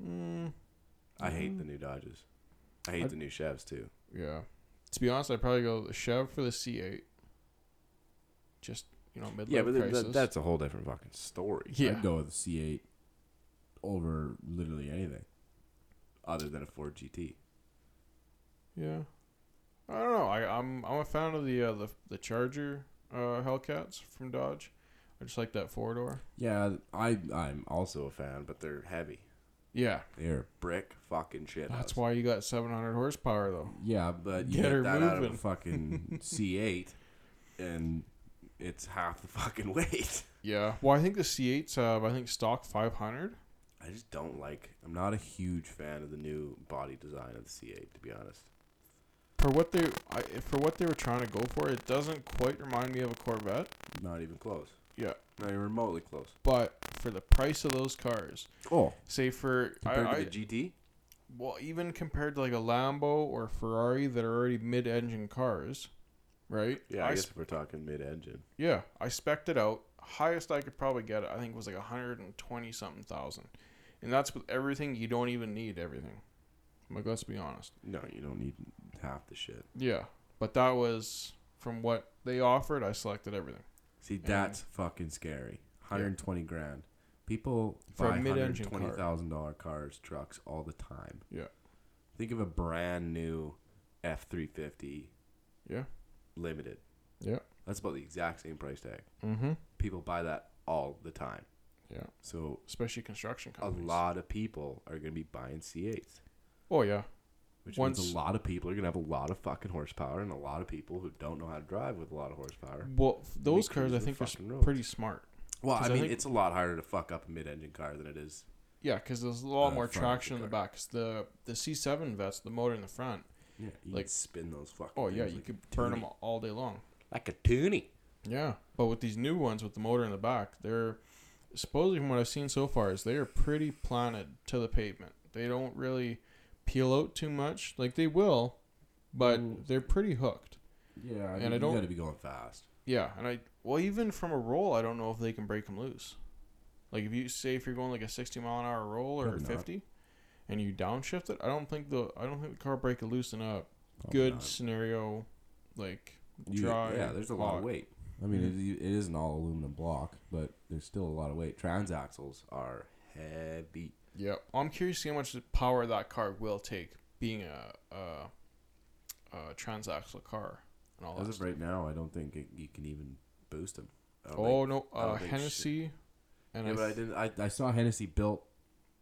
Speaker 2: Mm,
Speaker 1: I hate
Speaker 2: Mm.
Speaker 1: the new Dodges. I hate
Speaker 2: I-
Speaker 1: the new Chevs too.
Speaker 2: yeah. To be honest, I'd probably go the Chev for the C8. Just you know, midlife
Speaker 1: Yeah, but th-
Speaker 2: crisis.
Speaker 1: th- that's a whole different fucking story.
Speaker 2: yeah,
Speaker 4: I'd go with a C8 over literally anything.
Speaker 1: Other than a Ford GT.
Speaker 2: yeah. I don't know. I, I'm I'm a fan of the uh, the the Charger uh, Hellcats from Dodge. I just like that four door.
Speaker 4: Yeah, I I'm
Speaker 1: Also a fan, but they're heavy.
Speaker 2: Yeah,
Speaker 4: there.
Speaker 1: Brick fucking shit.
Speaker 2: that's
Speaker 1: house.
Speaker 2: why you got 700 horsepower though.
Speaker 4: Yeah, but you
Speaker 2: Get
Speaker 4: get,
Speaker 2: her
Speaker 4: that out of
Speaker 2: moving.
Speaker 4: a fucking C8,
Speaker 1: And it's half the fucking weight.
Speaker 2: Yeah. Well, I think the C8s have I think stock 500.
Speaker 1: I just don't like. I'm not a huge fan of the new body design of the C8, to be honest.
Speaker 2: for what they I, for what they were trying to go for, it doesn't quite remind me of a Corvette.
Speaker 1: Not even close.
Speaker 2: Yeah.
Speaker 1: Now you're remotely close.
Speaker 2: But for the price of those cars,
Speaker 4: Oh,
Speaker 2: say for I,
Speaker 1: Compared
Speaker 2: I-
Speaker 1: to the GT,
Speaker 2: well, even compared to like a Lambo or Ferrari that are already mid-engine cars, right?
Speaker 1: yeah, I, guess
Speaker 2: sp-
Speaker 1: if we're talking mid-engine.
Speaker 2: yeah, I spec'd it out. Highest I could probably get, I think, was like hundred and twenty something thousand, and that's with everything. You don't even need everything. Like, let's be honest.
Speaker 1: No, you don't need half the shit.
Speaker 2: Yeah, but that was from what they offered. I selected everything.
Speaker 4: See,
Speaker 2: Yeah.
Speaker 4: that's fucking scary. 120 grand. People
Speaker 2: For a
Speaker 4: buy
Speaker 2: mid-engine car.
Speaker 4: $120,000 cars, trucks all the time.
Speaker 2: Yeah.
Speaker 1: Think of a brand new F350
Speaker 2: Yeah.
Speaker 1: Limited.
Speaker 2: Yeah.
Speaker 1: That's about the exact same price tag.
Speaker 2: Mm-hmm.
Speaker 1: People buy that all the time.
Speaker 2: Yeah.
Speaker 1: So
Speaker 2: Especially construction
Speaker 1: a
Speaker 2: companies.
Speaker 1: lot of people are going to be buying C8s,
Speaker 2: Oh yeah.
Speaker 1: which means
Speaker 2: Once-
Speaker 1: a lot of people are going to have a lot of fucking horsepower and a lot of people who don't know how to drive with a lot of horsepower.
Speaker 2: Well, f- those
Speaker 1: we
Speaker 2: cars
Speaker 1: cruise the
Speaker 2: I think are
Speaker 1: fucking
Speaker 2: s-
Speaker 1: roads.
Speaker 2: pretty smart.
Speaker 1: Well,
Speaker 2: 'Cause
Speaker 1: I
Speaker 2: I
Speaker 1: mean,
Speaker 2: think-
Speaker 1: it's a lot harder to fuck up a mid-engine car than it is.
Speaker 2: Yeah, because there's a lot
Speaker 4: Uh,
Speaker 2: more
Speaker 4: front of
Speaker 2: traction
Speaker 4: the
Speaker 2: in the back. 'Cause the the C7 vets, the motor in the front.
Speaker 4: Yeah.
Speaker 1: You
Speaker 2: Like-
Speaker 1: could spin those fucking.
Speaker 2: Oh yeah,
Speaker 1: things
Speaker 2: you
Speaker 1: like
Speaker 2: could
Speaker 1: a
Speaker 2: burn
Speaker 1: toonie.
Speaker 2: them all day long.
Speaker 1: like a toonie.
Speaker 2: Yeah, but with these new ones with the motor in the back, they're supposedly from what I've seen so far is they are pretty planted to the pavement. They don't really peel out too much. Like they will, but
Speaker 4: Mm.
Speaker 2: they're pretty hooked.
Speaker 4: Yeah, I
Speaker 2: And
Speaker 4: mean,
Speaker 2: I don't-
Speaker 4: you got to be going fast.
Speaker 2: Yeah, and I well even from a roll, I don't know if they can break them loose. Like if you say if you're going like a 60 mile an hour roll or
Speaker 4: Probably not.
Speaker 2: 50, and you downshift it, I don't think the I don't think the car break it loose in a
Speaker 1: Oh,
Speaker 2: good scenario, like
Speaker 4: You-
Speaker 2: dry.
Speaker 1: yeah, there's a lot of
Speaker 2: hot.
Speaker 1: weight.
Speaker 4: I mean, it, it is an all aluminum block, but there's still a lot of weight.
Speaker 1: Transaxles are heavy.
Speaker 2: Yeah, I'm curious to see how much power that car will take being a a, a transaxle car and all that.
Speaker 4: As of
Speaker 2: stuff.
Speaker 4: right now, I don't think it,
Speaker 1: You can even boost them. I don't
Speaker 2: Oh
Speaker 1: think-
Speaker 2: no,
Speaker 1: I don't
Speaker 2: uh,
Speaker 1: think
Speaker 2: Hennessy, and
Speaker 1: yeah,
Speaker 2: I
Speaker 1: but I
Speaker 2: th-
Speaker 1: didn't. I,
Speaker 4: I saw Hennessy built.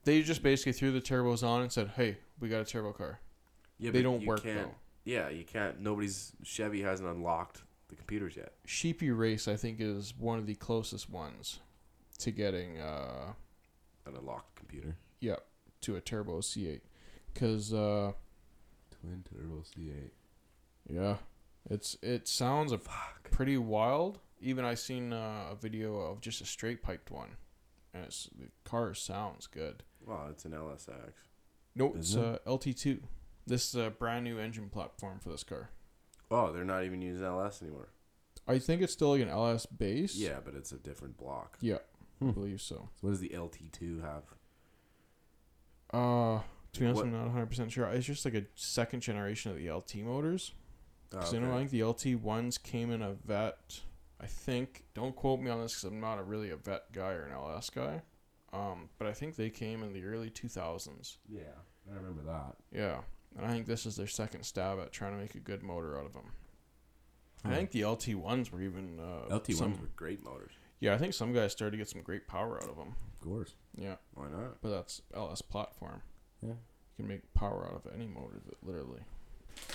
Speaker 2: they just basically threw the turbos on and said, "Hey, we got a turbo car."
Speaker 1: yeah,
Speaker 2: they
Speaker 1: but
Speaker 2: don't
Speaker 1: you
Speaker 2: work
Speaker 1: can't,
Speaker 2: though.
Speaker 1: Yeah, you can't. Nobody's Chevy hasn't unlocked the computers yet.
Speaker 2: Sheepy Race, I think, is one of the closest ones to getting uh,
Speaker 1: An unlocked computer.
Speaker 2: to a turbo C8, because uh,
Speaker 4: Twin turbo C8.
Speaker 2: yeah, it's it sounds a
Speaker 1: Fuck.
Speaker 2: pretty wild. Even I seen uh, a video of just a straight piped one, and it's the car sounds good.
Speaker 1: Well, it's an LSX.
Speaker 2: No,
Speaker 4: Is
Speaker 2: it's uh, LT two. This is a brand new engine platform for this car.
Speaker 1: Oh, they're not even using LS anymore.
Speaker 2: I think it's still like an LS base.
Speaker 1: Yeah, but it's a different block.
Speaker 2: yeah,
Speaker 4: Hmm.
Speaker 2: I believe so.
Speaker 1: So what does the LT2 have?
Speaker 2: Uh, to be honest,
Speaker 1: What-
Speaker 2: I'm not 100 percent sure. It's just like a second generation of the LT motors.
Speaker 1: Oh,
Speaker 2: Because you know, I think the LT ones came in a vet. I think. Don't quote me on this because I'm not a really a vet guy or an LS guy. Um, but I think they came in the early 2000s.
Speaker 4: Yeah, I remember that.
Speaker 2: Yeah, and I think this is their second stab at trying to make a good motor out of them. I
Speaker 4: Hmm.
Speaker 2: think the LT ones were even uh,
Speaker 4: LT1s
Speaker 2: some-
Speaker 1: Those were great motors.
Speaker 2: Yeah, I think some guys started to get some great power out of them.
Speaker 4: Of course.
Speaker 2: Yeah,
Speaker 1: Why not?
Speaker 2: but that's LS platform.
Speaker 4: Yeah.
Speaker 2: You can make power out of any motor, that literally.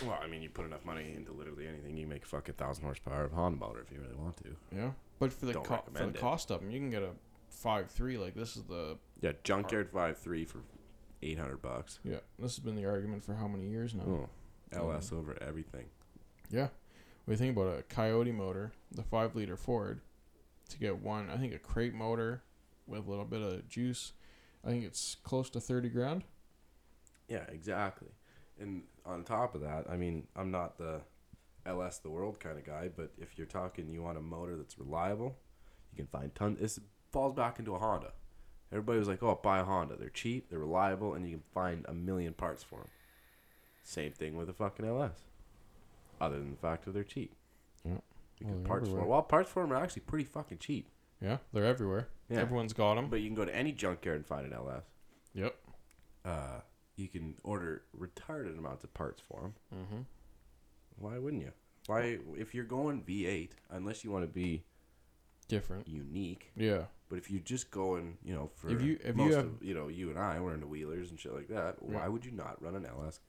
Speaker 1: Well, I mean, you put enough money into literally anything, you can make a fucking thousand horsepower of Honda motor if you really want to.
Speaker 2: Yeah, but for the
Speaker 1: Don't
Speaker 2: co- for the
Speaker 1: recommend it.
Speaker 2: cost of them, you can get a five three. Like this is the
Speaker 1: Yeah, junkyard five three for eight hundred bucks.
Speaker 2: Yeah, this has been the argument for how many years now?
Speaker 1: Oh, LS over everything.
Speaker 2: Yeah. We think about a Coyote motor, the 5 liter Ford, to get one, I think a crate motor with a little bit of juice. I think it's close to 30 grand.
Speaker 1: Yeah, exactly. And on top of that, I mean, I'm not the LS the world kind of guy, but if you're talking, you want a motor that's reliable, you can find tons. This falls back into a Honda. Everybody was like, "Oh, buy a Honda. They're cheap, they're reliable, and you can find a million parts for them." Same thing with a fucking LS. Other than the fact that they're cheap,
Speaker 2: Yeah.
Speaker 1: you
Speaker 2: Well,
Speaker 1: can
Speaker 2: they're
Speaker 1: parts for. 'em.
Speaker 2: everywhere.
Speaker 1: Well, parts for them are actually pretty fucking cheap.
Speaker 2: Yeah, they're everywhere.
Speaker 1: Yeah.
Speaker 2: Everyone's got them.
Speaker 1: But you can go to any junkyard and find an LS.
Speaker 2: Yep.
Speaker 1: Uh, you can order retarded amounts of parts for them.
Speaker 2: Mm-hmm.
Speaker 1: Why wouldn't you? Why, if you're going V8, unless you want to be
Speaker 2: Different.
Speaker 1: unique,
Speaker 2: Yeah.
Speaker 1: but if you're just going, you know, for
Speaker 2: If you- if you
Speaker 1: most
Speaker 2: have-
Speaker 1: of, you know, you and I, we're into wheelers and shit like that. Why
Speaker 2: Yeah.
Speaker 1: would you not run an LS?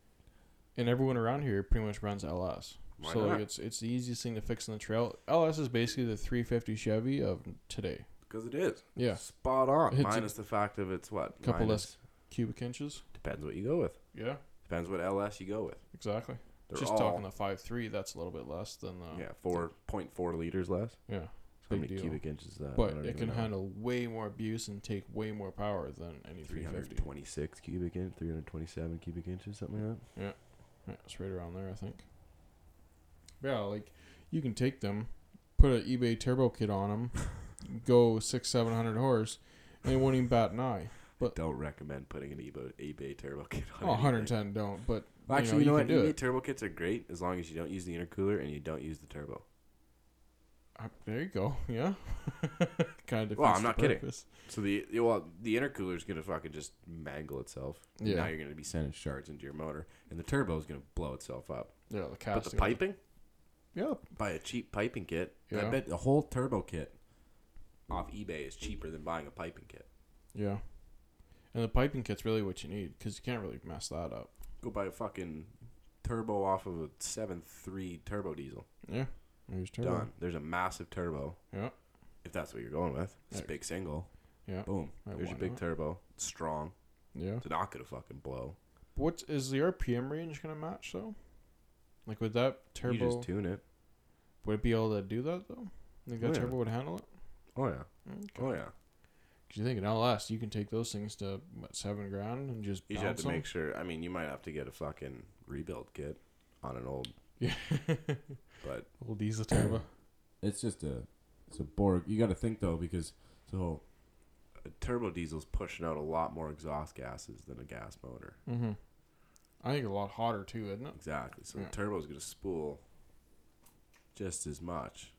Speaker 2: And everyone around here pretty much runs LS.
Speaker 1: Why
Speaker 2: so like
Speaker 1: not?
Speaker 2: it's it's the easiest thing to fix on the trail. LS is basically the 350 Chevy of today.
Speaker 1: Because it is.
Speaker 2: Yeah.
Speaker 1: Spot on.
Speaker 2: It's a-
Speaker 1: minus the fact of it's what?
Speaker 2: Couple
Speaker 1: minus,
Speaker 2: Cubic inches.
Speaker 1: Depends what you go with.
Speaker 2: Yeah,
Speaker 1: Depends what LS you go with.
Speaker 2: exactly.
Speaker 1: They're
Speaker 2: Just
Speaker 1: all,
Speaker 2: talking the five three, that's a little bit less than the
Speaker 1: yeah, 4.4 liters less. So
Speaker 2: yeah.
Speaker 1: How
Speaker 2: Big
Speaker 1: many
Speaker 2: deal.
Speaker 1: cubic inches is that? I
Speaker 2: but
Speaker 1: don't
Speaker 2: it
Speaker 1: even
Speaker 2: can
Speaker 1: know.
Speaker 2: handle way more abuse and take way more power than any 350.
Speaker 1: 326 cubic inch, 327 cubic inches, something like that.
Speaker 2: Yeah, it's right around there, I think. Yeah, like you can take them, put an eBay turbo kit on them, go six, seven hundred horse, and they won't even bat an eye. But-
Speaker 1: Don't recommend putting an eBay, eBay turbo kit on.
Speaker 2: Oh,
Speaker 1: anything.
Speaker 2: 110 don't, but
Speaker 1: Well, actually, you
Speaker 2: you
Speaker 1: know,
Speaker 2: know, you can
Speaker 1: what?
Speaker 2: do
Speaker 1: eBay
Speaker 2: it.
Speaker 1: turbo kits are great as long as you don't use the intercooler and you don't use the turbo.
Speaker 2: uh, there you go. Yeah, kind of.
Speaker 1: Well, I'm
Speaker 2: defeats the
Speaker 1: not kidding.
Speaker 2: purpose.
Speaker 1: So the the- well, the intercooler is gonna fucking just mangle itself.
Speaker 2: Yeah.
Speaker 1: Now you're gonna be sending shards into your motor, and the turbo is gonna blow itself up.
Speaker 2: Yeah, the
Speaker 1: But
Speaker 2: casting.
Speaker 1: the piping,
Speaker 2: Yeah,
Speaker 1: buy a cheap piping kit. and I
Speaker 2: Yeah.
Speaker 1: bet the whole turbo kit off eBay is cheaper than buying a piping kit.
Speaker 2: yeah. And the piping kit's really what you need because you can't really mess that up.
Speaker 1: Go buy a fucking turbo off of a seven three turbo diesel.
Speaker 2: Yeah, there's turbo.
Speaker 1: Done. There's a massive turbo.
Speaker 2: Yeah.
Speaker 1: If that's what you're going with, it's a
Speaker 2: Yeah.
Speaker 1: big single.
Speaker 2: Yeah.
Speaker 1: Boom.
Speaker 2: Right,
Speaker 1: There's
Speaker 2: why
Speaker 1: your big
Speaker 2: not?
Speaker 1: turbo. It's strong.
Speaker 2: Yeah.
Speaker 1: It's not gonna fucking blow.
Speaker 2: What is the RPM range gonna match though? Like would that turbo
Speaker 1: You just tune it.
Speaker 2: would it be able to do that though? Think that
Speaker 1: Yeah.
Speaker 2: turbo would handle it?
Speaker 1: Oh yeah. Oh yeah.
Speaker 2: Because you think an LS, you can take those things to what seven grand and just
Speaker 1: You
Speaker 2: bounce
Speaker 1: just have to
Speaker 2: them.
Speaker 1: make sure. I mean, you might have to get a fucking rebuild kit on an old,
Speaker 2: Yeah,
Speaker 1: but
Speaker 2: little diesel turbo.
Speaker 4: It's just a it's a Borg. You got to think though because so
Speaker 1: a turbo diesel's pushing out a lot more exhaust gases than a gas motor.
Speaker 2: mm-hmm. I think a lot hotter too, isn't it?
Speaker 1: Exactly. So
Speaker 2: Yeah.
Speaker 1: the turbo's going to spool just as much,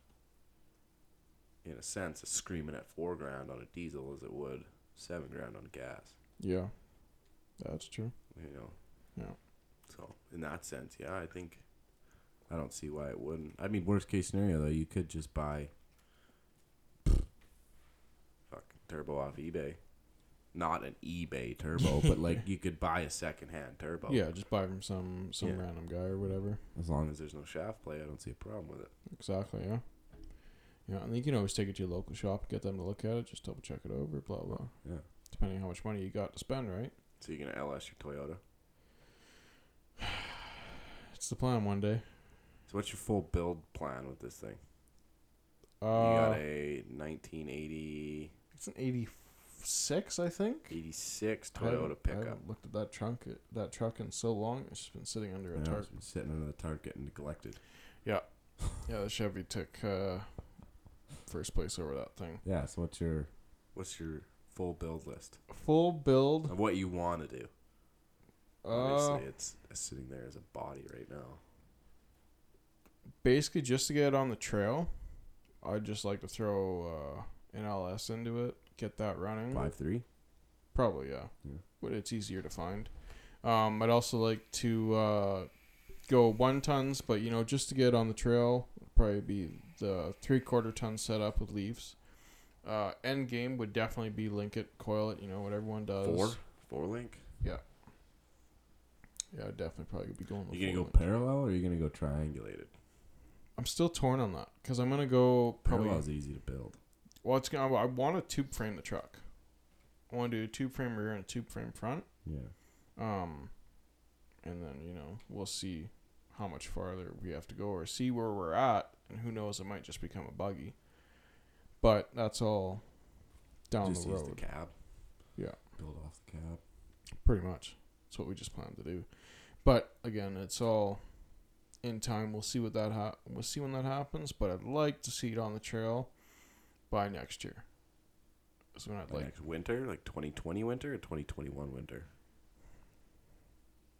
Speaker 1: in a sense, it's screaming at four grand on a diesel as it would seven grand on gas.
Speaker 2: Yeah, that's true.
Speaker 1: You know.
Speaker 2: Yeah.
Speaker 1: So in that sense, yeah, I think I don't see why it wouldn't. I
Speaker 4: I mean worst case scenario though you could just buy
Speaker 1: fucking turbo off eBay. Not an eBay turbo, but like you could buy a second hand turbo.
Speaker 2: Yeah, just buy from some some
Speaker 1: Yeah.
Speaker 2: random guy or whatever.
Speaker 4: as long
Speaker 1: As long as there's no shaft play, I don't see a problem with it.
Speaker 2: Exactly. Yeah. Yeah, and you can always take it to your local shop, get them to look at it, just double check it over, blah blah.
Speaker 1: Yeah.
Speaker 2: Depending on how much money you got to spend, right?
Speaker 1: So you're gonna LS your Toyota.
Speaker 2: It's the plan one day.
Speaker 1: So what's your full build plan with this thing?
Speaker 2: Uh,
Speaker 1: you got a 1980
Speaker 2: It's an '86, I think.
Speaker 1: 86
Speaker 2: I haven't-
Speaker 1: Toyota
Speaker 2: I
Speaker 1: pickup.
Speaker 2: haven't looked at that trunk uh, that truck in so long. It's just been sitting under a
Speaker 4: yeah,
Speaker 2: tarp.
Speaker 4: it's sitting under the tarp getting neglected.
Speaker 2: Yeah, the Chevy took uh, first place over that thing.
Speaker 4: Yeah, so what's your
Speaker 1: What's your full build list
Speaker 2: Full build.
Speaker 1: of what you want to do?
Speaker 2: Uh,
Speaker 1: Obviously, it's, it's sitting there as a body right now.
Speaker 2: basically, just to get it on the trail, I'd just like to throw uh, an LS into it, get that running.
Speaker 4: five three?
Speaker 2: Probably, yeah.
Speaker 4: Yeah.
Speaker 2: But it's easier to find. Um, I'd also like to uh, go one tons, but you know, just to get on the trail, probably be the three quarter ton setup with leaves. Uh, end game would definitely be link it, coil it, you know what everyone does.
Speaker 1: Four, four link.
Speaker 2: Yeah, I'd definitely probably be going. With
Speaker 1: You gonna go
Speaker 2: four link.
Speaker 4: Parallel or are you gonna go triangular?
Speaker 1: Triangulated.
Speaker 2: I'm still torn on that because I'm gonna go probably.
Speaker 4: Parallel's easy to build.
Speaker 2: Well, it's gonna. I want to tube frame the truck. I want to do a tube frame rear and a tube frame front.
Speaker 4: Yeah.
Speaker 2: Um, and then you know we'll see how much farther we have to go, or see where we're at, and who knows, it might just become a buggy. But that's all down
Speaker 4: just
Speaker 2: the
Speaker 4: use
Speaker 2: road,
Speaker 4: the cab.
Speaker 2: Yeah.
Speaker 4: Build off the cab.
Speaker 2: pretty much. That's what we just planned to do. But again, it's all in time. We'll see what that ha- we'll see when that happens. But I'd like to see it on the trail by next year. That's when I'd
Speaker 1: Like
Speaker 2: like.
Speaker 1: next winter, like 2020 winter or 2021 winter.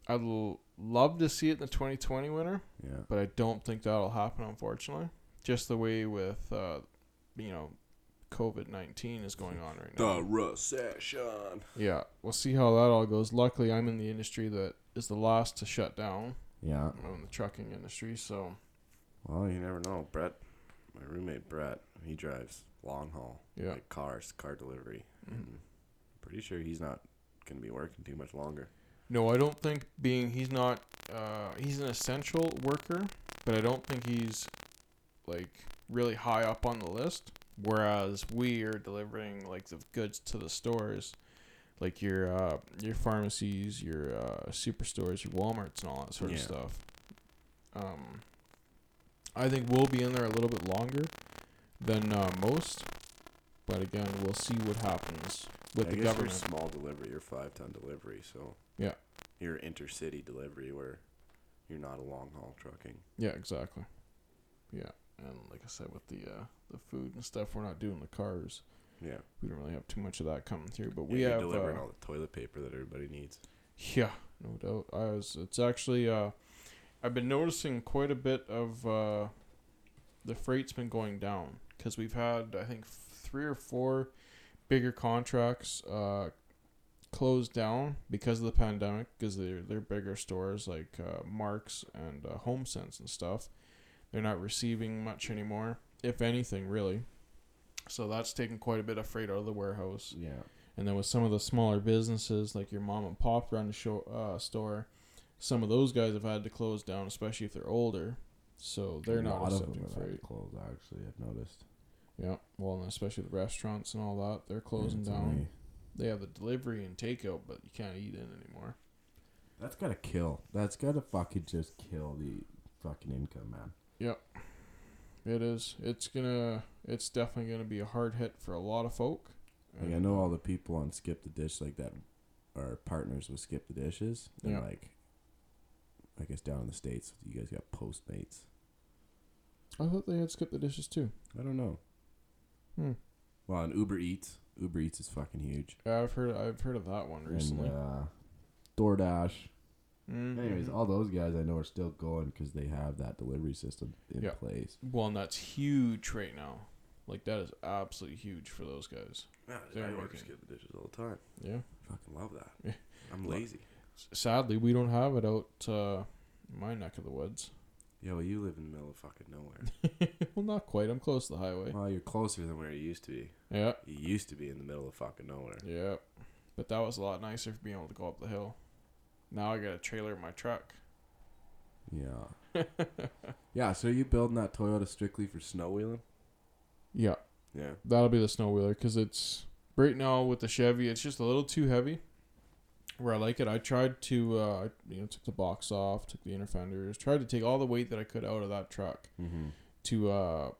Speaker 2: I'd l- love to see it in the 2020 winter,
Speaker 4: Yeah.
Speaker 2: but I don't think that'll happen, unfortunately. Just the way with, uh, you know, COVID 19 is going on right now.
Speaker 1: The recession.
Speaker 2: Yeah, we'll see how that all goes. Luckily, I'm in the industry that is the last to shut down.
Speaker 4: Yeah.
Speaker 2: I'm in the trucking industry, so
Speaker 1: Well, you never know. Brett, my roommate Brett, he drives long haul,
Speaker 2: yeah.
Speaker 1: like cars, car delivery.
Speaker 2: Mhm.
Speaker 1: And pretty sure he's not going to be working too much longer.
Speaker 2: No, I don't think being he's not uh, he's an essential worker, but I don't think he's like really high up on the list. Whereas we are delivering like the goods to the stores, like your uh, your pharmacies, your uh, superstores, your WalMarts, and all that sort of
Speaker 1: Yeah.
Speaker 2: stuff. Um, I think we'll be in there a little bit longer, than uh, most. But again, we'll see what happens with
Speaker 1: I
Speaker 2: the
Speaker 1: guess
Speaker 2: government.
Speaker 1: You're small delivery, you're five ton delivery, so
Speaker 2: Yeah.
Speaker 1: you're intercity delivery where you're not a long haul trucking.
Speaker 2: Yeah, exactly. Yeah, and like I said, with the uh, the food and stuff, we're not doing the cars.
Speaker 1: Yeah,
Speaker 2: We don't really have too much of that coming through, but
Speaker 1: And
Speaker 2: we
Speaker 1: you're
Speaker 2: have.
Speaker 1: delivering
Speaker 2: uh,
Speaker 1: all the toilet paper that everybody needs.
Speaker 2: Yeah, no doubt. I was. It's actually. Uh, I've been noticing quite a bit of uh, the freight's been going down because we've had I think three or four bigger contracts uh, closed down because of the pandemic because they're they're bigger stores like uh, Marks and uh, HomeSense and stuff. They're not receiving much anymore, if anything, really. So that's taken quite a bit of freight out of the warehouse.
Speaker 4: Yeah.
Speaker 2: And then with some of the smaller businesses, like your mom and pop run the show, uh, store, some of those guys have had to close down, especially if they're older. So they're
Speaker 4: a
Speaker 2: not
Speaker 4: lot of them
Speaker 2: accepting
Speaker 4: have had to
Speaker 2: freight.
Speaker 4: close, actually, I've noticed.
Speaker 2: Yeah. Well, and especially the restaurants and all that, they're closing
Speaker 4: It's
Speaker 2: down.
Speaker 4: only-
Speaker 2: They have the delivery and takeout, but you can't eat in anymore.
Speaker 4: That's gotta kill. That's gotta fucking just kill the fucking income, man.
Speaker 2: It is. It's gonna. It's definitely gonna be a hard hit for a lot of folk.
Speaker 4: Like I know all the people on Skip the Dish, like that, are partners with Skip the Dishes, and
Speaker 2: Yeah.
Speaker 4: like, I guess down in the states, you guys got Postmates.
Speaker 2: I thought they had skipped the dishes too.
Speaker 4: I don't know.
Speaker 2: Hmm.
Speaker 4: Well, and Uber Eats, Uber Eats is fucking huge.
Speaker 2: Yeah, I've heard. I've heard of that one recently.
Speaker 4: And uh, DoorDash.
Speaker 2: Mhm.
Speaker 4: Anyways, all those guys I know are still going because they have that delivery system in
Speaker 2: Yeah.
Speaker 4: place.
Speaker 2: Well, and that's huge right now. Like that is absolutely huge for those guys.
Speaker 1: Yeah,
Speaker 2: They're
Speaker 1: I order
Speaker 2: working.
Speaker 1: skip the dishes all the time.
Speaker 2: Yeah.
Speaker 1: Fucking love that.
Speaker 2: Yeah.
Speaker 1: I'm
Speaker 2: Well-
Speaker 1: lazy.
Speaker 2: S- Sadly, we don't have it out uh, in my neck of the woods.
Speaker 1: Yeah, well, you live in the middle of fucking nowhere.
Speaker 2: well, not quite. I'm close to the highway.
Speaker 1: well, you're closer than where you used to be.
Speaker 2: Yeah.
Speaker 1: You used to be in the middle of fucking nowhere.
Speaker 2: Yeah. But that was a lot nicer for being able to go up the hill. Now I got a trailer in my truck.
Speaker 4: Yeah. yeah. So are you building that Toyota strictly for snow wheeling?
Speaker 2: Yeah.
Speaker 1: Yeah.
Speaker 2: That'll be the snow wheeler because it's right now with the Chevy, it's just a little too heavy. Where I like it, I tried to uh, you know took the box off, took the inner fenders, tried to take all the weight that I could out of that truck
Speaker 4: Mm-hmm.
Speaker 2: to uh,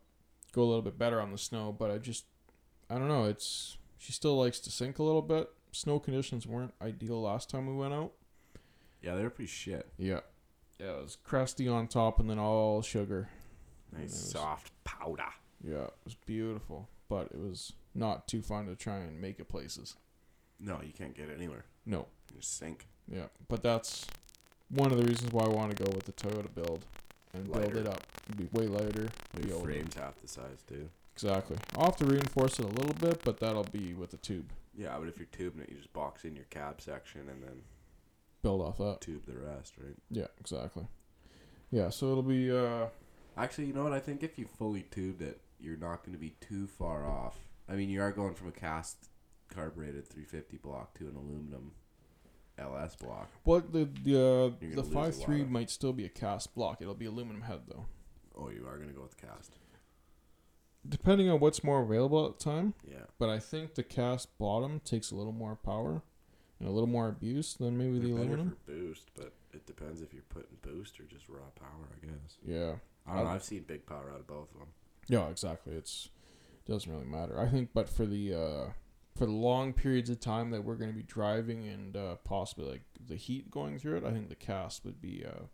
Speaker 2: go a little bit better on the snow. But I just I don't know. It's she still likes to sink a little bit. Snow conditions weren't ideal last time we went out.
Speaker 1: Yeah, they're pretty shit.
Speaker 2: Yeah. Yeah, it was crusty on top and then all sugar. And
Speaker 1: Nice
Speaker 2: it was-
Speaker 1: soft powder.
Speaker 2: Yeah, it was beautiful, but it was not too fun to try and make it places.
Speaker 1: No, you can't get it anywhere.
Speaker 2: No.
Speaker 1: You just sink.
Speaker 2: Yeah, but that's one of the reasons why I want to go with the Toyota build and build
Speaker 1: Lighter.
Speaker 2: it up. It'd be way lighter.
Speaker 1: Your
Speaker 2: be able to-
Speaker 1: frame's half the size, too.
Speaker 2: Exactly. I'll have to reinforce it a little bit, but that'll be with the tube.
Speaker 1: Yeah, but if you're tubing it, you just box in your cab section and then
Speaker 2: Build off that.
Speaker 1: tube the rest, right?
Speaker 2: Yeah, exactly. Yeah, so it'll be uh
Speaker 4: Actually, you know what? I think if you fully tubed it, you're not going to be too far off. I mean, you are going from a cast carbureted 350 block to an aluminum LS block.
Speaker 2: what the the
Speaker 1: You're
Speaker 2: uh,
Speaker 1: gonna
Speaker 2: the
Speaker 1: lose a lot
Speaker 2: five three
Speaker 1: of-
Speaker 2: might still be a cast block. It'll be aluminum head though.
Speaker 1: Oh, you are going to go with cast.
Speaker 2: Depending on what's more available at the time,
Speaker 1: Yeah.
Speaker 2: but I think the cast bottom takes a little more power and a little more abuse than maybe
Speaker 1: They're
Speaker 2: the
Speaker 1: better
Speaker 2: aluminum.
Speaker 1: for boost, but it depends if you're putting boost or just raw power, I guess.
Speaker 2: Yeah.
Speaker 1: I don't know.
Speaker 2: I-
Speaker 1: I've seen big power out of both of them.
Speaker 2: Yeah, exactly. It's doesn't really matter. I think, but for the uh, for the long periods of time that we're going to be driving and uh, possibly like the heat going through it, I think the cast would be uh,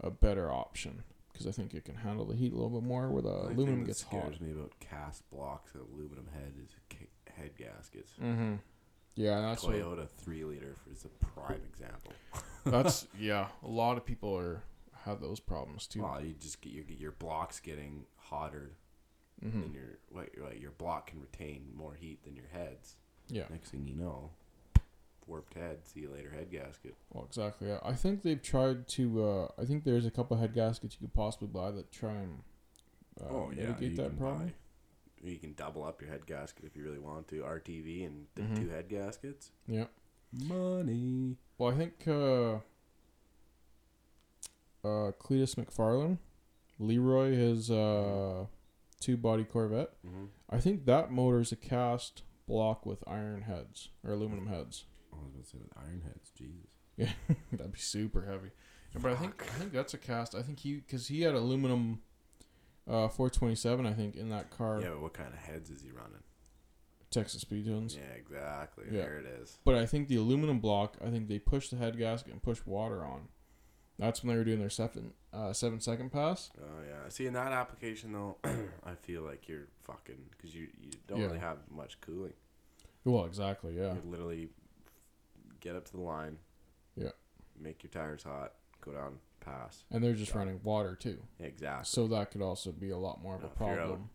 Speaker 2: a better option because I think it can handle the heat a little bit more where the
Speaker 1: Only thing
Speaker 2: uh, aluminum
Speaker 1: that
Speaker 2: gets hot.
Speaker 1: scares me about cast blocks and aluminum head is ca- head gaskets.
Speaker 2: Mm-hmm. Yeah, and that's what,
Speaker 1: Toyota three liter is a prime example.
Speaker 2: that's yeah. A lot of people are have those problems too.
Speaker 1: Well, you just get your your blocks getting hotter
Speaker 2: hmm
Speaker 1: than your what like your block can retain more heat than your heads.
Speaker 2: Yeah.
Speaker 1: Next thing you know, warped head. See you later, head gasket.
Speaker 2: Well, exactly. Yeah. I think they've tried to. Uh, I think there's a couple head gaskets you could possibly buy that try and uh,
Speaker 1: Oh,
Speaker 2: mitigate that problem.
Speaker 1: You can double up your head gasket if you really want to. RTV and the
Speaker 2: Mhm.
Speaker 1: two head gaskets.
Speaker 2: Yeah.
Speaker 4: Money.
Speaker 2: Well, I think uh, uh, Cletus McFarlane, Leroy, his uh, two body Corvette.
Speaker 1: Mm-hmm.
Speaker 2: I think that motor's a cast block with iron heads or aluminum heads.
Speaker 4: I was going to say with iron heads. Jesus.
Speaker 2: That'd be super heavy. But I think I think that's a cast. I think he because he had aluminum Uh, 427, I think, in that car,
Speaker 1: Yeah, but what kind of heads is he running?
Speaker 2: Texas Speed Jones.
Speaker 1: Yeah, exactly.
Speaker 2: Yeah.
Speaker 1: There it is.
Speaker 2: But I think the aluminum block, I think they pushed the head gasket and pushed water on. That's when they were doing their seven uh, seven second pass.
Speaker 1: Oh yeah. See, in that application though, I feel like you're fucking because you you don't
Speaker 2: Yeah.
Speaker 1: really have much cooling.
Speaker 2: Well, exactly, yeah.
Speaker 1: You literally get up to the line.
Speaker 2: Yeah.
Speaker 1: Make your tires hot. Go down. Pass.
Speaker 2: And they're just running water too.
Speaker 1: Exactly.
Speaker 2: So that could also be a lot more of a
Speaker 1: No, if you're out-
Speaker 2: problem.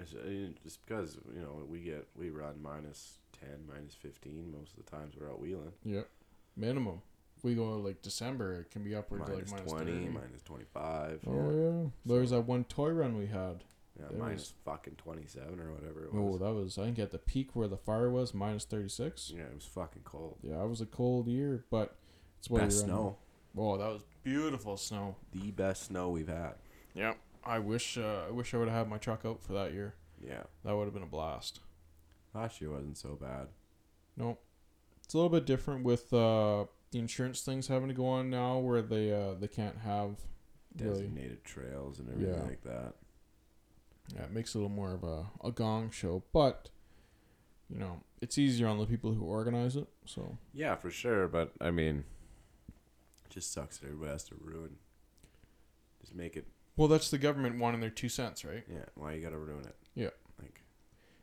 Speaker 1: It's, uh, just because you know we get we run minus ten, minus fifteen most of the times we're out wheeling.
Speaker 2: Yep. Minimum. If we go like December, it can be upwards of like
Speaker 1: Minus
Speaker 2: minus
Speaker 1: 20,
Speaker 2: 30.
Speaker 1: minus 25.
Speaker 2: Oh, yeah. There was that one toy run we had.
Speaker 1: yeah,
Speaker 2: there
Speaker 1: minus fucking 27 or whatever it
Speaker 2: Oh,
Speaker 1: was.
Speaker 2: that was, I think, at the peak where the fire was, minus 36.
Speaker 1: yeah, it was fucking cold.
Speaker 2: Yeah, it was a cold year, but it's what
Speaker 1: Best
Speaker 2: we ran.
Speaker 1: snow.
Speaker 2: Oh, that was beautiful snow.
Speaker 1: The best snow we've had.
Speaker 2: Yep. I wish uh, I wish I would have had my truck out for that year.
Speaker 1: Yeah.
Speaker 2: That would have been a blast.
Speaker 1: Last year wasn't so bad.
Speaker 2: No, it's a little bit different with uh, the insurance things having to go on now, where they uh, they can't have really.
Speaker 1: Designated trails and everything
Speaker 2: Yeah.
Speaker 1: like that.
Speaker 2: Yeah, it makes it a little more of a, a gong show, but you know it's easier on the people who organize it. So
Speaker 1: Yeah, for sure. But, I mean, it just sucks that everybody has to ruin. Just make it.
Speaker 2: well, that's the government wanting their two cents, right?
Speaker 1: Yeah, why you got to ruin it?
Speaker 2: Yeah.
Speaker 1: Like,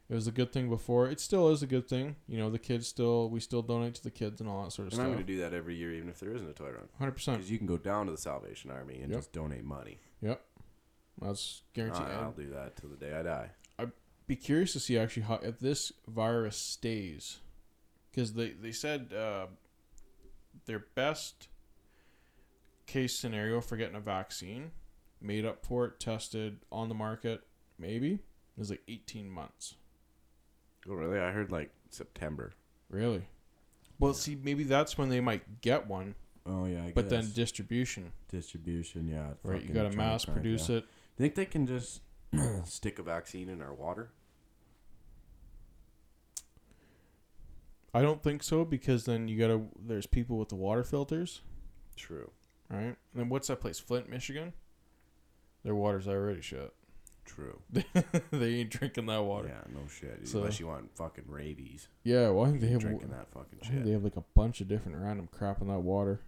Speaker 2: It was a good thing before. It still is a good thing. You know, the kids still we still donate to the kids and all that sort of
Speaker 1: and I'm going to
Speaker 2: stuff.
Speaker 1: do that every year, even if there isn't a toy run.
Speaker 2: Hundred percent.
Speaker 1: Because you can go down to the Salvation Army and
Speaker 2: Yep.
Speaker 1: just donate money.
Speaker 2: That's
Speaker 1: I-
Speaker 2: guaranteed.
Speaker 1: I'll do that till the day I die.
Speaker 2: be curious to see actually how if this virus stays because they, they said uh, their best case scenario for getting a vaccine made up for it tested on the market maybe is like 18 months
Speaker 1: Oh, really? I heard like September.
Speaker 2: really well see maybe that's when they might get one
Speaker 4: Oh yeah, I
Speaker 2: but
Speaker 4: guess.
Speaker 2: then distribution
Speaker 4: distribution, yeah.
Speaker 2: right you gotta mass produce it
Speaker 4: Think they can just
Speaker 1: Stick a vaccine in our water.
Speaker 2: i don't think so because then you gotta there's people with the water filters
Speaker 1: True.
Speaker 2: right and then what's that place flint michigan their water's already shut
Speaker 1: True.
Speaker 2: they ain't drinking that water.
Speaker 1: Yeah, no shit.
Speaker 2: So-
Speaker 1: Unless you want fucking rabies.
Speaker 2: Yeah, well, I think they have.
Speaker 1: Drinking that fucking
Speaker 2: I think
Speaker 1: shit.
Speaker 2: they have like a bunch of different random crap in that water.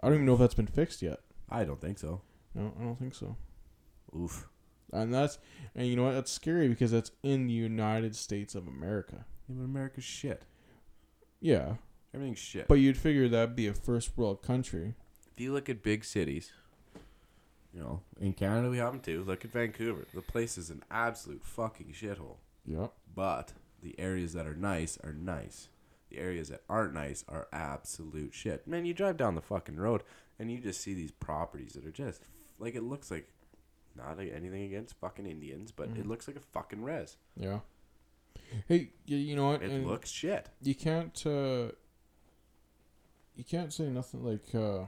Speaker 2: I don't even know if that's been fixed yet.
Speaker 1: I don't think so.
Speaker 2: No, I don't think so.
Speaker 1: Oof.
Speaker 2: And that's and you know what? That's scary because that's in the United States of America.
Speaker 1: Yeah, but America's shit.
Speaker 2: Yeah,
Speaker 1: Everything's shit.
Speaker 2: but you'd figure that'd be a first world country.
Speaker 1: if you look at big cities, you know,
Speaker 4: in
Speaker 1: what do
Speaker 4: Canada.
Speaker 1: we happen to? Look at Vancouver. The place is an absolute fucking shithole.
Speaker 2: Yep.
Speaker 1: But the areas that are nice are nice. The areas that aren't nice are absolute shit. Man, you drive down the fucking road and you just see these properties that are just like it looks like not like anything against fucking Indians, but it
Speaker 2: Mhm.
Speaker 1: looks like a fucking res.
Speaker 2: Yeah. Hey, you, you know what?
Speaker 1: It
Speaker 2: And
Speaker 1: looks shit.
Speaker 2: you can't. uh You can't say nothing like. uh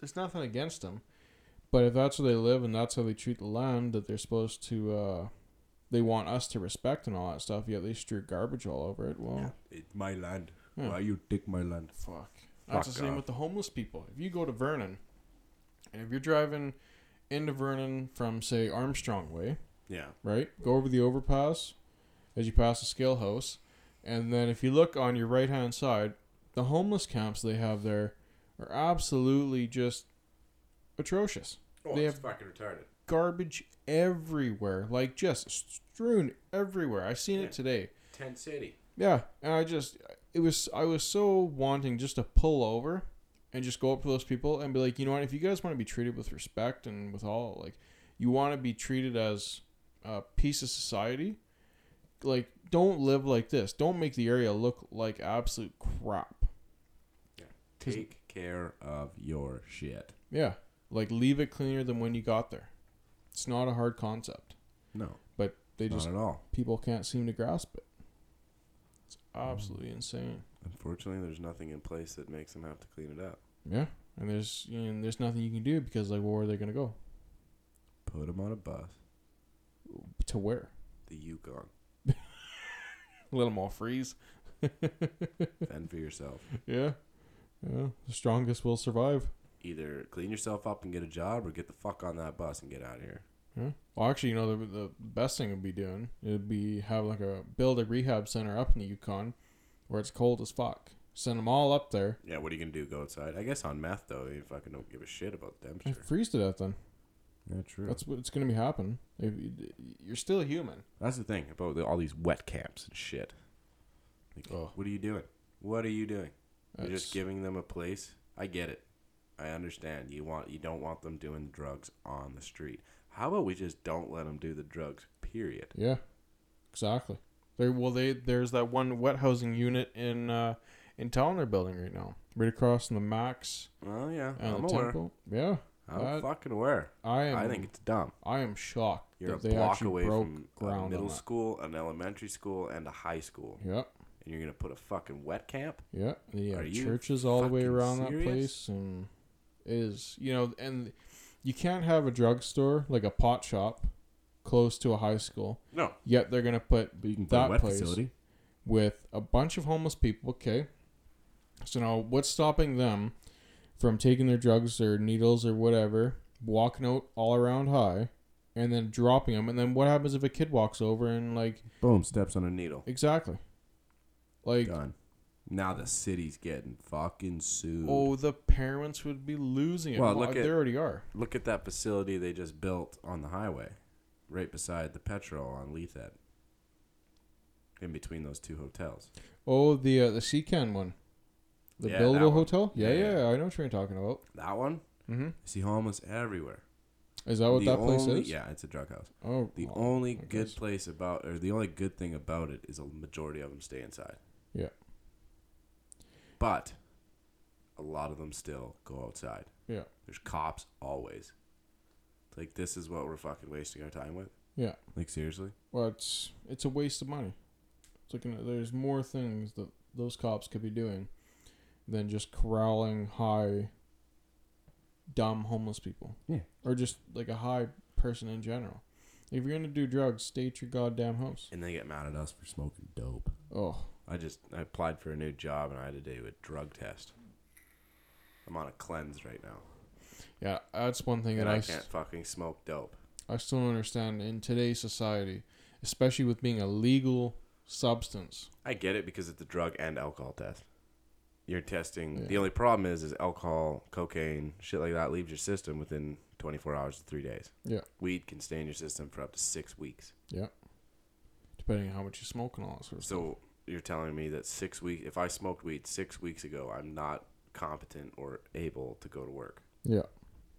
Speaker 2: There's nothing against them. But if that's where they live and that's how they treat the land that they're supposed to, uh, they want us to respect and all that stuff, yet they strew garbage all over it. Well,
Speaker 1: It's my land.
Speaker 2: Yeah. Why
Speaker 1: you take my land?
Speaker 2: fuck.
Speaker 1: Fuck
Speaker 2: That's the same
Speaker 1: off.
Speaker 2: with the homeless people. If you go to Vernon, and if you're driving into Vernon from, say, Armstrong Way,
Speaker 1: Yeah.
Speaker 2: right, go over the overpass as you pass the scale house, and then if you look on your right hand side, the homeless camps they have there are absolutely just atrocious.
Speaker 1: Oh,
Speaker 2: They
Speaker 1: it's
Speaker 2: have-
Speaker 1: fucking retarded.
Speaker 2: garbage everywhere, like just strewn everywhere. I seen
Speaker 1: Yeah.
Speaker 2: it today.
Speaker 1: Tent City.
Speaker 2: Yeah, and I just it was I was so wanting just to pull over and just go up to those people and be like, you know what? If you guys want to be treated with respect and with all like, you want to be treated as a piece of society, like don't live like this. Don't make the area look like absolute crap.
Speaker 1: Take care of your shit.
Speaker 2: Yeah, like leave it cleaner than when you got there. It's not a hard concept,
Speaker 1: No,
Speaker 2: but they
Speaker 1: not
Speaker 2: just
Speaker 1: at all.
Speaker 2: people can't seem to grasp it. It's
Speaker 1: Mm-hmm.
Speaker 2: absolutely insane.
Speaker 1: Unfortunately, there's nothing in place that makes them have to clean it up.
Speaker 2: Yeah, and there's you know, there's nothing you can do because like where are they gonna go?
Speaker 1: Put them on a bus.
Speaker 2: To where?
Speaker 1: The Yukon.
Speaker 2: Let them all freeze.
Speaker 1: Fend for yourself.
Speaker 2: Yeah, yeah. The strongest will survive.
Speaker 1: Either clean yourself up and get a job or get the fuck on that bus and get out of here.
Speaker 2: Yeah. Well, actually, you know, the, the best thing would be doing it would be have like a build a rehab center up in the Yukon, where it's cold as fuck. Send them all up there.
Speaker 1: Yeah, what are you gonna do? Go outside? I guess on meth though, you fucking don't give a shit about the
Speaker 2: I
Speaker 1: temperature.
Speaker 2: freeze to death. Then
Speaker 4: Yeah, true. That's,
Speaker 2: that's what's gonna be happening. If you- You're still a human.
Speaker 1: That's the thing about the, all these wet camps and shit. Like,
Speaker 2: Oh.
Speaker 1: what are you doing? What are you doing? You're
Speaker 2: That's-
Speaker 1: just giving them a place. I get it. I understand. You want you don't want them doing drugs on the street. How about we just don't let them do the drugs? Period.
Speaker 2: Yeah, exactly. There, well, they there's that one wet housing unit in uh, in town they're building right now, right across from the Max
Speaker 1: Well, yeah,
Speaker 2: and
Speaker 1: I'm
Speaker 2: the
Speaker 1: aware.
Speaker 2: Temple. Yeah,
Speaker 1: I'm
Speaker 2: That-
Speaker 1: fucking aware.
Speaker 2: I am.
Speaker 1: Uh, I think it's dumb.
Speaker 2: I am shocked
Speaker 1: You're a
Speaker 2: that they
Speaker 1: block
Speaker 2: actually
Speaker 1: away
Speaker 2: broke
Speaker 1: from
Speaker 2: ground.
Speaker 1: a
Speaker 2: on
Speaker 1: middle
Speaker 2: that.
Speaker 1: school, an elementary school, and a high school,
Speaker 2: Yep.
Speaker 1: and you're gonna put a fucking wet camp.
Speaker 2: Yeah, and you
Speaker 1: Are
Speaker 2: have
Speaker 1: you
Speaker 2: churches all the way
Speaker 1: fucking
Speaker 2: around that
Speaker 1: serious?
Speaker 2: place, and it is you know, and you can't have a drugstore like a pot shop close to a high school.
Speaker 1: No,
Speaker 2: Yet they're gonna put
Speaker 4: but you can put
Speaker 2: that
Speaker 4: a wet
Speaker 2: place-
Speaker 4: facility.
Speaker 2: with a bunch of homeless people. Okay, so now what's stopping them from taking their drugs or needles or whatever, walking out all around high, and then dropping them? And then what happens if a kid walks over and like
Speaker 4: Boom, steps on
Speaker 1: on
Speaker 4: a
Speaker 1: a needle.
Speaker 2: exactly, like
Speaker 4: gun.
Speaker 1: Now the city's getting fucking sued.
Speaker 2: oh the parents would be losing it.
Speaker 1: Well,
Speaker 2: Well,
Speaker 1: look
Speaker 2: they
Speaker 1: at-
Speaker 2: already are.
Speaker 1: Look at that facility they just built on the highway, right beside the petrol on Lethet. In between those two hotels.
Speaker 2: Oh, the uh, the Seacan one, the
Speaker 1: Yeah, that
Speaker 2: buildable
Speaker 1: one.
Speaker 2: hotel. Yeah,
Speaker 1: Yeah,
Speaker 2: yeah,
Speaker 1: yeah.
Speaker 2: I know what you're talking about.
Speaker 1: That one,
Speaker 2: Mm-hmm.
Speaker 1: I see homeless everywhere.
Speaker 2: Is that what
Speaker 1: The
Speaker 2: Oh, that place
Speaker 1: only-
Speaker 2: is?
Speaker 1: Yeah, it's a drug house.
Speaker 2: Oh,
Speaker 1: The
Speaker 2: well,
Speaker 1: only
Speaker 2: I
Speaker 1: good
Speaker 2: guess.
Speaker 1: place about, or the only good thing about it is a majority of them stay inside.
Speaker 2: Yeah.
Speaker 1: But a lot of them still go outside.
Speaker 2: Yeah.
Speaker 1: There's cops always. It's Like, this is what we're fucking wasting our time with?
Speaker 2: Yeah.
Speaker 1: Like, seriously?
Speaker 2: Well, it's it's a waste of money. It's like, you know, there's more things that those cops could be doing than just corralling high, dumb homeless people.
Speaker 4: Yeah.
Speaker 2: Or just like a high person in general. If you're gonna do drugs, stay at your goddamn house.
Speaker 1: And they get mad at us for
Speaker 4: Smoking dope.
Speaker 2: Oh,
Speaker 1: I just I applied for a new job and I had to do a drug test. I'm on a cleanse right now,
Speaker 2: yeah, that's one thing
Speaker 1: and
Speaker 2: that I
Speaker 1: I
Speaker 2: s-
Speaker 1: can't fucking smoke dope.
Speaker 2: I still don't understand in today's society, especially with being a legal substance.
Speaker 1: I get it because it's a drug and alcohol test. You're testing.
Speaker 2: Yeah.
Speaker 1: The only problem is, is alcohol, cocaine, shit like that leaves your system within 24 hours to three days.
Speaker 2: Yeah.
Speaker 1: Weed can stay in your system for up to six weeks.
Speaker 2: Depending on how much you smoke and all that sort of stuff.
Speaker 1: So you're telling me that six weeks, if I smoked weed six weeks ago, I'm not competent or able to go to work.
Speaker 2: Yeah.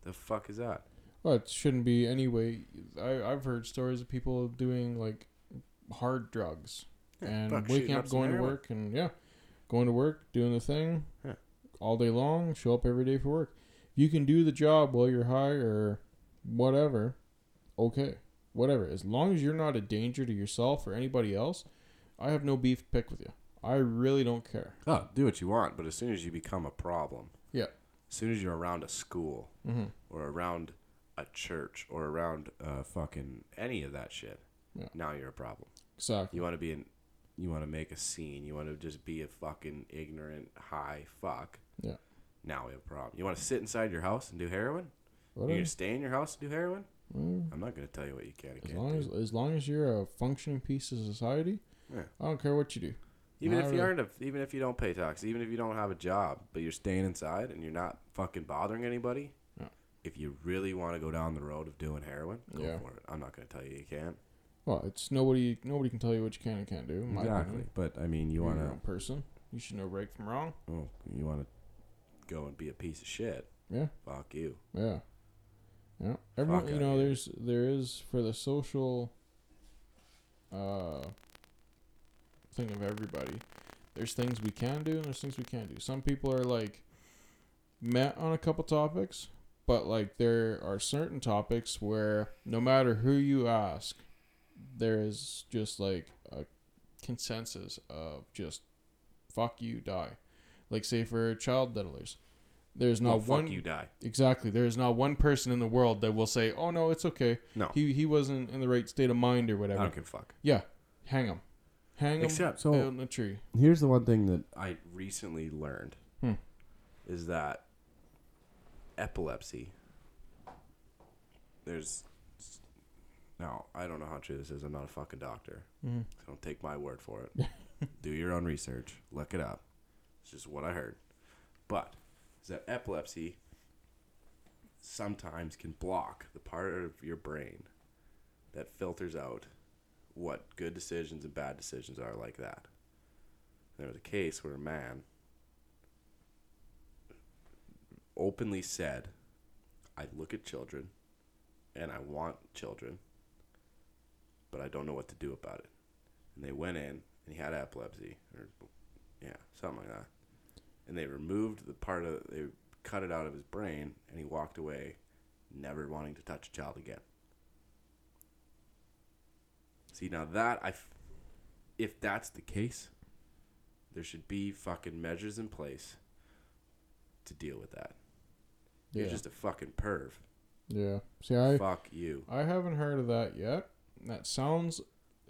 Speaker 1: The fuck is that?
Speaker 2: Well, it shouldn't be anyway. I I've heard stories of people doing like hard drugs and
Speaker 1: fuck, shooting
Speaker 2: waking
Speaker 1: up
Speaker 2: up,
Speaker 1: some
Speaker 2: going to
Speaker 1: heroin.
Speaker 2: work, and yeah, going to work, doing the thing
Speaker 1: Yeah.
Speaker 2: all day long. Show up every day for work. If you can do the job while you're high or whatever, okay, whatever. As long as you're not a danger to yourself or anybody else, I have no beef to pick with you. I really don't care.
Speaker 1: Oh, do what you want, but as soon as you become a problem,
Speaker 2: Yeah.
Speaker 1: As soon as you're around a school
Speaker 2: Mm-hmm.
Speaker 1: or around a church or around uh, fucking any of that shit,
Speaker 2: Yeah.
Speaker 1: now you're a problem.
Speaker 2: Exactly.
Speaker 1: You want to be in, you want to make a scene. You want to just be a fucking ignorant high fuck.
Speaker 2: Yeah.
Speaker 1: Now we have a problem. You want to sit inside your house and do heroin? You're
Speaker 2: Whatever.
Speaker 1: gonna stay in your house and do heroin?
Speaker 2: Whatever.
Speaker 1: I'm not gonna tell you what you can and
Speaker 2: As
Speaker 1: can't
Speaker 2: long
Speaker 1: do.
Speaker 2: as, as long as you're a functioning piece of society,
Speaker 1: Yeah.
Speaker 2: I don't care what you do.
Speaker 1: Even
Speaker 2: I
Speaker 1: if you aren't,
Speaker 2: don't-
Speaker 1: a, even if you don't pay tax, even if you don't have a job, but you're staying inside and you're not fucking bothering anybody.
Speaker 2: Yeah.
Speaker 1: If you really want to go down the road of doing heroin, go
Speaker 2: Yeah.
Speaker 1: for it. I'm not gonna tell you you can't.
Speaker 2: Well, it's nobody. Nobody can tell you what you can and can't do. in my
Speaker 1: Exactly,
Speaker 2: opinion.
Speaker 1: but I mean, you
Speaker 2: You're
Speaker 1: want
Speaker 2: your
Speaker 1: to,
Speaker 2: own person. You should know right from wrong.
Speaker 1: oh, you want to go and be a piece of shit.
Speaker 2: Yeah.
Speaker 1: Fuck you.
Speaker 2: Yeah, yeah. Everyone,
Speaker 1: Fuck
Speaker 2: you
Speaker 1: outta
Speaker 2: know,
Speaker 1: here.
Speaker 2: there's there is for the social uh thing of everybody. There's things we can do and there's things we can't do. Some people are like met on a couple topics, but like there are certain topics where no matter who you ask, there is just like a consensus of just fuck you die. Like say for child diddlers, there's not
Speaker 1: Well,
Speaker 2: one
Speaker 1: Oh, fuck you die.
Speaker 2: Exactly. There is not one person in the world that will say, "Oh no, it's okay.
Speaker 1: No.
Speaker 2: He he wasn't in the right state of mind or
Speaker 1: I
Speaker 2: whatever."
Speaker 1: don't give a fuck.
Speaker 2: Yeah, hang him, hang him
Speaker 1: Except
Speaker 4: So
Speaker 2: out in the tree.
Speaker 4: here's the one thing that
Speaker 1: I recently learned
Speaker 2: Hmm.
Speaker 1: is that epilepsy. There's Now, I don't know how true this is. I'm not a fucking doctor.
Speaker 2: Mm-hmm.
Speaker 1: So don't take my word for it. Do your own research. Look it up. It's just what I heard. But is that epilepsy sometimes can block the part of your brain that filters out what good decisions and bad decisions are like that. There was a case where a man openly said, I look at children and I want children, but I don't know what to do about it and they went in and he had epilepsy or yeah something like that and they removed the part of they cut it out of his brain and he walked away never wanting to touch a child again see now that i f- if that's the case there should be fucking measures in place to deal with that
Speaker 2: Yeah.
Speaker 1: you're just a fucking perv
Speaker 2: yeah. See, I
Speaker 1: fuck you
Speaker 2: I haven't heard of that yet. That sounds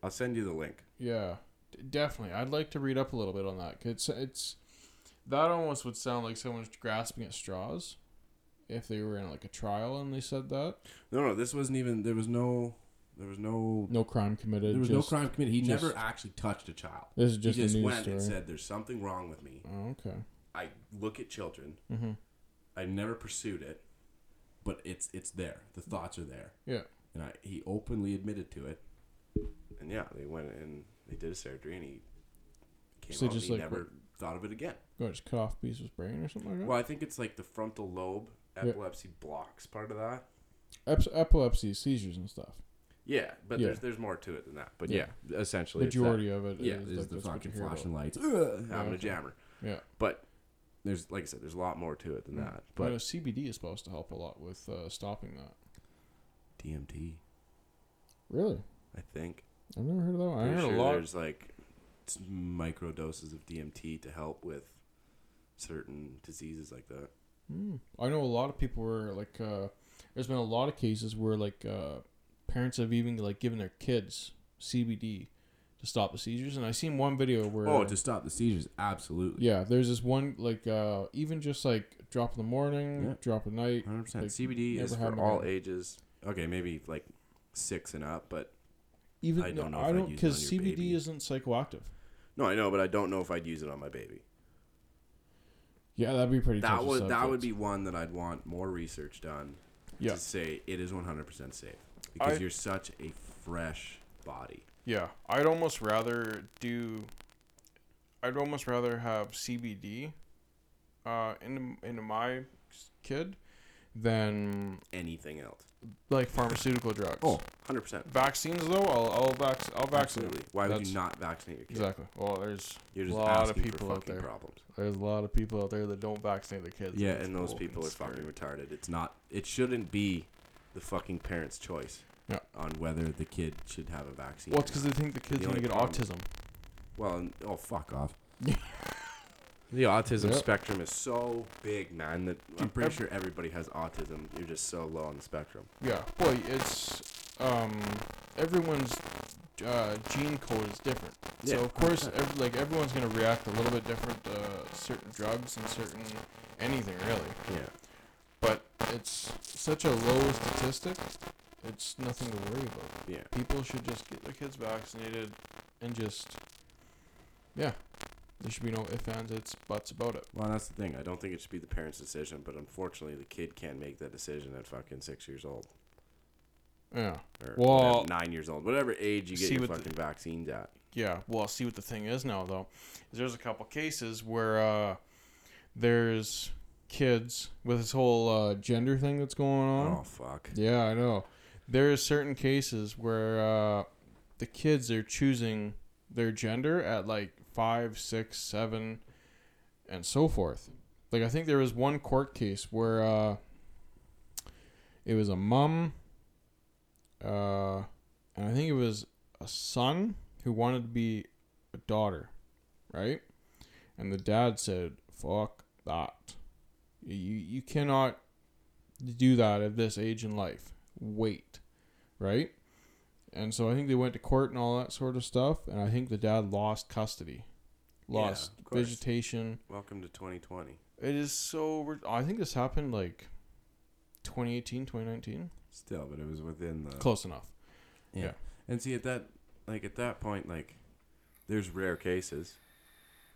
Speaker 1: i'll send you the link
Speaker 2: yeah, d- definitely. I'd like to read up a little bit on that. 'cause it's it's that almost would sound like someone's grasping at straws if they were in like a trial and they said that
Speaker 1: no no this wasn't even there was no there was no
Speaker 2: no crime committed.
Speaker 4: There was
Speaker 2: just,
Speaker 4: no crime committed. He
Speaker 2: just-
Speaker 4: never actually touched a child.
Speaker 2: This is just,
Speaker 1: he just
Speaker 2: a news
Speaker 1: went
Speaker 2: story.
Speaker 1: and said, "There's something wrong with me.
Speaker 2: oh, okay.
Speaker 1: I look at children.
Speaker 2: Mm-hmm.
Speaker 1: I
Speaker 4: Never pursued it, but it's it's there. The thoughts are there.
Speaker 2: Yeah.
Speaker 4: And I, he openly admitted to it.
Speaker 1: And yeah, they went and they did a surgery, and he came
Speaker 2: So
Speaker 1: out.
Speaker 2: just
Speaker 1: and he
Speaker 2: like-
Speaker 1: never thought of it again.
Speaker 2: Go just cut off a piece of his brain or something like that.
Speaker 1: Well, I think it's like the frontal lobe
Speaker 2: Yeah.
Speaker 1: epilepsy blocks part of that.
Speaker 2: Ep- epilepsy, seizures, and stuff.
Speaker 1: Yeah, but
Speaker 2: Yeah.
Speaker 1: there's there's more to it than that. But yeah,
Speaker 2: Yeah.
Speaker 1: essentially, it's that.
Speaker 2: Majority of it
Speaker 1: Yeah,
Speaker 2: is,
Speaker 4: Is
Speaker 2: like,
Speaker 4: the
Speaker 2: that's what
Speaker 4: fucking
Speaker 2: you hear about.
Speaker 4: flashing lights.
Speaker 1: Ugh, having
Speaker 2: Yeah.
Speaker 1: a jammer.
Speaker 2: Yeah.
Speaker 1: But there's like I said, there's a lot more to it than that. But
Speaker 2: But CBD is supposed to help a lot with uh, stopping that.
Speaker 1: DMT,
Speaker 2: Really,
Speaker 1: I think.
Speaker 2: I've never heard of that one. I
Speaker 1: Pretty
Speaker 2: heard
Speaker 1: sure
Speaker 2: a lot.
Speaker 1: There's like s- micro doses of DMT to help with certain diseases like that.
Speaker 2: Hmm. I know a lot of people were like, uh, there's been a lot of cases where like uh, parents have even like given their kids CBD to stop the seizures, and I seen one video where
Speaker 4: Oh, to stop the seizures, absolutely.
Speaker 2: yeah, there's this one like uh, even just like drop in the morning,
Speaker 4: Yeah.
Speaker 2: drop at night.
Speaker 4: Hundred percent.
Speaker 2: Like,
Speaker 1: CBD
Speaker 2: never
Speaker 1: is
Speaker 2: had
Speaker 1: for
Speaker 2: my
Speaker 1: all
Speaker 2: own.
Speaker 1: ages. Okay, maybe like six and up, but
Speaker 2: Even
Speaker 1: I
Speaker 2: no,
Speaker 1: don't know if
Speaker 2: I
Speaker 1: I'd
Speaker 2: don't
Speaker 1: use it
Speaker 2: because
Speaker 1: on your
Speaker 2: CBD
Speaker 1: baby.
Speaker 2: isn't psychoactive.
Speaker 1: no, I know, but I don't know if I'd use it on my baby.
Speaker 2: Yeah, that'd be pretty.
Speaker 1: That
Speaker 2: touchy
Speaker 1: would that would
Speaker 2: subjects.
Speaker 1: be one that I'd want more research done
Speaker 2: Yeah.
Speaker 1: to say it is 100% safe because
Speaker 2: I-
Speaker 1: you're such a fresh body.
Speaker 2: Yeah, I'd almost rather do. I'd almost rather have CBD, uh, into into my kid, than
Speaker 1: Anything else,
Speaker 2: like pharmaceutical drugs.
Speaker 4: Oh.
Speaker 1: 100%.
Speaker 2: vaccines though, I'll I'll vac- I'll vaccinate.
Speaker 1: Absolutely. Why would
Speaker 2: That's-
Speaker 1: you not vaccinate your kid?
Speaker 2: Exactly. Well, there's
Speaker 1: You're just
Speaker 2: A lot of
Speaker 1: asking
Speaker 2: people
Speaker 1: for
Speaker 2: out
Speaker 1: fucking
Speaker 2: there.
Speaker 1: problems.
Speaker 2: there's a lot of people out there that don't vaccinate their kids.
Speaker 1: Yeah,
Speaker 2: it's
Speaker 1: and those
Speaker 2: fucking
Speaker 1: people are
Speaker 2: scary.
Speaker 1: fucking retarded. It's not. It shouldn't be the fucking parents' choice
Speaker 2: Yeah.
Speaker 1: on whether the kid should have a vaccine.
Speaker 2: Well, it's
Speaker 1: or
Speaker 2: because
Speaker 1: not.
Speaker 2: they think the kid's
Speaker 1: The
Speaker 2: gonna
Speaker 1: only
Speaker 2: get
Speaker 1: problem-
Speaker 2: autism.
Speaker 1: well, and, oh fuck off.
Speaker 2: Yeah.
Speaker 1: the autism
Speaker 2: Yep.
Speaker 1: spectrum is so big, man. That I'm pretty
Speaker 2: Ev-
Speaker 1: sure everybody has autism. You're just so low on the spectrum.
Speaker 2: Yeah, boy, it's um everyone's uh, gene code is different.
Speaker 1: Yeah,
Speaker 2: so of course, ev- like everyone's gonna react a little bit different to certain drugs and certain anything really.
Speaker 1: Yeah.
Speaker 2: But it's such a low statistic. It's nothing to worry about.
Speaker 1: Yeah.
Speaker 2: People should just get their kids vaccinated and just yeah. There should be no ifs, ands, it's buts about it.
Speaker 1: Well, that's the thing. I don't think it should be the parents' decision, but unfortunately, the kid can't make that decision at fucking six years old
Speaker 2: Yeah.
Speaker 1: or
Speaker 2: Well-
Speaker 1: nine years old, whatever age you get
Speaker 2: See
Speaker 1: your
Speaker 2: what the-
Speaker 1: fucking vaccines at.
Speaker 2: Yeah, well, see what the thing is now though. Is there's a couple cases where uh, there's kids with this whole uh, gender thing that's going on.
Speaker 1: Oh fuck.
Speaker 2: Yeah, I know. There are certain cases where uh, the kids are choosing their gender at like five, six, seven, and so forth. Like I think there was one court case where uh, it was a mom, uh, and I think it was a son who wanted to be a daughter, right? And the dad said, "Fuck that! You you cannot do that at this age in life. Wait, right? And so I think they went to court and all that sort of stuff. And I think the dad lost custody,
Speaker 1: Yeah,
Speaker 2: lost
Speaker 1: of course.
Speaker 2: vegetation.
Speaker 1: Welcome to 2020.
Speaker 2: It is so. rid- I think this happened like 2018, 2019.
Speaker 1: Still, but it was within the
Speaker 2: Close enough.
Speaker 4: Yeah.
Speaker 2: Yeah.
Speaker 1: And see at that like at that point like there's rare cases,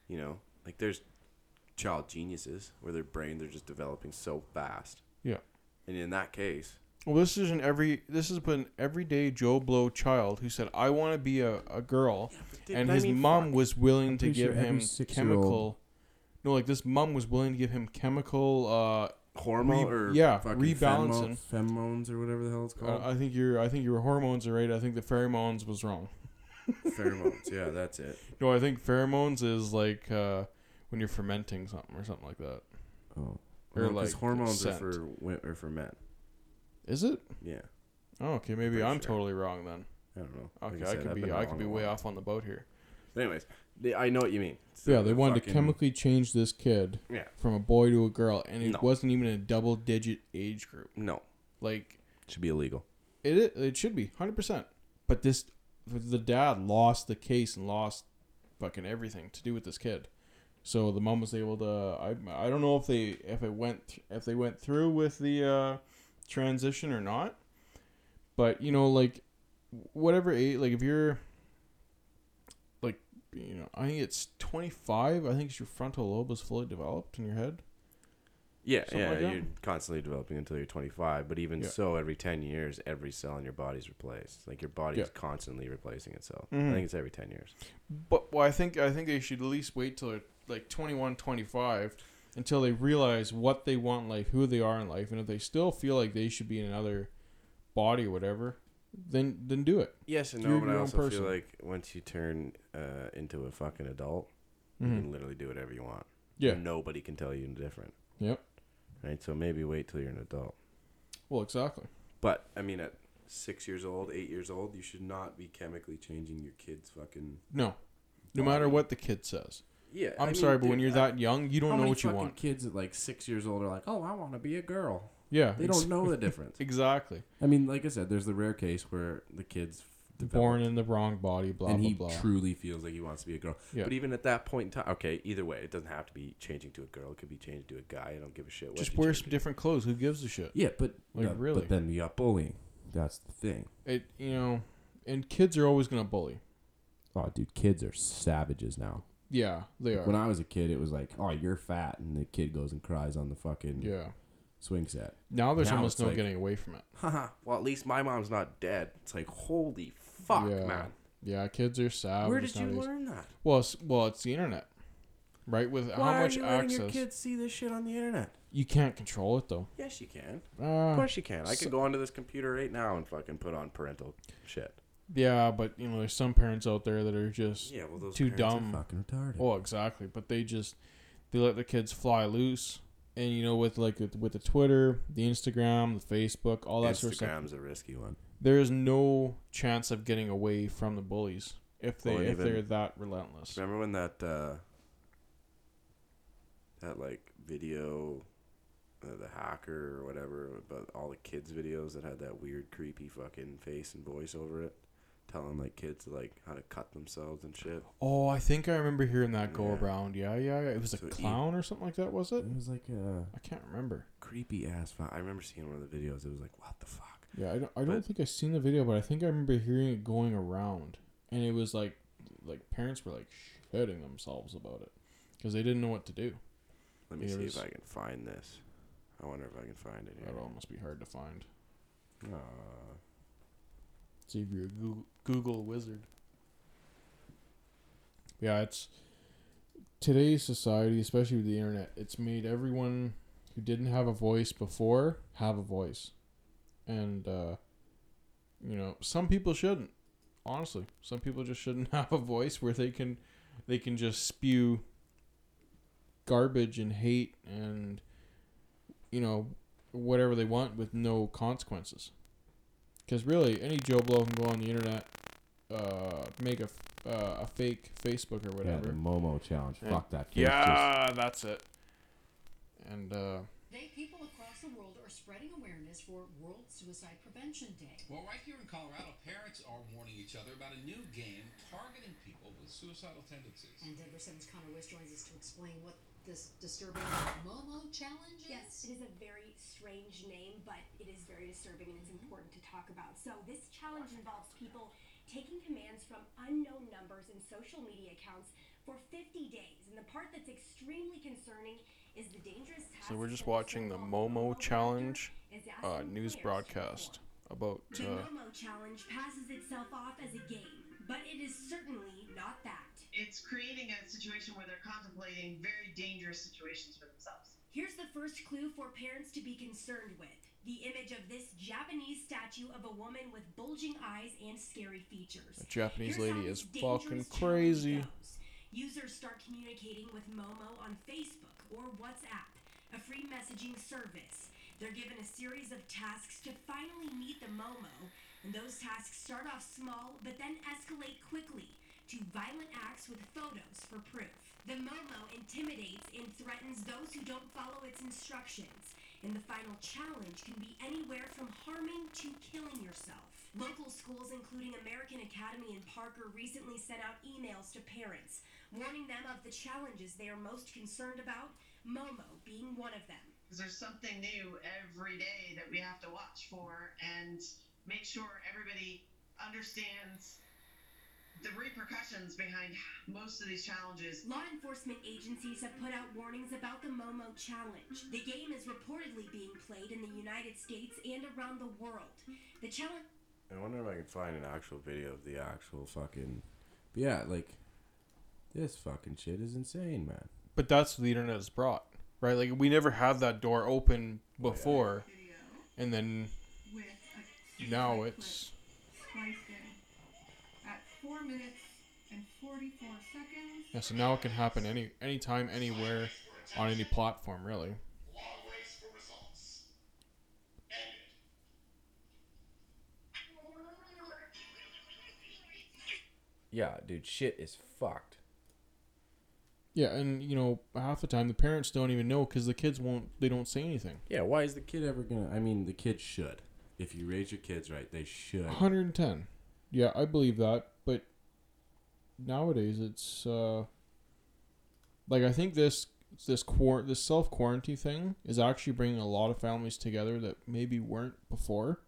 Speaker 1: you know, like there's child geniuses where their brains are just developing so fast.
Speaker 2: Yeah.
Speaker 1: And in that case,
Speaker 2: Well, this is an every this has been everyday Joe Blow child who said, "I want to be a, a girl," and his mom was willing
Speaker 4: I'm
Speaker 2: to
Speaker 4: pretty
Speaker 2: give
Speaker 4: sure every
Speaker 2: him
Speaker 4: six-year-old-
Speaker 2: chemical. No, like this mom was willing to give him chemical. Uh,
Speaker 1: hormone
Speaker 2: re-
Speaker 1: or
Speaker 2: yeah,
Speaker 4: Fucking
Speaker 2: rebalancing.
Speaker 4: phemo- Pheromones or whatever the hell it's
Speaker 2: Uh,
Speaker 4: called.
Speaker 2: I think your I think your hormones are right. I think the pheromones was wrong.
Speaker 1: pheromones. Yeah, that's it.
Speaker 2: No, I think pheromones is like uh, when you're fermenting something or something like that.
Speaker 4: oh.
Speaker 2: Or
Speaker 1: Because
Speaker 2: like
Speaker 1: hormones
Speaker 2: scent.
Speaker 1: are for wi- are for men.
Speaker 2: Is it?
Speaker 1: Yeah,
Speaker 2: Oh, okay. Maybe
Speaker 1: Pretty
Speaker 2: I'm
Speaker 1: sure.
Speaker 2: totally wrong then.
Speaker 1: I don't know.
Speaker 2: Okay,
Speaker 1: said,
Speaker 2: I could
Speaker 1: I've
Speaker 2: be
Speaker 1: been
Speaker 2: I
Speaker 1: wrong
Speaker 2: could be
Speaker 1: a
Speaker 2: way
Speaker 1: lot.
Speaker 2: off on the boat here.
Speaker 1: Anyways, they, I know what you mean. So
Speaker 2: yeah, they wanted to
Speaker 1: fucking-
Speaker 2: chemically change this kid
Speaker 1: Yeah.
Speaker 2: from a boy to a girl, and it
Speaker 1: No.
Speaker 2: wasn't even a double digit age group.
Speaker 1: No,
Speaker 2: Like
Speaker 1: should be illegal.
Speaker 2: it it should be hundred percent. But this the dad lost the case and lost fucking everything to do with this kid. So the mom was able to. I, I don't know if they if it went th- if they went through with the uh, transition or not, but you know like whatever age like if you're like you know I think it's twenty five. I think it's your frontal lobe is fully developed in your head.
Speaker 1: Yeah,
Speaker 2: Something
Speaker 1: yeah,
Speaker 2: like that.
Speaker 1: you're constantly developing until you're 25. But even
Speaker 2: Yeah.
Speaker 1: so, every 10 years, every cell in your body's replaced. Like your body's
Speaker 2: Yeah.
Speaker 1: constantly replacing itself.
Speaker 2: Mhm.
Speaker 1: I think it's every 10 years.
Speaker 2: But well, I think I think they should at least wait till they're like 21, 25 until they realize what they want in life, who they are in life, and if they still feel like they should be in another body or whatever, then then do it.
Speaker 1: Yes and
Speaker 2: You're
Speaker 1: no, but
Speaker 2: your
Speaker 1: I
Speaker 2: own
Speaker 1: also
Speaker 2: person.
Speaker 1: feel like once you turn uh, into a fucking adult, you can literally do whatever you want.
Speaker 2: Mm-hmm. Yeah.
Speaker 1: Nobody can tell you different.
Speaker 2: Yep.
Speaker 1: Right? So maybe wait till you're an adult.
Speaker 2: Well, exactly.
Speaker 1: But, I mean, at six years old, eight years old, you should not be chemically changing your kid's fucking.
Speaker 2: No. No matter what the kid says.
Speaker 1: Yeah.
Speaker 2: I'm sorry, but when you're that young, you don't know what you want.
Speaker 4: kids at like six years old are like, oh, I want to be a girl.
Speaker 2: Yeah.
Speaker 4: They
Speaker 2: ex-
Speaker 4: don't know the difference.
Speaker 2: Exactly.
Speaker 4: I mean, like I said, there's the rare case where the kid's developed
Speaker 2: Born in the wrong body, blah
Speaker 4: and
Speaker 2: blah
Speaker 4: he
Speaker 2: blah.
Speaker 4: truly feels like he wants to be a girl.
Speaker 2: Yeah.
Speaker 1: But even at that point in time, okay, either way, it doesn't have to be changing to a girl. It could be changing to a guy. I don't give a shit. What
Speaker 2: Just
Speaker 1: you
Speaker 2: wear
Speaker 1: change
Speaker 2: some
Speaker 1: it.
Speaker 2: different clothes. Who gives a shit?
Speaker 4: Yeah, but
Speaker 2: Like,
Speaker 4: but-
Speaker 2: really?
Speaker 4: But then we got bullying. That's the thing.
Speaker 2: It you know, and kids are always gonna bully.
Speaker 4: Oh, dude, kids are savages now.
Speaker 2: Yeah, they are.
Speaker 4: When I was a kid, it was like, oh, you're fat, and the kid goes and cries on the fucking
Speaker 2: yeah.
Speaker 4: swing set.
Speaker 2: Now there's
Speaker 4: Now
Speaker 2: almost
Speaker 4: it's
Speaker 2: no
Speaker 4: like-
Speaker 2: getting away from it.
Speaker 1: Haha. well, at least my mom's not dead. It's like, holy fuck,
Speaker 2: Yeah.
Speaker 1: man.
Speaker 2: Yeah, kids are savage.
Speaker 1: Where did you
Speaker 2: nowadays.
Speaker 1: learn that?
Speaker 2: Well, it's, well, it's the internet, right? With
Speaker 1: Why
Speaker 2: how much
Speaker 1: are you letting
Speaker 2: access
Speaker 1: your kids see this shit on the internet?
Speaker 2: you can't control it though.
Speaker 1: Yes, you can. Of
Speaker 2: Uh,
Speaker 1: course you can. I
Speaker 2: so-
Speaker 1: could go onto this computer right now and fucking put on parental shit.
Speaker 2: yeah, but you know, there's some parents out there that are just
Speaker 1: Yeah, well, those
Speaker 2: too
Speaker 1: parents are-
Speaker 2: dumb.
Speaker 4: Fucking retarded.
Speaker 2: Oh, exactly. But they just they let their kids fly loose, and you know, with like with, with the Twitter, the Instagram, the Facebook, all that sort of stuff.
Speaker 1: Instagram's a risky one.
Speaker 2: There is no chance of getting away from the bullies if they
Speaker 1: Well, and
Speaker 2: if
Speaker 1: even-
Speaker 2: they're that relentless.
Speaker 1: Remember when that uh, that like video, uh, the hacker or whatever, about all the kids' videos that had that weird, creepy fucking face and voice over it, telling like kids like how to cut themselves and shit.
Speaker 2: Oh, I think I remember hearing that go
Speaker 1: Yeah.
Speaker 2: around. Yeah, yeah, yeah. It was a
Speaker 1: So he-
Speaker 2: clown or something like that, was it?
Speaker 4: It was like a
Speaker 2: I can't remember.
Speaker 1: Creepy ass. Fu- I remember seeing one of the videos. It was like, what the fuck?
Speaker 2: Yeah, I don't, I don't
Speaker 1: But-
Speaker 2: think I've seen the video, but I think I remember hearing it going around, and it was like, like parents were like shitting themselves about it because they didn't know what to do.
Speaker 1: Let me
Speaker 2: Yeah, it
Speaker 1: see
Speaker 2: was-
Speaker 1: if I can find this. I wonder if I can find it
Speaker 2: That'll
Speaker 1: here.
Speaker 2: almost be hard to find.
Speaker 1: Uh,
Speaker 2: See if you're a Google, Google wizard. Yeah, it's today's society, especially with the internet. It's made everyone who didn't have a voice before have a voice, and uh, you know some people shouldn't. Honestly, some people just shouldn't have a voice where they can they can just spew garbage and hate and you know whatever they want with no consequences. Because really, any Joe Blow can go on the internet, uh, make a, f- uh, a fake Facebook or
Speaker 4: yeah, the
Speaker 2: whatever.
Speaker 4: Momo challenge.
Speaker 2: Yeah.
Speaker 4: Fuck that. face just-
Speaker 2: Yeah, that's it. And uh,
Speaker 6: Today, people across the world are spreading awareness for World Suicide Prevention Day.
Speaker 7: Well, right here in Colorado, parents are warning each other about a new game targeting people with suicidal tendencies.
Speaker 6: And Denver 7's Connor West joins us to explain what this disturbing Momo challenge is?
Speaker 8: Yes, it is a very strange name, but it is very disturbing and it's
Speaker 2: Mm-hmm.
Speaker 8: important to talk about. So, this challenge involves people taking commands from unknown numbers and social media accounts for 50 days. And the part that's extremely concerning is the dangerous task.
Speaker 2: So we're just
Speaker 8: that the
Speaker 2: watching the
Speaker 8: so-called
Speaker 2: Momo
Speaker 8: Momo
Speaker 2: Challenge
Speaker 8: Factor is
Speaker 2: uh,
Speaker 8: asking players
Speaker 2: news
Speaker 8: to
Speaker 2: broadcast
Speaker 8: perform.
Speaker 2: about.
Speaker 8: The
Speaker 2: Uh,
Speaker 8: Momo Challenge passes itself off as a game, but it is certainly not that.
Speaker 9: It's creating a situation where they're contemplating very dangerous situations for themselves.
Speaker 8: Here's the first clue for parents to be concerned with the image of this Japanese statue of a woman with bulging eyes and scary features.
Speaker 2: The Japanese
Speaker 8: Here's how
Speaker 2: lady
Speaker 8: this
Speaker 2: is fucking
Speaker 8: dangerous
Speaker 2: crazy.
Speaker 8: challenge goes. Users start communicating with Momo on Facebook or WhatsApp, a free messaging service. They're given a series of tasks to finally meet the Momo, and those tasks start off small but then escalate quickly to violent acts with photos for proof. The Momo intimidates and threatens those who don't follow its instructions, and the final challenge can be anywhere from harming to killing yourself. Local schools, including American Academy and Parker, recently sent out emails to parents warning them of the challenges they are most concerned about, Momo being one of them.
Speaker 9: Because there's something new every day that we have to watch for and make sure everybody understands the repercussions behind most of these challenges.
Speaker 8: Law enforcement agencies have put out warnings about the Momo Challenge. The game is reportedly being played in the United States and around the world. The challenge
Speaker 1: I wonder if I can find an actual video of the actual.
Speaker 4: Actual fucking. But yeah, like this fucking shit is insane, man.
Speaker 2: but that's what the internet has brought, right? Like we never had that door open before, and then
Speaker 10: with a
Speaker 2: now
Speaker 10: right
Speaker 2: it's
Speaker 10: click sliced in at four minutes and forty-four seconds.
Speaker 2: yeah. So now it can happen any anytime, anywhere, on any platform, really.
Speaker 11: Long waits for results. Ended.
Speaker 12: Yeah, dude, shit is fucked.
Speaker 2: Yeah, and you know half the time the parents don't even know because the kids won't. They don't say anything.
Speaker 12: Yeah, why is
Speaker 4: Is the kid ever gonna? I mean, the kid should. If you raise your kids right, they should.
Speaker 2: 110. Yeah, I believe that, but nowadays it's uh like I think this this quar this self quarantine thing is actually bringing a lot of families together that maybe weren't before,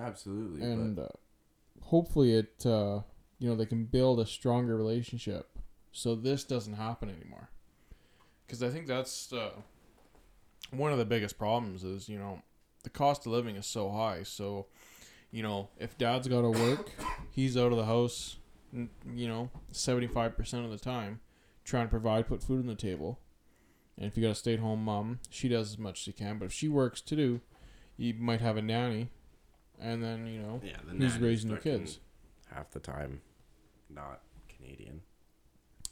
Speaker 4: Absolutely.
Speaker 2: and
Speaker 4: but
Speaker 2: uh, hopefully it uh you know they can build a stronger relationship so this doesn't happen anymore. Because I think that's uh, one of the biggest problems is you know the cost of living is so high, so you know, if dad's got to work, he's out of the house, n- you know, 75% of the time, trying to provide, put food on the table. And if you got a stay at home mom, she does as much as she can. But if she works to do, you might have a nanny. And then, you know,
Speaker 1: Yeah, the
Speaker 2: who's
Speaker 1: nanny's
Speaker 2: raising the
Speaker 1: fucking
Speaker 2: kids?
Speaker 1: Half the time, not Canadian.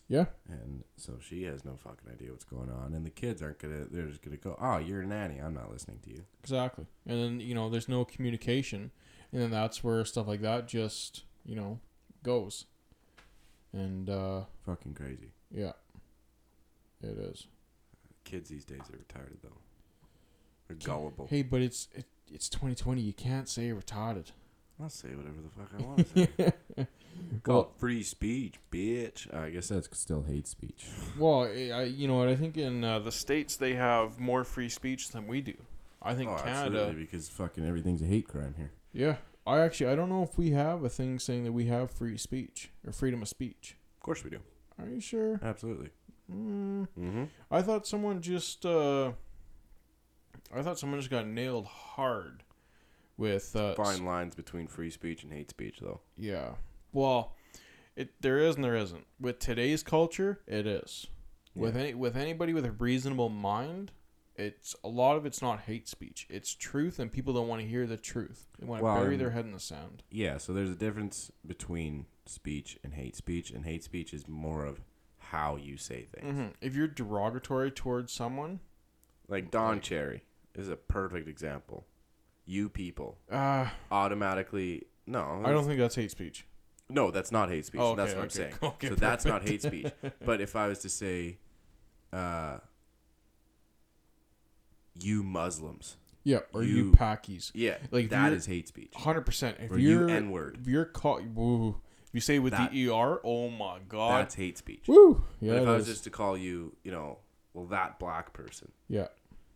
Speaker 2: Yeah.
Speaker 4: and
Speaker 1: So she has no fucking idea what's going
Speaker 4: going
Speaker 1: on.
Speaker 4: on, and the kids aren't gonna. They're just gonna go. Oh, you're a nanny. I'm not listening to you.
Speaker 2: Exactly. And then, you know, there's no communication. And then that's where stuff like that just, you know, goes. And, uh,
Speaker 4: Fucking crazy.
Speaker 2: yeah. It is.
Speaker 1: Kids these days are retarded though. They're gullible.
Speaker 2: Hey, but it's it, it's 2020. You can't say retarded.
Speaker 1: I'll say whatever the fuck I want to say. Call
Speaker 2: Well,
Speaker 1: it free speech, bitch. I guess
Speaker 4: that's still hate speech.
Speaker 2: well, I, I- you know what? I think in uh, the states they have more free speech than we do. I think
Speaker 1: Oh,
Speaker 2: Canada.
Speaker 1: absolutely.
Speaker 4: Because fucking everything's a hate crime here.
Speaker 2: Yeah, I actually I don't know if we have a thing saying that we have free speech or freedom of speech.
Speaker 1: Of course we do.
Speaker 2: Are you sure?
Speaker 1: Absolutely.
Speaker 2: Mm,
Speaker 1: Mm-hmm.
Speaker 2: I thought someone just. Uh, I thought someone just got nailed hard with uh,
Speaker 1: Fine lines between free speech and hate speech though.
Speaker 2: Yeah. Well, it there is and there isn't. With today's culture, it is. With any with anybody with a reasonable mind, it's a lot of it's not hate speech. It's truth, and people don't want to hear the truth. They want to
Speaker 4: Well,
Speaker 2: bury
Speaker 4: and-
Speaker 2: their head in the sand.
Speaker 4: Yeah. So there's a difference between speech and hate speech, and hate speech is more of how you say things.
Speaker 2: Mhm. If you're derogatory towards someone,
Speaker 1: Like Don Cherry is a perfect example. You people
Speaker 2: uh,
Speaker 1: automatically no.
Speaker 2: I don't think that's hate speech.
Speaker 1: No, that's not hate speech.
Speaker 2: Oh,
Speaker 1: that's
Speaker 2: okay,
Speaker 1: what I'm
Speaker 2: okay,
Speaker 1: saying.
Speaker 2: cool, okay,
Speaker 1: so that's not hate
Speaker 2: perfect.
Speaker 1: speech. But if I was to say, uh, you Muslims,
Speaker 2: Yeah, or you,
Speaker 1: You-
Speaker 2: packies.
Speaker 1: yeah,
Speaker 2: Like, if
Speaker 1: that
Speaker 2: you're-
Speaker 1: is hate speech.
Speaker 2: Hundred percent. If
Speaker 1: Or you
Speaker 2: you're
Speaker 1: N-word.
Speaker 2: if you're caught, woo, if you say with
Speaker 1: That-
Speaker 2: the er, oh my god,
Speaker 1: That's hate speech.
Speaker 2: woo. Yeah,
Speaker 1: but if
Speaker 2: it
Speaker 1: I was
Speaker 2: is.
Speaker 1: just to call you, you know, well that black person
Speaker 2: Yeah.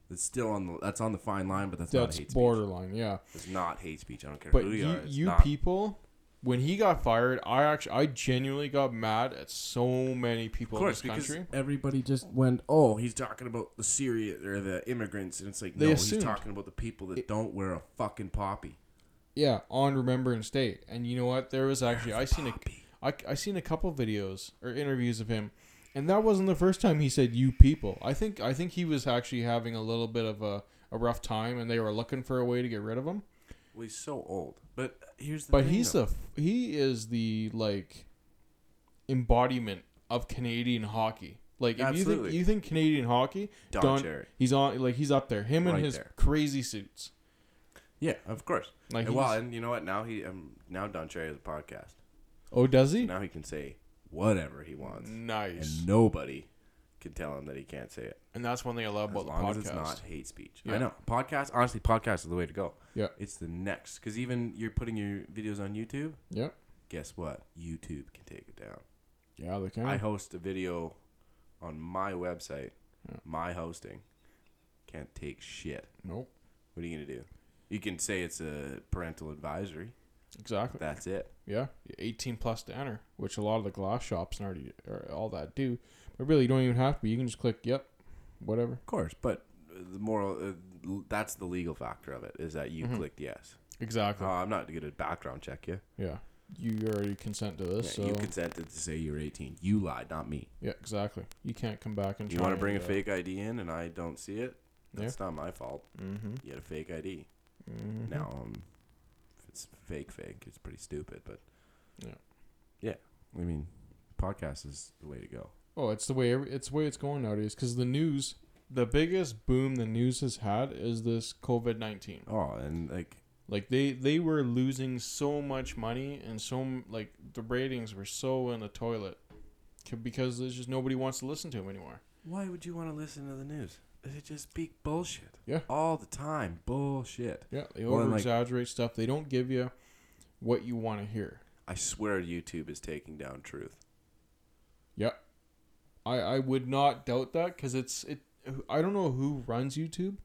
Speaker 1: that's still on the that's on the fine line but that's, not
Speaker 2: That's
Speaker 1: hate
Speaker 2: borderline, yeah.
Speaker 1: speech it's not hate speech i don't care
Speaker 2: But
Speaker 1: who you,
Speaker 2: you,
Speaker 1: are it's
Speaker 2: you
Speaker 1: not.
Speaker 2: people, when he got fired, I actually, I genuinely got mad at so many people
Speaker 1: of course
Speaker 2: in this
Speaker 1: because
Speaker 2: country.
Speaker 1: everybody just went oh he's talking about the syria or the immigrants and it's like
Speaker 2: They
Speaker 1: no
Speaker 2: assumed.
Speaker 1: he's talking about the people that don't wear a fucking poppy
Speaker 2: Yeah, on Remembrance Day, and you know what? There was actually I seen a, I, I seen a couple videos or interviews of him, and that wasn't the first time he said "you people." I think I think he was actually having a little bit of a, a rough time, and they were looking for a way to get rid of him.
Speaker 1: well he's so old but here's the
Speaker 2: But
Speaker 1: thing,
Speaker 2: he's
Speaker 1: though.
Speaker 2: the f- he is the like embodiment of Canadian hockey. Like if you think
Speaker 1: Absolutely.
Speaker 2: you think Canadian hockey,
Speaker 1: Don
Speaker 2: Don-
Speaker 1: Cherry.
Speaker 2: he's on like he's up there. Him and
Speaker 1: Right
Speaker 2: his
Speaker 1: there.
Speaker 2: crazy suits.
Speaker 1: yeah of course
Speaker 2: Like,
Speaker 1: like well
Speaker 2: he's-
Speaker 1: and you know what now he um, now don cherry has a podcast
Speaker 2: Oh, does he?
Speaker 1: now he can say whatever he wants
Speaker 2: Nice.
Speaker 1: and nobody can tell him that he can't say it
Speaker 2: And that's one thing I love
Speaker 1: as
Speaker 2: about the
Speaker 1: long as
Speaker 2: podcast.
Speaker 1: it's not hate speech.
Speaker 2: Yeah.
Speaker 1: I know podcast. Honestly, podcast is the way to go.
Speaker 2: Yeah.
Speaker 1: it's the next because even you're putting your videos on YouTube.
Speaker 2: Yeah.
Speaker 1: Guess what? YouTube can take it down.
Speaker 2: Yeah, they can.
Speaker 1: I host a video on my website,
Speaker 2: Yeah.
Speaker 1: my hosting. Can't take shit.
Speaker 2: nope.
Speaker 1: What are you gonna do? You can say it's a parental advisory.
Speaker 2: Exactly.
Speaker 1: That's it.
Speaker 2: Yeah. 18 plus to enter, which a lot of the glass shops and already or all that do. But really, you don't even have to. You can just click, yep, whatever.
Speaker 1: Of course, but the moral. Uh, l- that's the legal factor of it is that you
Speaker 2: Mm-hmm.
Speaker 1: clicked yes. Uh,
Speaker 2: Exactly.
Speaker 1: I'm not gonna background check you.
Speaker 2: yeah. You already consent to
Speaker 1: Yeah,
Speaker 2: this, Uh, so
Speaker 1: You consented to say you were 18. You lied, not me.
Speaker 2: yeah, exactly. You can't come back and
Speaker 1: You
Speaker 2: try
Speaker 1: want to bring a
Speaker 2: and, uh,
Speaker 1: fake ID in and I don't see it?
Speaker 2: Yeah.
Speaker 1: That's not my fault.
Speaker 2: Mhm.
Speaker 1: You had a fake ID.
Speaker 2: mhm.
Speaker 1: Now, um, if it's fake, fake, it's pretty stupid, but.
Speaker 2: Yeah.
Speaker 1: Yeah. I mean, podcast is the way to go.
Speaker 2: Oh, it's the way every, it's the way it's going nowadays. Because the news, the biggest boom the news has had is this COVID nineteen.
Speaker 1: Oh, and like,
Speaker 2: Like they they were losing so much money and so m- like the ratings were so in the toilet c- because there's just nobody wants to listen to them anymore.
Speaker 1: why would you want to listen to the news? It just speak bullshit.
Speaker 2: Yeah.
Speaker 1: All the time. Bullshit.
Speaker 2: Yeah, they
Speaker 1: Well, and,
Speaker 2: over
Speaker 1: like-
Speaker 2: exaggerate stuff. They don't give you what you want to hear.
Speaker 1: I swear YouTube is taking down truth.
Speaker 2: Yep. I I would not doubt that because it's it. I don't know who runs YouTube,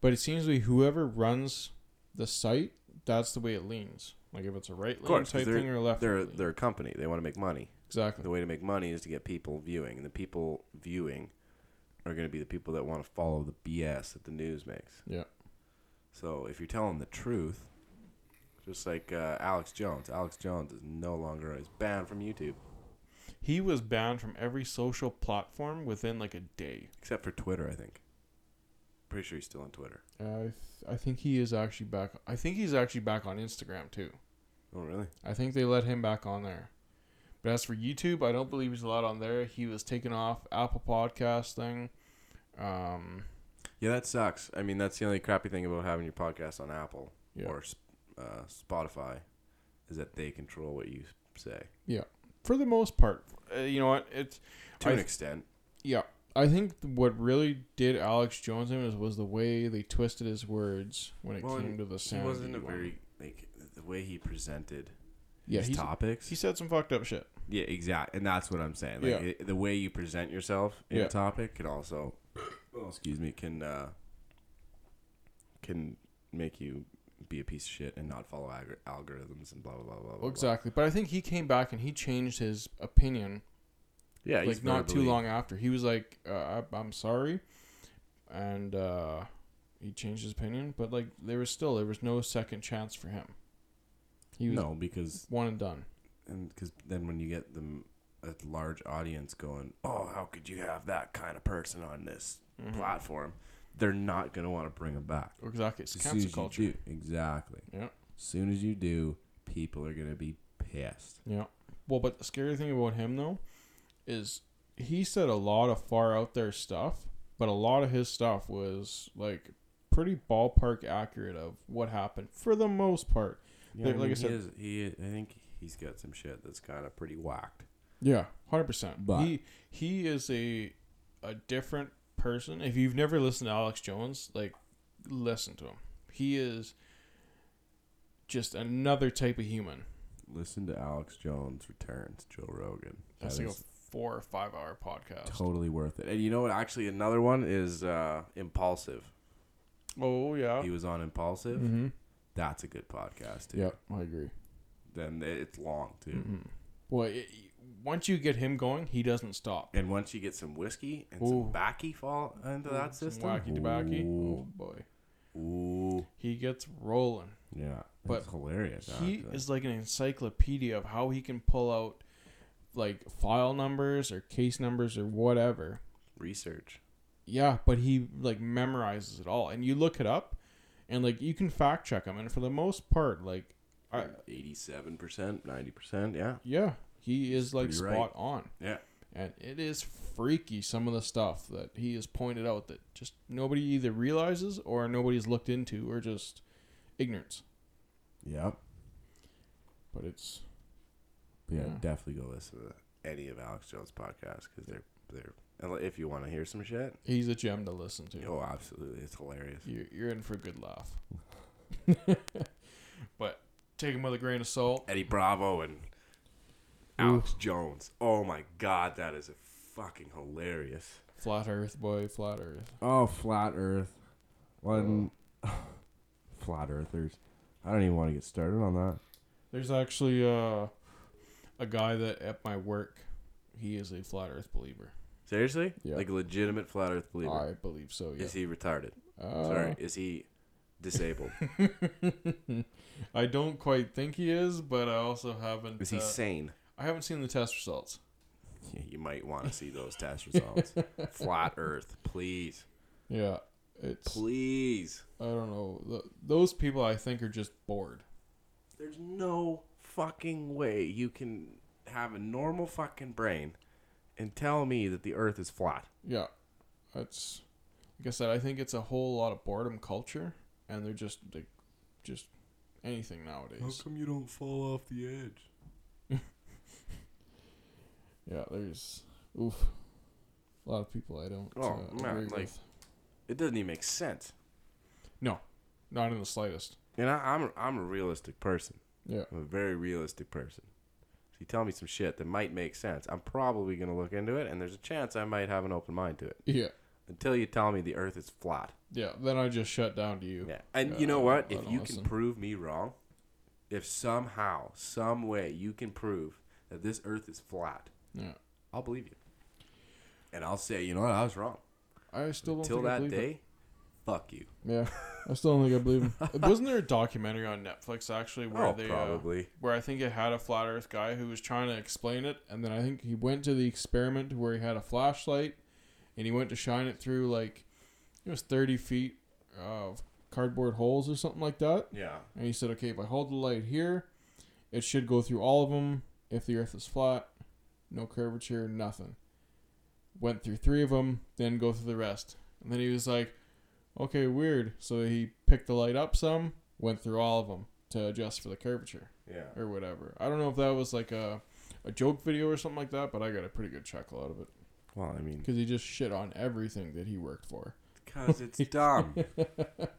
Speaker 2: but it seems to be whoever runs the site. That's the way it leans. Like if it's a right
Speaker 1: Of
Speaker 2: lean
Speaker 1: course. 'cause
Speaker 2: type
Speaker 1: they're,
Speaker 2: thing or a left.
Speaker 1: they're,
Speaker 2: lean.
Speaker 1: they're a company. They want to make money.
Speaker 2: exactly.
Speaker 1: The way to make money is to get people viewing, and the people viewing are going to be the people that want to follow the BS that the news makes.
Speaker 2: Yeah.
Speaker 1: So if you're telling the truth, just like uh, Alex Jones, Alex Jones is no longer is banned from YouTube
Speaker 2: He was banned from every social platform within like a day.
Speaker 1: except for Twitter, I think. Pretty sure he's still on Twitter.
Speaker 2: I th- I think he is actually back. I think he's actually back on Instagram too.
Speaker 1: Oh really?
Speaker 2: I think they let him back on there. But as for YouTube, I don't believe he's allowed on there. He was taken off Apple Podcast thing. Um,
Speaker 1: Yeah, that sucks. I mean, that's the only crappy thing about having your podcast on Apple
Speaker 2: Yeah.
Speaker 1: or Sp- uh, Spotify is that they control what you say
Speaker 2: yeah, for the most part, uh, you know what? It's
Speaker 1: to
Speaker 2: I
Speaker 1: an
Speaker 2: th-
Speaker 1: extent.
Speaker 2: yeah. I think what really did Alex Jones in was, was the way they twisted his words when it came
Speaker 1: and
Speaker 2: to the sound.
Speaker 1: He wasn't a
Speaker 2: one.
Speaker 1: very like the way he presented
Speaker 2: yeah.
Speaker 1: his
Speaker 2: he's-
Speaker 1: topics.
Speaker 2: He said some fucked up shit.
Speaker 1: yeah, exactly, and that's what I'm saying. Like
Speaker 2: Yeah.
Speaker 1: it, the way you present yourself in
Speaker 2: Yeah.
Speaker 1: a topic can also, oh, excuse me, can uh, can make you be a piece of shit and not follow algor- algorithms and blah blah blah blah. blah,
Speaker 2: Well,
Speaker 1: blah.
Speaker 2: exactly. But I think he came back and he changed his opinion
Speaker 1: Yeah, he's
Speaker 2: like not too
Speaker 1: verbally-
Speaker 2: long after. He was like, uh, I, "I'm sorry," and uh, he changed his opinion. But like, there was still there was no second chance for him. He was
Speaker 1: No, because
Speaker 2: one and done.
Speaker 1: and because then when you get them a large audience going, oh, how could you have that kind of person on this
Speaker 2: Mm-hmm.
Speaker 1: platform? They're not gonna want to bring him back.
Speaker 2: Exactly, it's
Speaker 1: As soon as
Speaker 2: cancel
Speaker 1: you
Speaker 2: culture.
Speaker 1: do- exactly.
Speaker 2: Yeah,
Speaker 1: soon as you do, people are gonna be pissed.
Speaker 2: yeah. Well, but the scary thing about him though is he said a lot of far out there stuff, but a lot of his stuff was like pretty ballpark accurate of what happened for the most part. Like- like I said-
Speaker 1: he, is, he is- I think he's got some shit that's kind of pretty whacked.
Speaker 2: Yeah, hundred percent.
Speaker 4: But-
Speaker 2: he he is a a different person. If you've never listened to Alex Jones, like listen to him. He is just another type of human.
Speaker 4: Listen to Alex Jones returns Joe Rogan. That
Speaker 2: That's like a
Speaker 4: is
Speaker 2: four or five hour podcast.
Speaker 4: totally worth it.
Speaker 1: And you know what? Actually, another one is uh, Impulsive.
Speaker 2: Oh yeah.
Speaker 1: He was on Impulsive.
Speaker 2: Mm-hmm.
Speaker 1: That's a good podcast, too.
Speaker 2: Yeah, I agree.
Speaker 1: Then it's long, too.
Speaker 2: Mm-hmm. Well, it, once you get him going, he doesn't stop.
Speaker 1: And once you get some whiskey and
Speaker 2: Ooh.
Speaker 1: some backy fall into that
Speaker 2: Some
Speaker 1: system,
Speaker 2: wacky tobacco.
Speaker 4: Ooh.
Speaker 2: Oh boy,
Speaker 1: ooh,
Speaker 2: he gets rolling.
Speaker 4: Yeah,
Speaker 2: But
Speaker 4: it's hilarious.
Speaker 2: He
Speaker 4: actually.
Speaker 2: is like an encyclopedia of how he can pull out like file numbers or case numbers or whatever.
Speaker 1: research.
Speaker 2: Yeah, but he like memorizes it all, and you look it up, and like you can fact check him, and for the most part, like, I,
Speaker 1: Eighty-seven percent, ninety percent. Yeah,
Speaker 2: yeah, he is like
Speaker 1: Pretty
Speaker 2: spot
Speaker 1: right.
Speaker 2: on,
Speaker 1: yeah.
Speaker 2: and it is freaky some of the stuff that he has pointed out that just nobody either realizes or nobody's looked into or just ignorance.
Speaker 4: Yep.
Speaker 2: But it's
Speaker 4: Yeah,
Speaker 2: Yeah.
Speaker 4: definitely go
Speaker 1: Go
Speaker 4: listen.
Speaker 1: listen to any of Alex Jones' podcasts because they're they're. and If you want to hear some shit,
Speaker 2: he's a gem to listen to.
Speaker 1: oh, absolutely, it's hilarious.
Speaker 2: you're, you're in for a good laugh. but take him with a grain of salt.
Speaker 1: Eddie Bravo and Alex Jones. Oh my God, that is a fucking hilarious.
Speaker 2: Flat Earth boy, flat Earth.
Speaker 4: Oh, flat Earth. One flat earthers. I don't even want to get started on that.
Speaker 2: There's actually uh, a guy that at my work, he is a flat Earth believer.
Speaker 1: Seriously,
Speaker 2: Yeah.
Speaker 1: like a legitimate flat Earth believer.
Speaker 2: I believe so. Yeah.
Speaker 1: Is he retarded?
Speaker 2: Uh,
Speaker 1: Sorry, is he disabled?
Speaker 2: I don't quite think he is, but I also haven't.
Speaker 1: is he
Speaker 2: uh,
Speaker 1: sane?
Speaker 2: I haven't seen the test results.
Speaker 1: Yeah, you might want to see those test results. Flat Earth, please,
Speaker 2: Yeah, it's.
Speaker 1: please.
Speaker 2: I don't know. Th those people I think are just bored.
Speaker 1: There's no fucking way you can have a normal fucking brain and tell me that the Earth is flat.
Speaker 2: Yeah, that's like I said. I think it's a whole lot of boredom culture, and they're just like just anything nowadays.
Speaker 1: come you don't fall off the edge?
Speaker 2: Yeah, there's oof, a lot of people I don't.
Speaker 1: Oh,
Speaker 2: uh,
Speaker 1: man,
Speaker 2: agree
Speaker 1: like-
Speaker 2: with.
Speaker 1: It doesn't even make sense.
Speaker 2: no, not in the slightest.
Speaker 1: And I, I'm I'm a realistic person.
Speaker 2: Yeah,
Speaker 1: I'm a very realistic person. So you tell me some shit that might make sense. I'm probably gonna look into it, and there's a chance I might have an open mind to it.
Speaker 2: yeah,
Speaker 1: Until you tell me the Earth is flat.
Speaker 2: yeah. Then I just shut down to you.
Speaker 1: Yeah. And
Speaker 2: Yeah,
Speaker 1: you know what?
Speaker 2: I
Speaker 1: If
Speaker 2: don't
Speaker 1: you
Speaker 2: listen.
Speaker 1: can prove me wrong, if somehow, some way you can prove that this earth is flat,
Speaker 2: Yeah.
Speaker 1: I'll believe you. And I'll say, you know what, I was wrong.
Speaker 2: I still don't
Speaker 1: Till
Speaker 2: think I
Speaker 1: that
Speaker 2: believe
Speaker 1: day,
Speaker 2: It.
Speaker 1: fuck you.
Speaker 2: Yeah, I still don't think I believe him. Wasn't there a documentary on Netflix actually where
Speaker 1: Oh,
Speaker 2: they uh,
Speaker 1: probably.
Speaker 2: where I think it had a flat Earth guy who was trying to explain it, and then I think he went to the experiment where he had a flashlight, and he went to shine it through like it was thirty feet of cardboard holes or something like that,
Speaker 1: Yeah.
Speaker 2: and he said, "Okay, if I hold the light here, it should go through all of them. If the Earth is flat, no curvature, nothing." Went through three of them, then go through the rest, and then he was like, "Okay, weird." So he picked the light up some, went through all of them to adjust for the curvature
Speaker 1: Yeah.
Speaker 2: or whatever. I don't know if that was like a, a joke video or something like that, but I got a pretty good chuckle out of it
Speaker 1: Well, I mean,
Speaker 2: because he just shit on everything that he worked for.
Speaker 1: because it's dumb.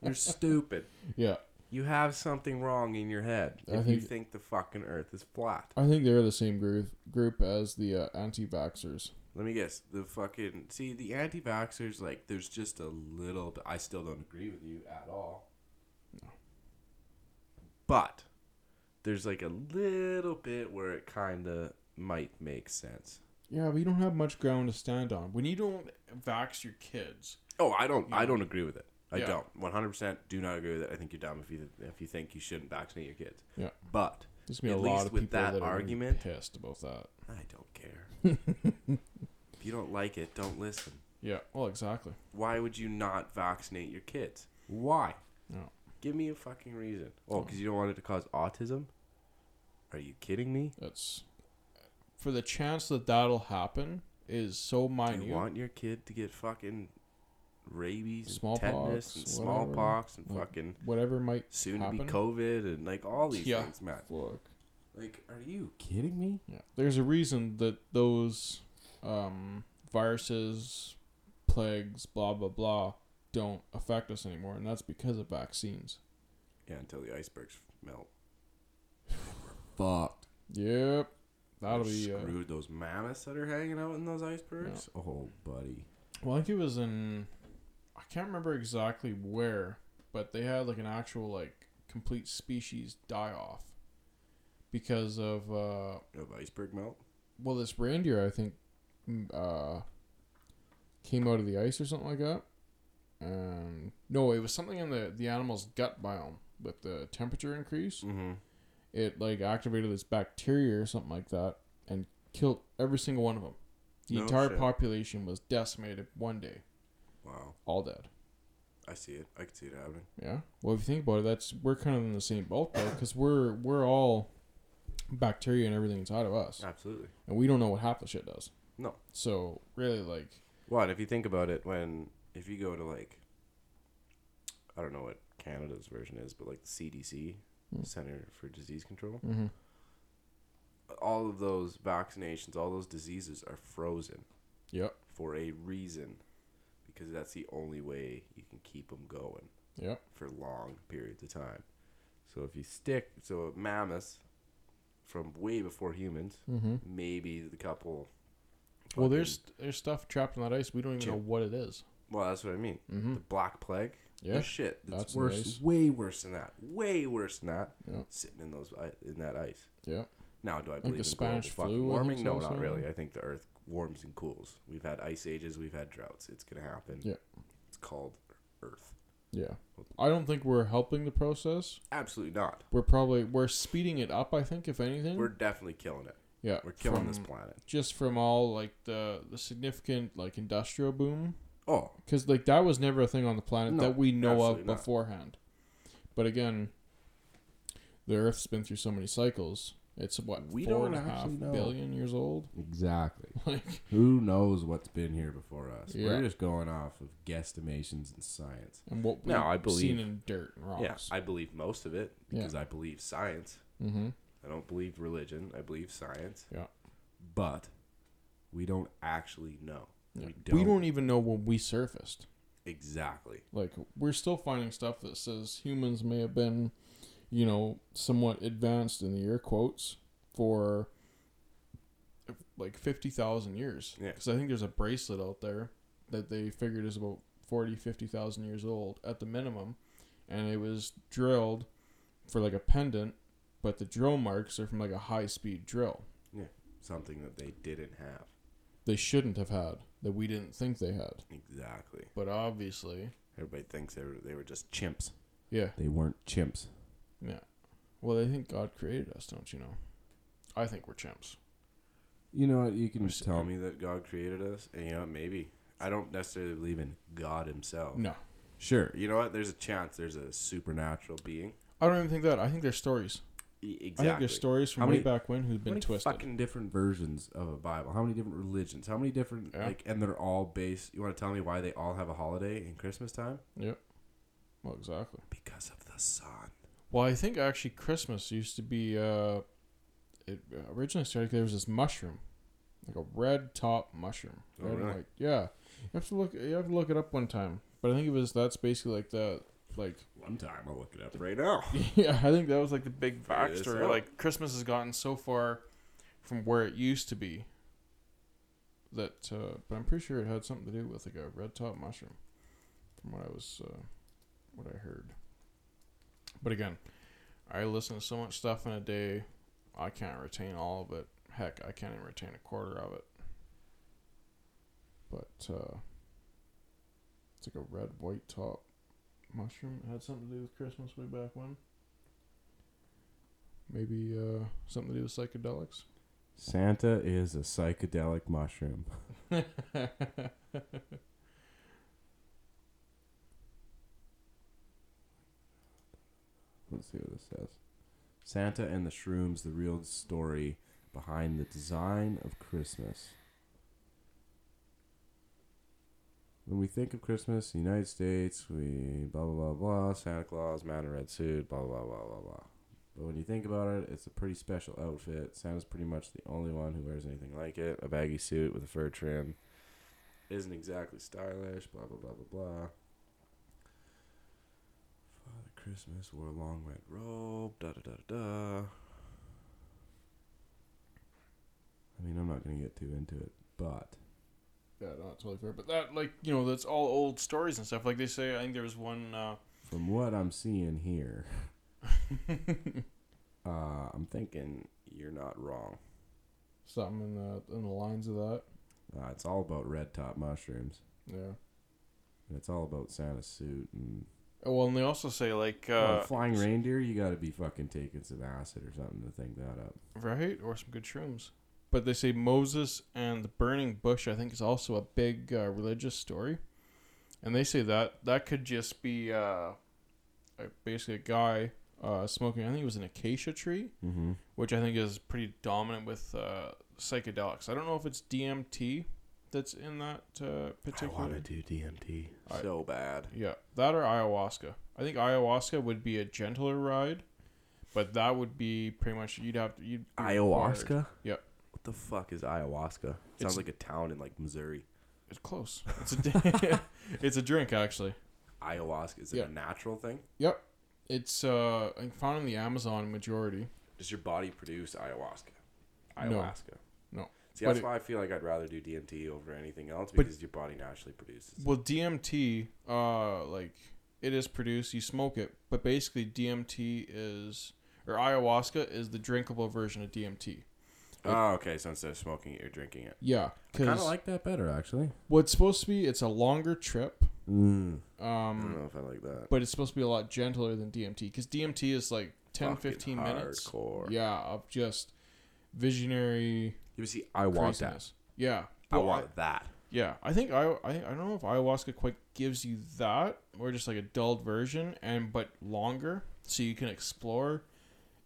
Speaker 1: You're stupid.
Speaker 2: Yeah,
Speaker 1: You have something wrong in your head
Speaker 2: I
Speaker 1: if you
Speaker 2: think-
Speaker 1: think the fucking earth is flat.
Speaker 2: I think they're the same group group as the uh, anti-vaxxers.
Speaker 1: Let me guess. The fucking see the anti-vaxxers like there's just a little. I still don't agree with you at all. But there's like a little bit where it kind of might make sense.
Speaker 2: Yeah, but you don't have much ground to stand on when you don't vax your kids.
Speaker 1: Oh, I don't. I
Speaker 2: Yeah.
Speaker 1: don't agree with it. I
Speaker 2: Yeah.
Speaker 1: don't. One hundred percent. Do not agree with it. I think you're dumb if you if you think you shouldn't vaccinate your kids.
Speaker 2: Yeah.
Speaker 1: But
Speaker 2: There's gonna be
Speaker 1: At
Speaker 2: a lot
Speaker 1: least
Speaker 2: of
Speaker 1: with
Speaker 2: people
Speaker 1: that
Speaker 2: that argument
Speaker 1: argument-
Speaker 2: are gonna be pissed about that.
Speaker 1: I don't care. if you don't like it, don't listen.
Speaker 2: Yeah, well, exactly.
Speaker 1: Why would you not vaccinate your kids? Why?
Speaker 2: No.
Speaker 1: Give me a fucking reason. Oh, because you don't want it to cause autism? Are you kidding me?
Speaker 2: That's for the chance that that'll happen is so minute.
Speaker 1: you want your kid to get fucking rabies and
Speaker 2: Smallpox,
Speaker 1: tetanus and
Speaker 2: whatever.
Speaker 1: smallpox and
Speaker 2: Like,
Speaker 1: fucking
Speaker 2: whatever might
Speaker 1: soon
Speaker 2: happen.
Speaker 1: to be COVID and like all these
Speaker 2: Yeah.
Speaker 1: things, man.
Speaker 2: Look.
Speaker 1: Like, are you?
Speaker 4: Kidding me?
Speaker 2: Yeah. There's a reason that those um, viruses, plagues, blah, blah, blah, don't affect us anymore, and that's because of vaccines.
Speaker 1: Yeah, until the icebergs melt.
Speaker 4: Fucked.
Speaker 2: Yep. That'll
Speaker 1: They
Speaker 2: be. Uh,
Speaker 1: screwed those mammoths that are hanging out in those icebergs.
Speaker 4: Oh, buddy.
Speaker 2: well, I think it was in. I can't remember exactly where, but they had like an actual like complete species die off because of uh
Speaker 1: Of iceberg melt.
Speaker 2: well this reindeer I think mm, uh came out of the ice or something like that. Um, no, it was something in the the animal's gut biome with the temperature increase.
Speaker 1: Mm-hmm.
Speaker 2: it like activated this bacteria or something like that and killed every single one of them. The
Speaker 1: No
Speaker 2: entire
Speaker 1: shit.
Speaker 2: population was decimated one day,
Speaker 1: Wow.
Speaker 2: all dead.
Speaker 1: I see it. I can see it happening.
Speaker 2: Yeah. Well, if you think about it, that's we're kind of in the same boat though, because we're we're all bacteria and everything inside of us,
Speaker 1: Absolutely.
Speaker 2: and we don't know what half the shit does.
Speaker 1: No.
Speaker 2: So really, like,
Speaker 1: Well, and if you think about it, when if you go to like, I don't know what Canada's version is, but like the CDC,
Speaker 2: Hmm.
Speaker 1: Center for Disease Control,
Speaker 2: Mhm.
Speaker 1: all of those vaccinations, all those diseases are frozen
Speaker 2: yep,
Speaker 1: for a reason, because that's the only way you can keep them going
Speaker 2: yep,
Speaker 1: for long periods of time. So if you stick, so mammoths from way before humans,
Speaker 2: Mhm.
Speaker 1: maybe the couple.
Speaker 2: Well,
Speaker 1: fucking-
Speaker 2: there's there's stuff trapped in that ice. We don't even
Speaker 1: Chip.
Speaker 2: know what it is.
Speaker 1: Well, that's what I mean.
Speaker 2: Mhm.
Speaker 1: The Black Plague.
Speaker 2: Yeah,
Speaker 1: There's shit. That's,
Speaker 2: that's
Speaker 1: worse.
Speaker 2: nice.
Speaker 1: Way worse than that. Way worse than that.
Speaker 2: Yeah.
Speaker 1: Sitting in those i- in that ice.
Speaker 2: Yep.
Speaker 1: Now, do I believe
Speaker 2: the
Speaker 1: in
Speaker 2: Spanish
Speaker 1: global fucking
Speaker 2: flu, I
Speaker 1: warming?
Speaker 2: think's
Speaker 1: No,
Speaker 2: also-
Speaker 1: not really. I think the Earth warms and cools. We've had ice ages. We've had droughts. It's gonna happen.
Speaker 2: Yeah.
Speaker 1: It's called Earth.
Speaker 2: Yeah. I don't think we're helping the process.
Speaker 1: Absolutely not.
Speaker 2: We're probably we're speeding it up. I think if anything,
Speaker 1: We're definitely killing it.
Speaker 2: yeah
Speaker 1: We're killing this
Speaker 2: Uh, from-
Speaker 1: planet.
Speaker 2: just from all like the the significant like industrial boom
Speaker 1: Oh,
Speaker 2: because like that was never a thing on the planet
Speaker 1: No,
Speaker 2: that we know of
Speaker 1: absolutely not.
Speaker 2: beforehand but again the earth's been through so many cycles it's what
Speaker 1: We
Speaker 2: four
Speaker 4: don't
Speaker 2: and a half
Speaker 4: actually know.
Speaker 2: billion years old
Speaker 4: Exactly.
Speaker 2: like
Speaker 4: Who knows what's been here before us?
Speaker 2: Yeah.
Speaker 4: We're just going off of guesstimations and science.
Speaker 2: and what we've
Speaker 1: No, I
Speaker 2: seen
Speaker 1: believe-
Speaker 2: in dirt and
Speaker 1: yeah.
Speaker 2: rocks
Speaker 1: I believe most of it
Speaker 2: Yeah.
Speaker 1: because I believe science.
Speaker 2: mm-hmm.
Speaker 1: I don't believe religion. I believe science.
Speaker 2: Yeah.
Speaker 1: But we don't actually know. We don't.
Speaker 2: we don't even know when we surfaced
Speaker 1: exactly.
Speaker 2: like we're still finding stuff that says humans may have been you know somewhat advanced in the air quotes for like 50,000 years
Speaker 1: Yeah.
Speaker 2: cuz i think there's a bracelet out there that they figured is about 40 50,000 years old at the minimum and it was drilled for like a pendant but the drill marks are from like a high speed drill
Speaker 1: Something that they didn't have.
Speaker 2: they shouldn't have had that we didn't think they had
Speaker 1: Exactly.
Speaker 2: but obviously
Speaker 1: Everybody thinks they were, they were just chimps.
Speaker 2: yeah
Speaker 4: They weren't chimps.
Speaker 2: Yeah. Well, they think God created us, don't you know? I think we're chimps.
Speaker 4: You know what? You can
Speaker 1: You're
Speaker 4: just tell
Speaker 1: telling
Speaker 4: me.
Speaker 1: me that God created us? And you know what? Maybe. I don't necessarily believe in God himself.
Speaker 2: No.
Speaker 1: Sure. You know what? There's a chance there's a supernatural being.
Speaker 2: I don't even think that. I think there's stories.
Speaker 1: E- Exactly.
Speaker 2: I think there's stories from
Speaker 4: How
Speaker 2: way
Speaker 4: many-
Speaker 2: back when who've
Speaker 1: How
Speaker 2: been
Speaker 1: many
Speaker 2: twisted.
Speaker 1: fucking different versions of a Bible? How many different religions? How many different
Speaker 2: Yeah.
Speaker 1: like? And they're all based. You want to tell me why they all have a holiday in Christmas time?
Speaker 2: Yep. Well, exactly.
Speaker 1: Because of the sun.
Speaker 2: Well, I think actually Christmas used to be. Uh, it originally started 'cause there was this mushroom, like a red top mushroom.
Speaker 1: Oh,
Speaker 2: Red and
Speaker 1: really?
Speaker 2: white. Yeah. You have to look. You have to look it up one time. But I think it was that's basically like the like
Speaker 1: One time, I'll look it up right now.
Speaker 2: yeah, I think that was like the big
Speaker 1: Figure this
Speaker 2: backstory.
Speaker 1: out.
Speaker 2: Like Christmas has gotten so far from where it used to be that, uh, but I'm pretty sure it had something to do with like a red top mushroom, from what I was, uh, what I heard. But again, I listen to so much stuff in a day, I can't retain all of it. Heck, I can't even retain a quarter of it. But uh, it's like a red white top mushroom. It had something to do with Christmas way back when. Maybe uh, something to do with psychedelics.
Speaker 4: Santa is a psychedelic mushroom. Let's see what this says. Santa and the Shrooms: The Real Story Behind the Design of Christmas. When we think of Christmas, in the United States, we blah blah blah blah.
Speaker 1: Santa Claus, man in red suit, blah blah blah blah blah.
Speaker 4: But when you think about it, it's a pretty special outfit. Santa's pretty much the only one who wears anything like
Speaker 1: Like it, a baggy suit with a fur trim. Isn't exactly stylish. Blah blah blah blah blah. Father Christmas wore a long red robe. Da da da da. da.
Speaker 4: I mean, I'm not going to get too into it, but
Speaker 2: Yeah, no, that's totally fair. But that, like, you know, that's all old stories and stuff. Like they say, I think there was one. Uh,
Speaker 4: from what I'm seeing here, uh, I'm thinking you're not wrong.
Speaker 2: something in the in the lines of that.
Speaker 4: Uh, it's all about red top mushrooms,
Speaker 2: Yeah.
Speaker 4: and it's all about Santa's suit and
Speaker 2: Oh, well, and they also say like
Speaker 4: Oh,
Speaker 2: uh,
Speaker 4: flying reindeer. You got to be fucking taking some acid or something to think that up.
Speaker 2: right or some good shrooms. But they say Moses and the burning bush. I think is also a big uh, religious story, and they say that that could just be uh, a- basically a guy uh, smoking. I think it was an acacia tree,
Speaker 4: Mm-hmm.
Speaker 2: which I think is pretty dominant with uh, psychedelics. I don't know if it's DMT that's in that uh, particular.
Speaker 1: do DMT
Speaker 2: I-
Speaker 1: so bad.
Speaker 2: Yeah, that or ayahuasca. I think ayahuasca would be a gentler ride, but that would be pretty much you'd have to you'd be required.
Speaker 1: Ayahuasca.
Speaker 2: Yep.
Speaker 1: What the fuck is ayahuasca?
Speaker 2: It's-
Speaker 1: Sounds like a town in like Missouri.
Speaker 2: It's close. It's a d- it's a drink actually.
Speaker 1: Ayahuasca is it
Speaker 2: Yeah.
Speaker 1: a natural thing?
Speaker 2: Yep, it's uh found in the Amazon majority.
Speaker 1: Does your body produce ayahuasca?
Speaker 2: No.
Speaker 1: Ayahuasca.
Speaker 2: No.
Speaker 1: See,
Speaker 2: But
Speaker 1: that's
Speaker 2: it-
Speaker 1: why I feel like I'd rather do DMT over anything else
Speaker 2: But-
Speaker 1: because your body naturally produces. it.
Speaker 2: Well, DMT, uh, like it is produced. You smoke it, but basically DMT is or ayahuasca is the drinkable version of DMT.
Speaker 1: Oh, okay. So instead of smoking it, you're drinking it.
Speaker 2: Yeah,
Speaker 4: Kind of
Speaker 2: because
Speaker 4: like that better actually.
Speaker 2: what's supposed to be it's a longer trip.
Speaker 4: Mm.
Speaker 1: I don't
Speaker 2: Um,
Speaker 1: know if I like that.
Speaker 2: but it's supposed to be a lot gentler than DMT because DMT is like 10, 15 minutes.
Speaker 1: Hardcore.
Speaker 2: Yeah, of just visionary
Speaker 1: You see, I want that.
Speaker 2: craziness. Yeah,
Speaker 1: I
Speaker 2: Well,
Speaker 1: want that.
Speaker 2: yeah, I think I, I I don't know if ayahuasca quite gives you that, or just like a dulled version, and but longer, so you can explore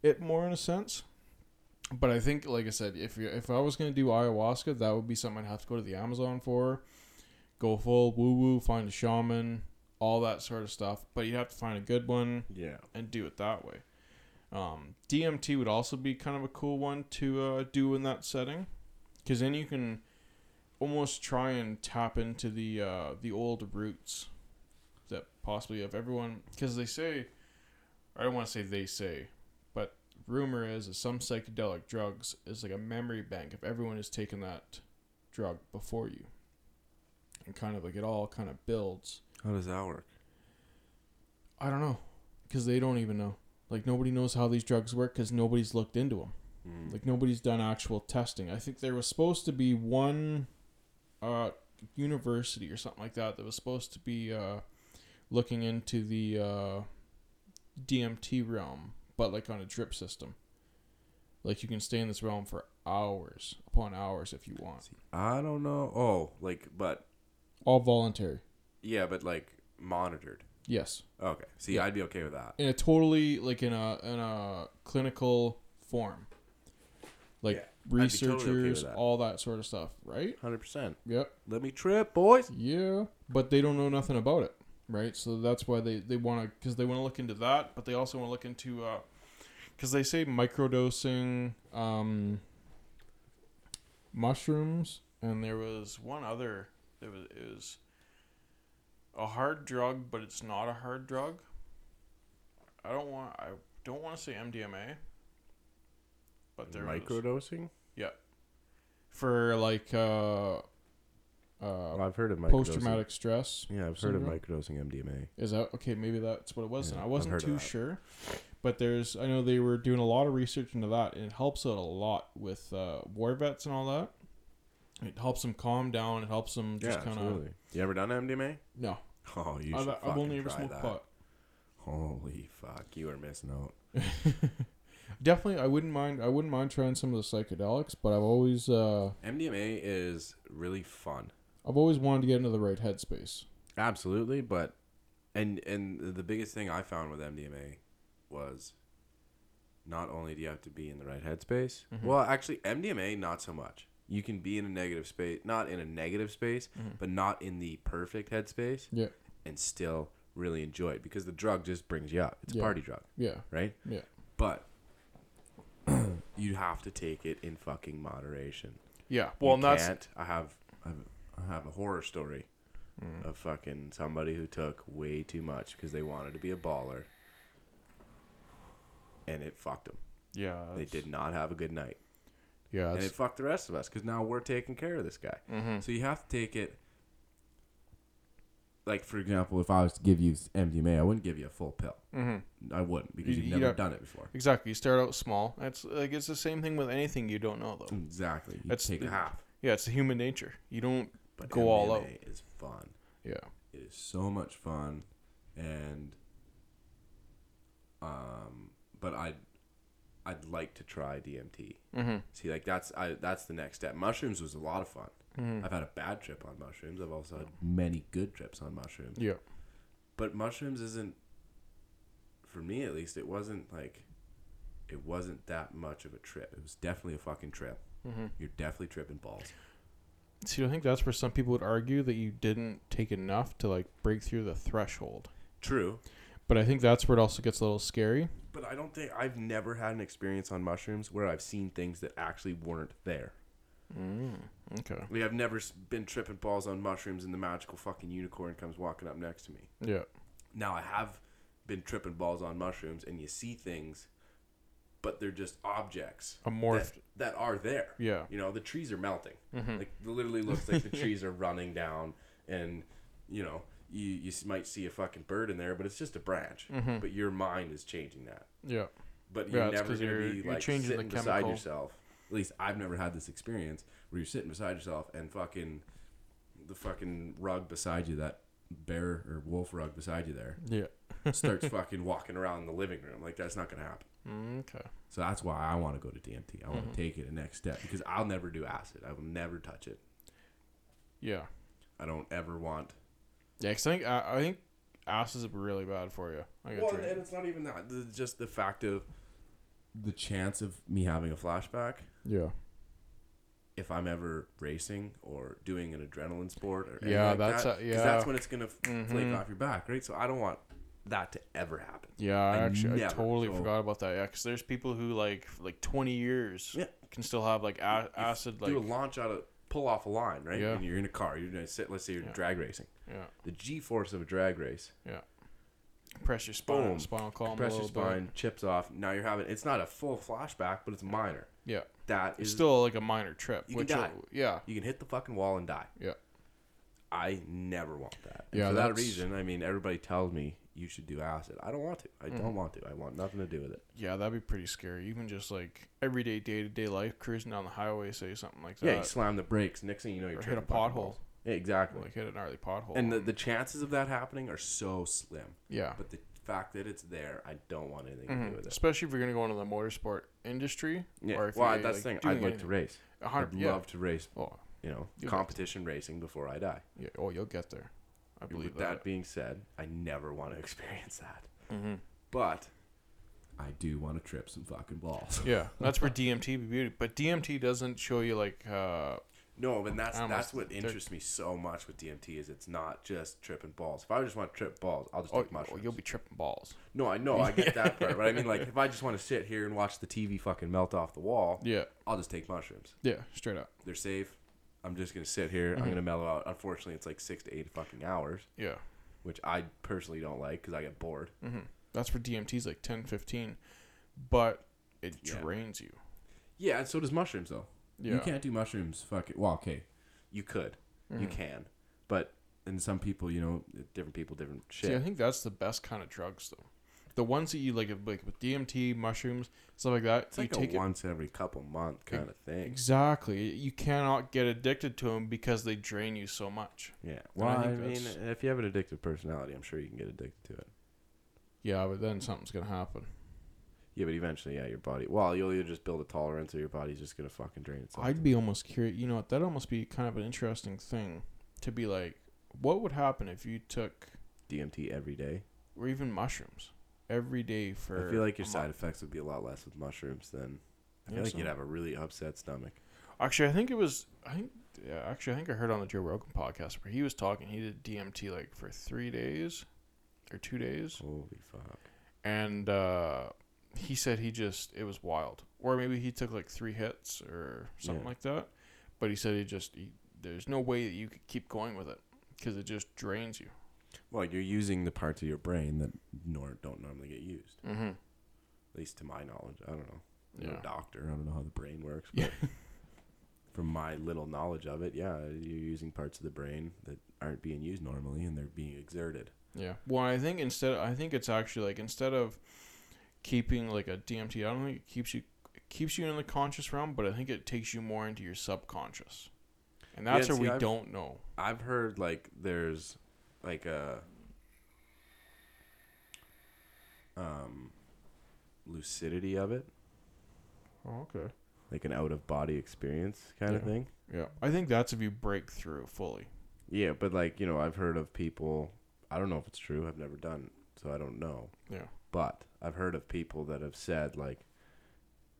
Speaker 2: it more in a sense. But I think, like I said, if you if I was gonna do ayahuasca, that would be something I'd have to go to the Amazon for, go full woo woo, find a shaman, all that sort of stuff. But you'd have to find a good one
Speaker 1: Yeah.
Speaker 2: and do it that way. Um, DMT would also be kind of a cool one to uh, do in that setting, because then you can almost try and tap into the uh, the old roots that possibly of everyone. Because they say, I don't want to say they say, but rumor is that some psychedelic drugs is like a memory bank if everyone has taken that drug before you, and kind of like it all kind of builds.
Speaker 1: How does that work?
Speaker 2: I don't know, because they don't even know. Like nobody knows how these drugs work because nobody's looked into them. Like nobody's done actual testing. I think there was supposed to be one, uh, university or something like that that was supposed to be uh, looking into the uh, DMT realm, but like on a drip system. Like you can stay in this realm for hours upon hours if you want.
Speaker 1: I don't know. Oh, like, but
Speaker 2: All voluntary.
Speaker 1: yeah, but like monitored.
Speaker 2: Yes.
Speaker 1: Okay. See,
Speaker 2: Yeah.
Speaker 1: I'd be okay with that.
Speaker 2: in a totally like in a in a clinical form like
Speaker 1: Yeah, I'd be totally okay with
Speaker 2: researchers
Speaker 1: that.
Speaker 2: all that sort of stuff right
Speaker 1: Hundred percent.
Speaker 2: yep
Speaker 1: Let me trip, boys.
Speaker 2: yeah but they don't know nothing about it right so that's why they they want to because they want to look into that but they also want to look into uh because they say microdosing um mushrooms and there was one other it was, it was a hard drug but it's not a hard drug i don't want i don't want to say mdma but there was-
Speaker 1: Microdosing.
Speaker 2: yeah for like uh uh
Speaker 1: Oh, I've heard of microdosing.
Speaker 2: post traumatic stress.
Speaker 1: Yeah, I've heard of
Speaker 2: syndrome.
Speaker 1: microdosing MDMA.
Speaker 2: Is that okay? Maybe that's what it was.
Speaker 1: Yeah,
Speaker 2: and I
Speaker 1: I've
Speaker 2: wasn't
Speaker 1: heard of
Speaker 2: too
Speaker 1: that.
Speaker 2: sure, but there's I know they were doing a lot of research into that, and it helps out a lot with uh, war vets and all that. It helps them calm down. It helps them just kind of
Speaker 1: You ever done MDMA?
Speaker 2: no.
Speaker 1: Oh, you
Speaker 2: I've,
Speaker 1: should
Speaker 2: I've only ever
Speaker 1: try
Speaker 2: smoked
Speaker 1: that.
Speaker 2: pot.
Speaker 1: Holy fuck, you are missing out.
Speaker 2: Definitely, I wouldn't mind. I wouldn't mind trying some of the psychedelics, but I've always uh,
Speaker 1: MDMA is really fun.
Speaker 2: I've always wanted to get into the right headspace.
Speaker 1: Absolutely, but and and the biggest thing I found with MDMA was not only do you have to be in the right headspace.
Speaker 2: Mm-hmm.
Speaker 1: Well, actually, MDMA not so much. You can be in a negative space, not in a negative space, but not in the perfect headspace,
Speaker 2: Mm-hmm. Yeah,
Speaker 1: and still really enjoy it because the drug just brings you out. It's
Speaker 2: Yeah.
Speaker 1: a party drug,
Speaker 2: yeah,
Speaker 1: right?
Speaker 2: yeah.
Speaker 1: But you have to take it in fucking moderation.
Speaker 2: Yeah. Well,
Speaker 1: you
Speaker 2: and that's
Speaker 1: can't. I have I have, I have a horror story
Speaker 2: Mm.
Speaker 1: of fucking somebody who took way too much because they wanted to be a baller, and it fucked them.
Speaker 2: yeah.
Speaker 1: They
Speaker 2: that's-
Speaker 1: did not have a good night.
Speaker 2: Yeah,
Speaker 1: and
Speaker 2: it's-
Speaker 1: it fucked the rest of us because now we're taking care of this guy.
Speaker 2: Mm-hmm.
Speaker 1: So you have to take it. Like for
Speaker 4: For example, if I was to give you MDMA, I wouldn't give you a full pill. I wouldn't because
Speaker 2: Mm-hmm. You-
Speaker 4: you've
Speaker 2: you
Speaker 4: never
Speaker 2: don't-
Speaker 4: done it before.
Speaker 2: Exactly. You start out small. It's like it's the same thing with anything you don't know though.
Speaker 4: Exactly. You
Speaker 2: That's
Speaker 4: take
Speaker 2: the-
Speaker 4: half.
Speaker 2: Yeah, it's the human nature. You don't
Speaker 4: But
Speaker 2: go all out.
Speaker 4: MDMA is fun.
Speaker 2: Yeah.
Speaker 4: It is so much fun, and um,
Speaker 1: but I, I'd like to try DMT.
Speaker 2: Mhm.
Speaker 1: See, like that's I that's the next step. Mushrooms was a lot of fun.
Speaker 2: Mhm.
Speaker 1: I've had a bad trip on mushrooms. I've also had many good trips on mushrooms.
Speaker 2: Yeah.
Speaker 1: But mushrooms isn't, for me at least, it wasn't like, it wasn't that much of a trip. It was definitely a fucking trip.
Speaker 2: Mhm.
Speaker 1: You're definitely tripping balls.
Speaker 2: See, I think that's where some people would argue that you didn't take enough to like break through the threshold.
Speaker 1: True.
Speaker 2: But I think that's where it also gets a little scary.
Speaker 1: But I don't think I've never had an experience on mushrooms where I've seen things that actually weren't there.
Speaker 2: Mm, okay.
Speaker 1: Like I've never s- been tripping balls on mushrooms and the magical fucking unicorn comes walking up next to me.
Speaker 2: Yeah.
Speaker 1: Now I have been tripping balls on mushrooms and you see things, but they're just objects
Speaker 2: Amorphed.
Speaker 1: that, that are there.
Speaker 2: Yeah.
Speaker 1: You know, the trees are melting.
Speaker 2: Mhm.
Speaker 1: Like it literally looks like the trees are running down and you know, you, you s- might see a fucking bird in there, but it's just a branch.
Speaker 2: Mhm.
Speaker 1: But your mind is changing that.
Speaker 2: Yeah.
Speaker 1: But
Speaker 2: Yeah,
Speaker 1: you're
Speaker 2: it's
Speaker 1: never
Speaker 2: 'cause
Speaker 1: gonna
Speaker 2: you're-
Speaker 1: be
Speaker 2: you're
Speaker 1: like
Speaker 2: changing the
Speaker 1: sitting beside
Speaker 2: chemical.
Speaker 1: yourself. At least I've never had this experience where you're sitting beside yourself and fucking the fucking rug beside you, that bear or wolf rug beside you there,
Speaker 2: Yeah.
Speaker 1: starts fucking walking around the living room. Like that's not gonna happen.
Speaker 2: Okay.
Speaker 1: So that's why I want to go to DMT. I want to
Speaker 2: Mm-hmm.
Speaker 1: take it a next step because I'll never do acid. I will never touch it.
Speaker 2: Yeah.
Speaker 1: I don't ever want.
Speaker 2: Yeah, 'cause I think I, I think acids are really bad for you. I got
Speaker 1: Well,
Speaker 2: three.
Speaker 1: and it's not even that. The- Just the fact of the chance of me having a flashback.
Speaker 2: Yeah.
Speaker 1: if I'm ever racing or doing an adrenaline sport or
Speaker 2: Yeah,
Speaker 1: yeah,
Speaker 2: that's
Speaker 1: that's
Speaker 2: a- yeah.
Speaker 1: that's when it's gonna f- flake
Speaker 2: Mhm.
Speaker 1: off your back, right? So I don't want that to ever happen.
Speaker 2: Yeah, I
Speaker 1: I
Speaker 2: actually, I
Speaker 1: never-
Speaker 2: totally
Speaker 1: so-
Speaker 2: forgot about that. Yeah, 'cause there's people who like f- like 20 years
Speaker 1: Yeah.
Speaker 2: can still have like a-
Speaker 1: You
Speaker 2: acid like
Speaker 1: do a launch out of pull off a line, right?
Speaker 2: Yeah.
Speaker 1: And you're in a car. You're gonna sit. Let's say you're
Speaker 2: Yeah.
Speaker 1: drag racing.
Speaker 2: yeah
Speaker 1: The G force of a drag race.
Speaker 2: yeah press your spine
Speaker 1: Boom.
Speaker 2: spinal column
Speaker 1: Press
Speaker 2: a
Speaker 1: your
Speaker 2: little
Speaker 1: spine,
Speaker 2: bit.
Speaker 1: chips off. Now you're having. It's not a full flashback, but it's minor.
Speaker 2: Yeah,
Speaker 1: That
Speaker 2: it's
Speaker 1: is
Speaker 2: still like a minor trip.
Speaker 1: You can
Speaker 2: which
Speaker 1: die.
Speaker 2: will- yeah,
Speaker 1: You can hit the fucking wall and die.
Speaker 2: yeah,
Speaker 1: I never want that. And
Speaker 2: Yeah,
Speaker 1: for that
Speaker 2: that's-
Speaker 1: reason, I mean, everybody tells me you should do acid. I don't want to.
Speaker 2: Mm-hmm.
Speaker 1: I don't want to. I want nothing to do with it.
Speaker 2: yeah. That'd be pretty scary. Even just like everyday day to day life, cruising down the highway, say something like that.
Speaker 1: Yeah, you slam the brakes. Next thing you know, you're
Speaker 2: Uh, or hit a
Speaker 1: tripping fucking
Speaker 2: pothole.
Speaker 1: balls. Yeah, exactly.
Speaker 2: like hit a gnarly pothole.
Speaker 1: and the, the chances of that happening are so slim.
Speaker 2: yeah,
Speaker 1: But the fact that it's there, I don't want anything to do
Speaker 2: Mhm.
Speaker 1: with it.
Speaker 2: especially if you're gonna go into the motorsport industry.
Speaker 1: Yeah.
Speaker 2: or if
Speaker 1: well,
Speaker 2: you're,
Speaker 1: that's the
Speaker 2: like,
Speaker 1: thing. I'd
Speaker 2: doing
Speaker 1: like to
Speaker 2: anything.
Speaker 1: race.
Speaker 2: A hundred-
Speaker 1: I'd
Speaker 2: yeah.
Speaker 1: love to race.
Speaker 2: Oh,
Speaker 1: You know,
Speaker 2: You'll get
Speaker 1: competition racing before I die.
Speaker 2: yeah. Oh, you'll get there. I believe
Speaker 1: With
Speaker 2: that.
Speaker 1: that being said, I never want to experience that.
Speaker 2: Mhm.
Speaker 1: But
Speaker 4: I do want to trip some fucking balls.
Speaker 2: Yeah, that's where DMT be beauty. But DMT doesn't show you like uh
Speaker 1: no, and that's
Speaker 2: Almost
Speaker 1: that's what
Speaker 2: thir-
Speaker 1: interests me so much with DMT is it's not just tripping balls. If I just want to trip balls, I'll just
Speaker 2: oh,
Speaker 1: take mushrooms.
Speaker 2: you'll be tripping balls.
Speaker 1: No, I know, I get that part, but I mean, like, if I just want to sit here and watch the TV fucking melt off the wall,
Speaker 2: Yeah.
Speaker 1: I'll just take mushrooms.
Speaker 2: Yeah, straight up.
Speaker 1: They're safe. I'm just gonna sit here.
Speaker 2: Mm-hmm.
Speaker 1: I'm gonna mellow out. Unfortunately, it's like six to eight fucking hours,
Speaker 2: Yeah.
Speaker 1: which I personally don't like because I get bored.
Speaker 2: Mm. That's where DMT's like 10, 15, but it
Speaker 1: Yeah.
Speaker 2: drains you.
Speaker 1: Yeah, and so does mushrooms though.
Speaker 2: Yeah.
Speaker 4: You can't do mushrooms. Fuck it. Well, okay.
Speaker 1: You could,
Speaker 2: Mm.
Speaker 1: you can, but
Speaker 4: And some people, you know,
Speaker 1: different people, different shit.
Speaker 2: See, I think that's the best kind of drugs though. The ones that you like, like with DMT, mushrooms, stuff like that.
Speaker 1: it's
Speaker 2: you
Speaker 1: like a
Speaker 2: take it
Speaker 1: once every couple month kind of thing.
Speaker 2: exactly. You cannot get addicted to them because they drain you so much.
Speaker 1: Yeah.
Speaker 2: And
Speaker 1: Well,
Speaker 2: I
Speaker 1: I,
Speaker 2: think
Speaker 1: mean,
Speaker 2: that's-
Speaker 1: if you have an addictive personality, I'm sure you can get addicted to it.
Speaker 2: Yeah, but then something's gonna happen.
Speaker 1: Yeah, but eventually, yeah, your body. Well, you'll either just build a tolerance, or your body's just gonna fucking drain itself.
Speaker 2: I'd be almost curious. You know what? That'd almost be kind of an interesting thing to be like, what would happen if you took
Speaker 1: DMT every day.
Speaker 2: or even mushrooms every day for?
Speaker 1: I feel like your
Speaker 2: a
Speaker 1: side
Speaker 2: month?
Speaker 1: effects would be a lot less with mushrooms than. I
Speaker 2: Yeah,
Speaker 1: feel like
Speaker 2: so-
Speaker 1: you'd have a really upset stomach.
Speaker 2: Actually, I think it was. I think. Yeah, actually, I think I heard on the Joe Rogan podcast where he was talking. He did DMT like for three days or two days,
Speaker 1: Holy fuck!
Speaker 2: and uh, he said he just it was wild. Or maybe he took like three hits or something
Speaker 1: Yeah.
Speaker 2: like that. But he said he just he, there's no way that you could keep going with it because it just drains you.
Speaker 1: Well, you're using the parts of your brain that nor don't normally get used.
Speaker 2: Mm-hmm.
Speaker 1: At least to my knowledge, I don't know. I'm
Speaker 2: Yeah.
Speaker 1: no doctor. I don't know how the brain works. But
Speaker 2: Yeah.
Speaker 1: from my little knowledge of it, yeah, you're using parts of the brain that aren't being used normally, and they're being exerted.
Speaker 2: Yeah. Well, I think instead, I think it's actually like instead of keeping like a DMT, I don't think it keeps you it keeps you in the conscious realm, but I think it takes you more into your subconscious, and that's
Speaker 1: Yeah,
Speaker 2: where
Speaker 1: see,
Speaker 2: we
Speaker 1: I've-
Speaker 2: don't know.
Speaker 1: I've heard like there's like uh, a um lucidity of it,
Speaker 2: Oh, okay.
Speaker 1: like an out of body experience kind of
Speaker 2: Yeah.
Speaker 1: thing.
Speaker 2: Yeah, I think that's if you break through fully.
Speaker 1: Yeah, but like, you know, I've heard of people, I don't know if it's true, I've never done, it, so I don't know.
Speaker 2: Yeah.
Speaker 1: But I've heard of people that have said like,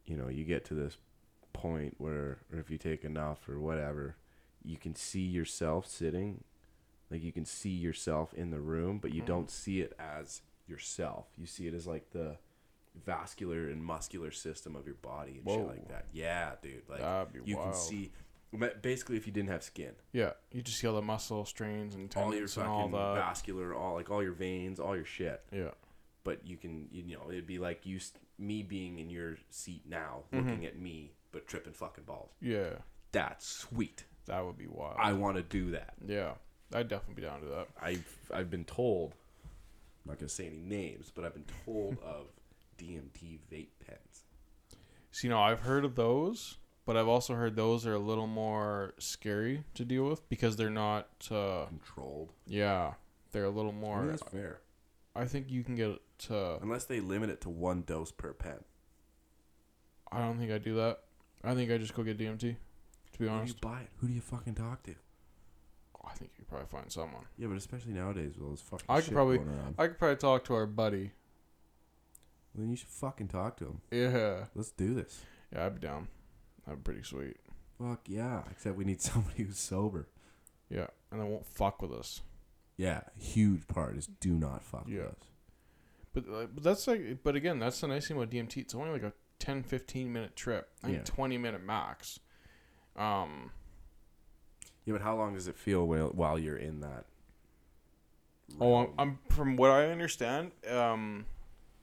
Speaker 1: you know, you get to this point where or if you take enough or whatever, you can see yourself sitting, like you can see yourself in the room, but you
Speaker 2: Mm-hmm.
Speaker 1: don't see it as yourself. You see it as like the vascular and muscular system of your body and shit
Speaker 2: Whoa.
Speaker 1: like that. Yeah, dude. Like
Speaker 2: That'd be
Speaker 1: you
Speaker 2: wild.
Speaker 1: can see basically if you didn't have skin
Speaker 2: Yeah, you just feel the muscle strains and
Speaker 1: all your
Speaker 2: tendons
Speaker 1: fucking
Speaker 2: and all that.
Speaker 1: vascular, all like all your veins, all your shit.
Speaker 2: Yeah.
Speaker 1: But you can, you know, it'd be like you, s- me being in your seat now,
Speaker 2: Mm-hmm.
Speaker 1: looking at me, but tripping fucking balls.
Speaker 2: Yeah,
Speaker 1: That's sweet.
Speaker 2: that would be wild.
Speaker 1: I want to do that.
Speaker 2: yeah, I'd definitely be down to that.
Speaker 1: I've I've been told, I'm not gonna say any names, but I've been told of DMT vape pens.
Speaker 2: So, you know, I've heard of those, but I've also heard those are a little more scary to deal with because they're not. Uh,
Speaker 1: Controlled.
Speaker 2: yeah, they're a little
Speaker 4: I mean,
Speaker 2: more.
Speaker 4: that's fair.
Speaker 2: I think you can get. Uh,
Speaker 1: Unless they limit it to one dose per pen.
Speaker 2: I don't think I do that. I think I just go get DMT. To be
Speaker 1: Who do
Speaker 2: honest,
Speaker 1: you buy it? Who do you fucking talk to?
Speaker 2: I think you could probably find someone.
Speaker 1: Yeah, but especially nowadays with all this fucking
Speaker 2: I could
Speaker 1: shit
Speaker 2: probably-
Speaker 1: going around.
Speaker 2: I could probably talk to our buddy.
Speaker 1: Then you should fucking talk to him.
Speaker 2: Yeah,
Speaker 1: Let's do this.
Speaker 2: yeah, I'd be down. That'd be pretty sweet.
Speaker 1: Fuck yeah. Except we need somebody who's sober.
Speaker 2: Yeah, and they won't fuck with us.
Speaker 1: Yeah, huge part is do not fuck
Speaker 2: Yeah.
Speaker 1: with us.
Speaker 2: But, uh, but that's like, but again, that's the nice thing about DMT. It's only like a 10, 15 minute trip. I think
Speaker 1: Yeah.
Speaker 2: 20 minute max. Um,
Speaker 1: Yeah, but how long does it feel while, while you're in that?
Speaker 2: oh, I'm, I'm from what I understand. Um,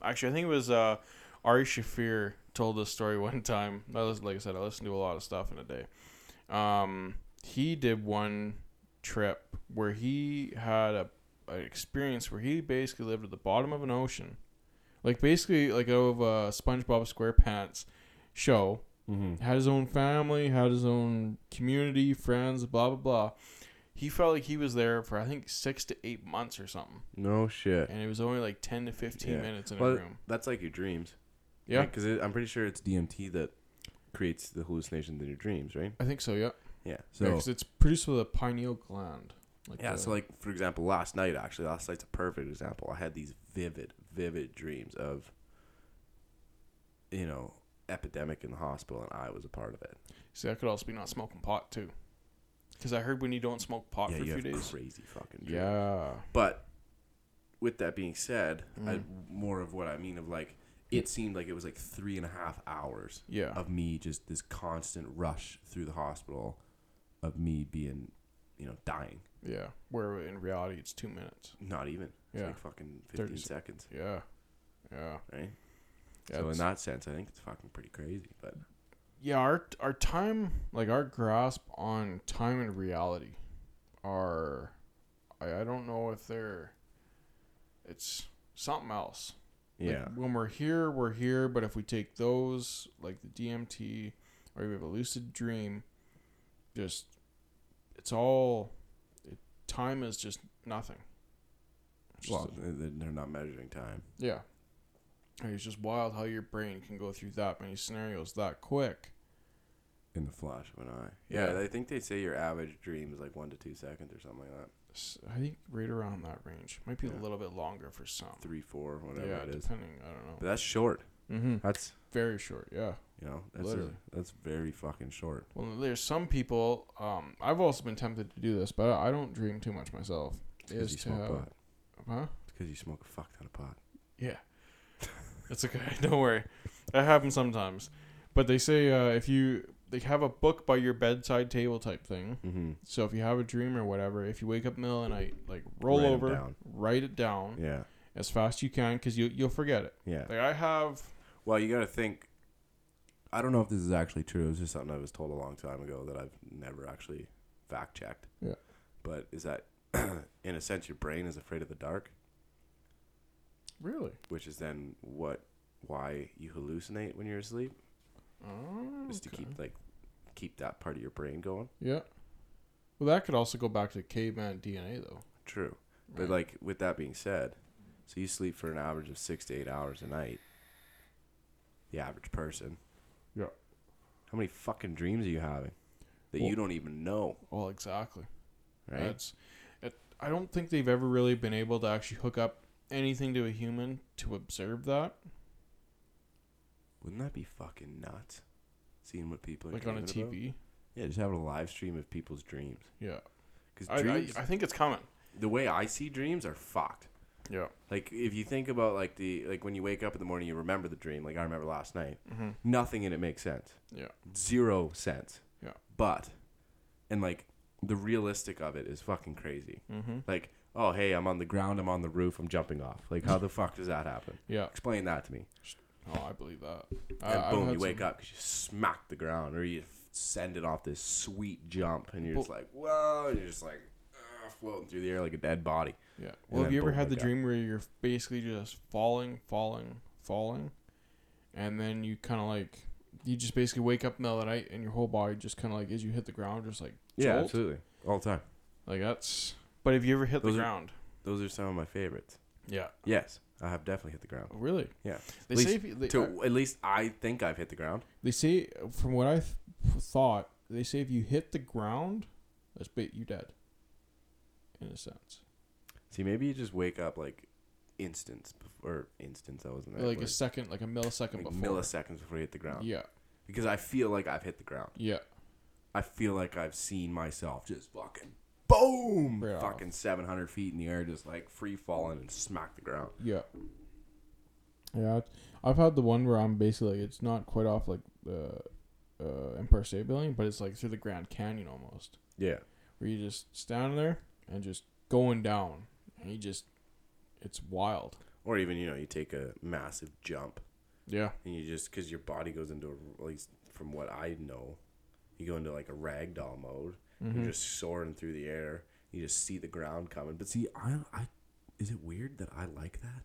Speaker 2: actually, I think it was uh, Ari Shafir told this story one time. I was, like I said, I listened to a lot of stuff in a day. Um, he did one trip where he had a an experience where he basically lived at the bottom of an ocean, like basically like out of a SpongeBob SquarePants show.
Speaker 4: Mm-hmm.
Speaker 2: had his own family, had his own community, friends, blah blah blah. He felt like he was there for I think six to eight months or something,
Speaker 1: No shit.
Speaker 2: and it was only like ten to fifteen
Speaker 1: Yeah.
Speaker 2: minutes in
Speaker 1: Well,
Speaker 2: a room.
Speaker 1: that's like your dreams.
Speaker 2: Yeah,
Speaker 1: Because I'm pretty sure it's DMT that creates the hallucinations in your dreams, right?
Speaker 2: I think so. Yeah,
Speaker 1: Yeah. So,
Speaker 2: because it's produced with a pineal gland. Like uh,
Speaker 1: yeah,
Speaker 2: the-
Speaker 1: so like, for example, last night, actually, last night's a perfect example. I had these vivid, vivid dreams of, you know, epidemic in the hospital, and I was a part of it.
Speaker 2: see, that could also be not smoking pot too, because I heard when you don't smoke pot
Speaker 1: yeah,
Speaker 2: for a
Speaker 1: you
Speaker 2: few
Speaker 1: have
Speaker 2: days.
Speaker 1: crazy fucking dreams.
Speaker 2: yeah,
Speaker 1: But with that being said, I,
Speaker 2: Mm.
Speaker 1: more of what I mean of like, it seemed like it was like three and a half hours
Speaker 2: Yeah.
Speaker 1: of me just this constant rush through the hospital of me being, you know, dying.
Speaker 2: yeah. Where in reality it's two minutes.
Speaker 1: Not even. It's
Speaker 2: Yeah.
Speaker 1: like fucking 15
Speaker 2: 30
Speaker 1: seconds,
Speaker 2: Yeah, yeah.
Speaker 1: right?
Speaker 2: yeah
Speaker 1: so,
Speaker 2: it's-
Speaker 1: in that sense, I think it's fucking pretty crazy. But
Speaker 2: yeah our our time like our grasp on time and reality are I, I don't know if they're it's something else Like,
Speaker 1: yeah.
Speaker 2: when we're here we're here but if we take those like the dmt or you have a lucid dream just it's all it, time is just nothing It's just
Speaker 1: well, they- they're not measuring time.
Speaker 2: yeah. And it's just wild how your brain can go through that many scenarios that quick.
Speaker 1: In the flash of an eye. Yeah,
Speaker 2: Yeah.
Speaker 1: I think they say your average dream is like one to two seconds or something like that.
Speaker 2: S- I think right around that range. Might be
Speaker 1: Yeah.
Speaker 2: a little bit longer for some.
Speaker 1: Three, four, whatever
Speaker 2: yeah,
Speaker 1: it is.
Speaker 2: depending. I don't
Speaker 1: But
Speaker 2: know.
Speaker 1: that's short.
Speaker 2: Mm-hmm.
Speaker 1: That's
Speaker 2: Very short. Yeah.
Speaker 1: You know, that's
Speaker 2: Literally.
Speaker 1: A, that's very fucking short.
Speaker 2: Well, there's some people. Um, I've also been tempted to do this, but I I don't dream too much myself.
Speaker 1: Because
Speaker 2: Is
Speaker 1: you
Speaker 2: to
Speaker 1: smoke
Speaker 2: have,
Speaker 1: pot.
Speaker 2: huh?
Speaker 1: It's because you smoke a fuck ton of pot.
Speaker 2: Yeah. That's okay. Don't worry. That happens sometimes. But they say uh, if you they have a book by your bedside table type thing.
Speaker 1: Mm-hmm.
Speaker 2: So if you have a dream or whatever, if you wake up in the middle of the night, like roll
Speaker 1: Write 'em
Speaker 2: over,
Speaker 1: down.
Speaker 2: write it down
Speaker 1: Yeah,
Speaker 2: as fast as you can, because you you'll forget it.
Speaker 1: yeah.
Speaker 2: Like I have,
Speaker 1: Well, you got to think. I don't know if this is actually true. It was just something I was told a long time ago that I've never actually fact checked.
Speaker 2: Yeah.
Speaker 1: But is that, in a sense, your brain is afraid of the dark,
Speaker 2: Really?
Speaker 1: which is then what, why you hallucinate when you're asleep,
Speaker 2: Oh,
Speaker 1: is to
Speaker 2: okay.
Speaker 1: keep like, keep that part of your brain going.
Speaker 2: Yeah. Well, that could also go back to caveman DNA, though.
Speaker 1: True. But
Speaker 2: Right.
Speaker 1: like with that being said, so you sleep for an average of six to eight hours a night. The average person.
Speaker 2: Yeah.
Speaker 1: How many fucking dreams are you having that you
Speaker 2: Well-
Speaker 1: don't even know?
Speaker 2: Well, exactly.
Speaker 1: Right.
Speaker 2: That's. It, I don't think they've ever really been able to actually hook up anything to a human to observe that,
Speaker 1: Wouldn't that be fucking nuts? Seeing what people are
Speaker 2: like on a
Speaker 1: dreaming about?
Speaker 2: TV.
Speaker 1: Yeah, just having a live stream of people's dreams.
Speaker 2: Yeah. I,
Speaker 1: Because
Speaker 2: I-
Speaker 1: dreams,
Speaker 2: I think it's coming.
Speaker 1: the way I see dreams are fucked.
Speaker 2: Yeah.
Speaker 1: Like if you think about like the like when you wake up in the morning, you remember the dream. Like I remember last night.
Speaker 2: Mhm.
Speaker 1: Nothing in it makes sense.
Speaker 2: Yeah.
Speaker 1: zero sense.
Speaker 2: Yeah.
Speaker 1: But, and like the realistic of it is fucking crazy.
Speaker 2: Mm-hmm.
Speaker 1: Like, oh hey, I'm on the ground, I'm on the roof, I'm jumping off. Like, how the fuck does that happen?
Speaker 2: Yeah.
Speaker 1: Explain that to me.
Speaker 2: Oh, I believe that. Uh, I-
Speaker 1: And
Speaker 2: I've
Speaker 1: boom,
Speaker 2: had
Speaker 1: you wake
Speaker 2: some-
Speaker 1: up because you smack the ground, or you send it off this sweet jump, and you're just
Speaker 2: Well-
Speaker 1: like, whoa, and you're just like uh, floating through the air like a dead body.
Speaker 2: Yeah.
Speaker 1: And
Speaker 2: Well, have
Speaker 1: then
Speaker 2: you ever
Speaker 1: boom,
Speaker 2: had the
Speaker 1: wake up.
Speaker 2: dream where you're basically just falling, falling, falling, and then you kind of like you just basically wake up in the middle of the night and your whole body just kind of like as you hit the ground, just like
Speaker 1: Yeah,
Speaker 2: jolt?
Speaker 1: absolutely, all the time.
Speaker 2: Like that's. But have you ever hit
Speaker 1: Those
Speaker 2: the
Speaker 1: are-
Speaker 2: ground?
Speaker 1: Those are some of my favorites.
Speaker 2: Yeah.
Speaker 1: Yes, I have definitely hit the ground.
Speaker 2: Oh, really?
Speaker 1: Yeah,
Speaker 2: They
Speaker 1: at least,
Speaker 2: say if you- they-
Speaker 1: to, at least I think I've hit the ground.
Speaker 2: They say, from what I th- thought, they say if you hit the ground, that's bit you dead. In a sense,
Speaker 1: See, maybe you just wake up like instance bef- or instance. That wasn't that
Speaker 2: like
Speaker 1: word.
Speaker 2: a second, like a millisecond
Speaker 1: Like
Speaker 2: before.
Speaker 1: milliseconds before you hit the ground.
Speaker 2: Yeah.
Speaker 1: Because I feel like I've hit the ground.
Speaker 2: Yeah.
Speaker 1: I feel like I've seen myself just fucking boom,
Speaker 2: Yeah.
Speaker 1: fucking seven hundred feet in the air, just like free falling and smack the ground.
Speaker 2: Yeah. Yeah, it- I've had the one where I'm basically like, it's not quite off like the uh, Empire State Building, but it's like through the Grand Canyon almost,
Speaker 1: Yeah.
Speaker 2: where you just standing there and just going down, and you just, it's wild.
Speaker 1: Or even you know you take a massive jump
Speaker 2: Yeah.
Speaker 1: and you just because your body goes into a, at least from what I know, you go into like a ragdoll mode.
Speaker 2: Mm-hmm.
Speaker 1: You're just soaring through the air. You just see the ground coming. But see, I, I is it weird that I like that?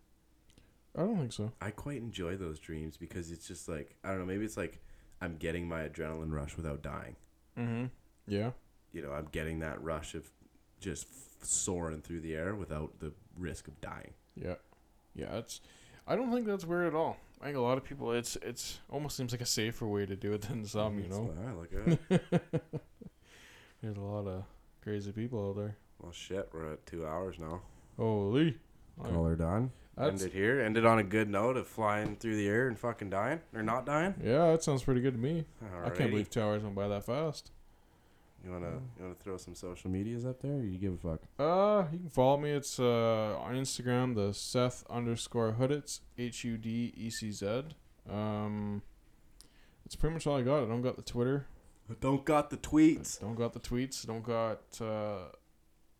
Speaker 2: I don't think so.
Speaker 1: I quite enjoy those dreams because it's just like I don't know. Maybe it's like I'm getting my adrenaline rush without dying.
Speaker 2: Mm-hmm. Yeah.
Speaker 1: You know, I'm getting that rush of just f- soaring through the air without the risk of dying.
Speaker 2: Yeah. Yeah. It's. I don't think that's weird at all. I think a lot of people, it's it's almost seems like a safer way to do it than some.
Speaker 1: Mm-hmm.
Speaker 2: You
Speaker 1: It's
Speaker 2: know,
Speaker 1: like, "All right, look at it."
Speaker 2: there's a lot of crazy people out there.
Speaker 1: well, shit, we're at two hours now.
Speaker 2: Holy. Like,
Speaker 4: Call her Don.
Speaker 2: that's-
Speaker 1: Ended here. Ended on a good note of flying through the air and fucking dying or not dying.
Speaker 2: Yeah, that sounds pretty good to me. I
Speaker 1: Alrighty.
Speaker 2: can't believe two hours went by that fast.
Speaker 1: you wanna you wanna throw some social
Speaker 4: The
Speaker 1: media.
Speaker 4: media's up there. Or you give a fuck.
Speaker 2: Uh, you can follow me. It's uh on Instagram, the Seth underscore Huditz, H U D E C Z. Um, that's pretty much all I got. I don't got the Twitter.
Speaker 1: I don't got the
Speaker 2: I
Speaker 1: tweets.
Speaker 2: don't got the tweets. Don't got uh,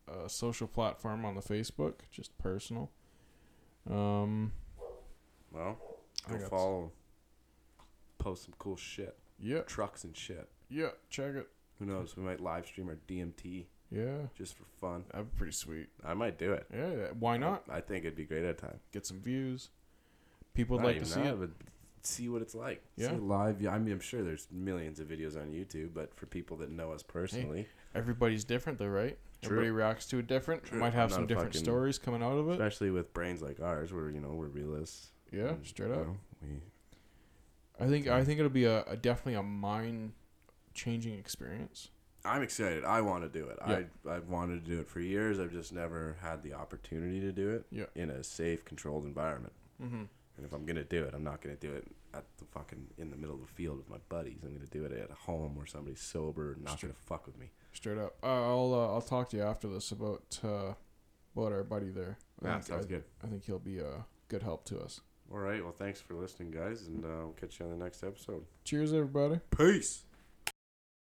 Speaker 2: a social platform on the Facebook. Just personal. Um,
Speaker 1: Well,
Speaker 2: I
Speaker 1: go
Speaker 2: got-
Speaker 1: follow. 'em. Post some cool shit.
Speaker 2: yeah,
Speaker 1: Trucks and shit.
Speaker 2: yeah. Check it.
Speaker 1: Who knows? We might live stream our DMT
Speaker 2: Yeah,
Speaker 1: just for fun.
Speaker 2: that'd be pretty sweet.
Speaker 1: I might do it.
Speaker 2: Yeah, yeah, why not?
Speaker 1: I think it'd be great at a time.
Speaker 2: Get some views. People would
Speaker 1: Not
Speaker 2: like to
Speaker 1: even
Speaker 2: see
Speaker 1: that,
Speaker 2: it.
Speaker 1: but see what it's like.
Speaker 2: Yeah.
Speaker 1: See it live. Yeah, I mean, I'm sure there's millions of videos on YouTube, but for people that know us personally,
Speaker 2: Everybody's different, though, right?
Speaker 1: True.
Speaker 2: Everybody reacts to it different.
Speaker 1: True.
Speaker 2: Might have
Speaker 1: I'm not
Speaker 2: some
Speaker 1: a
Speaker 2: different
Speaker 1: fucking-
Speaker 2: stories coming out of it.
Speaker 1: especially with brains like ours, where you know we're realists.
Speaker 2: Yeah,
Speaker 1: and,
Speaker 2: straight
Speaker 1: you
Speaker 2: up.
Speaker 1: know, we
Speaker 2: I think I think it'll be a, a definitely a mind changing experience.
Speaker 1: I'm excited. I want to do it.
Speaker 2: Yeah.
Speaker 1: I I've wanted to do it for years. I've just never had the opportunity to do it
Speaker 2: Yeah.
Speaker 1: in a safe, controlled environment.
Speaker 2: Mm-hmm.
Speaker 1: And if I'm gonna do it, I'm not gonna do it at the fucking in the middle of the field with my buddies. I'm gonna do it at home where somebody's sober and not
Speaker 2: Sure.
Speaker 1: gonna fuck with me.
Speaker 2: Straight up. Uh, I'll uh, I'll talk to you after this about uh, about our buddy there. I
Speaker 1: Yeah,
Speaker 2: think-
Speaker 1: Ah, sounds
Speaker 2: I-
Speaker 1: good.
Speaker 2: I think he'll be a good help to us.
Speaker 1: All right. Well, thanks for listening, guys, and uh, we'll catch you on the next episode.
Speaker 2: Cheers, everybody.
Speaker 1: Peace.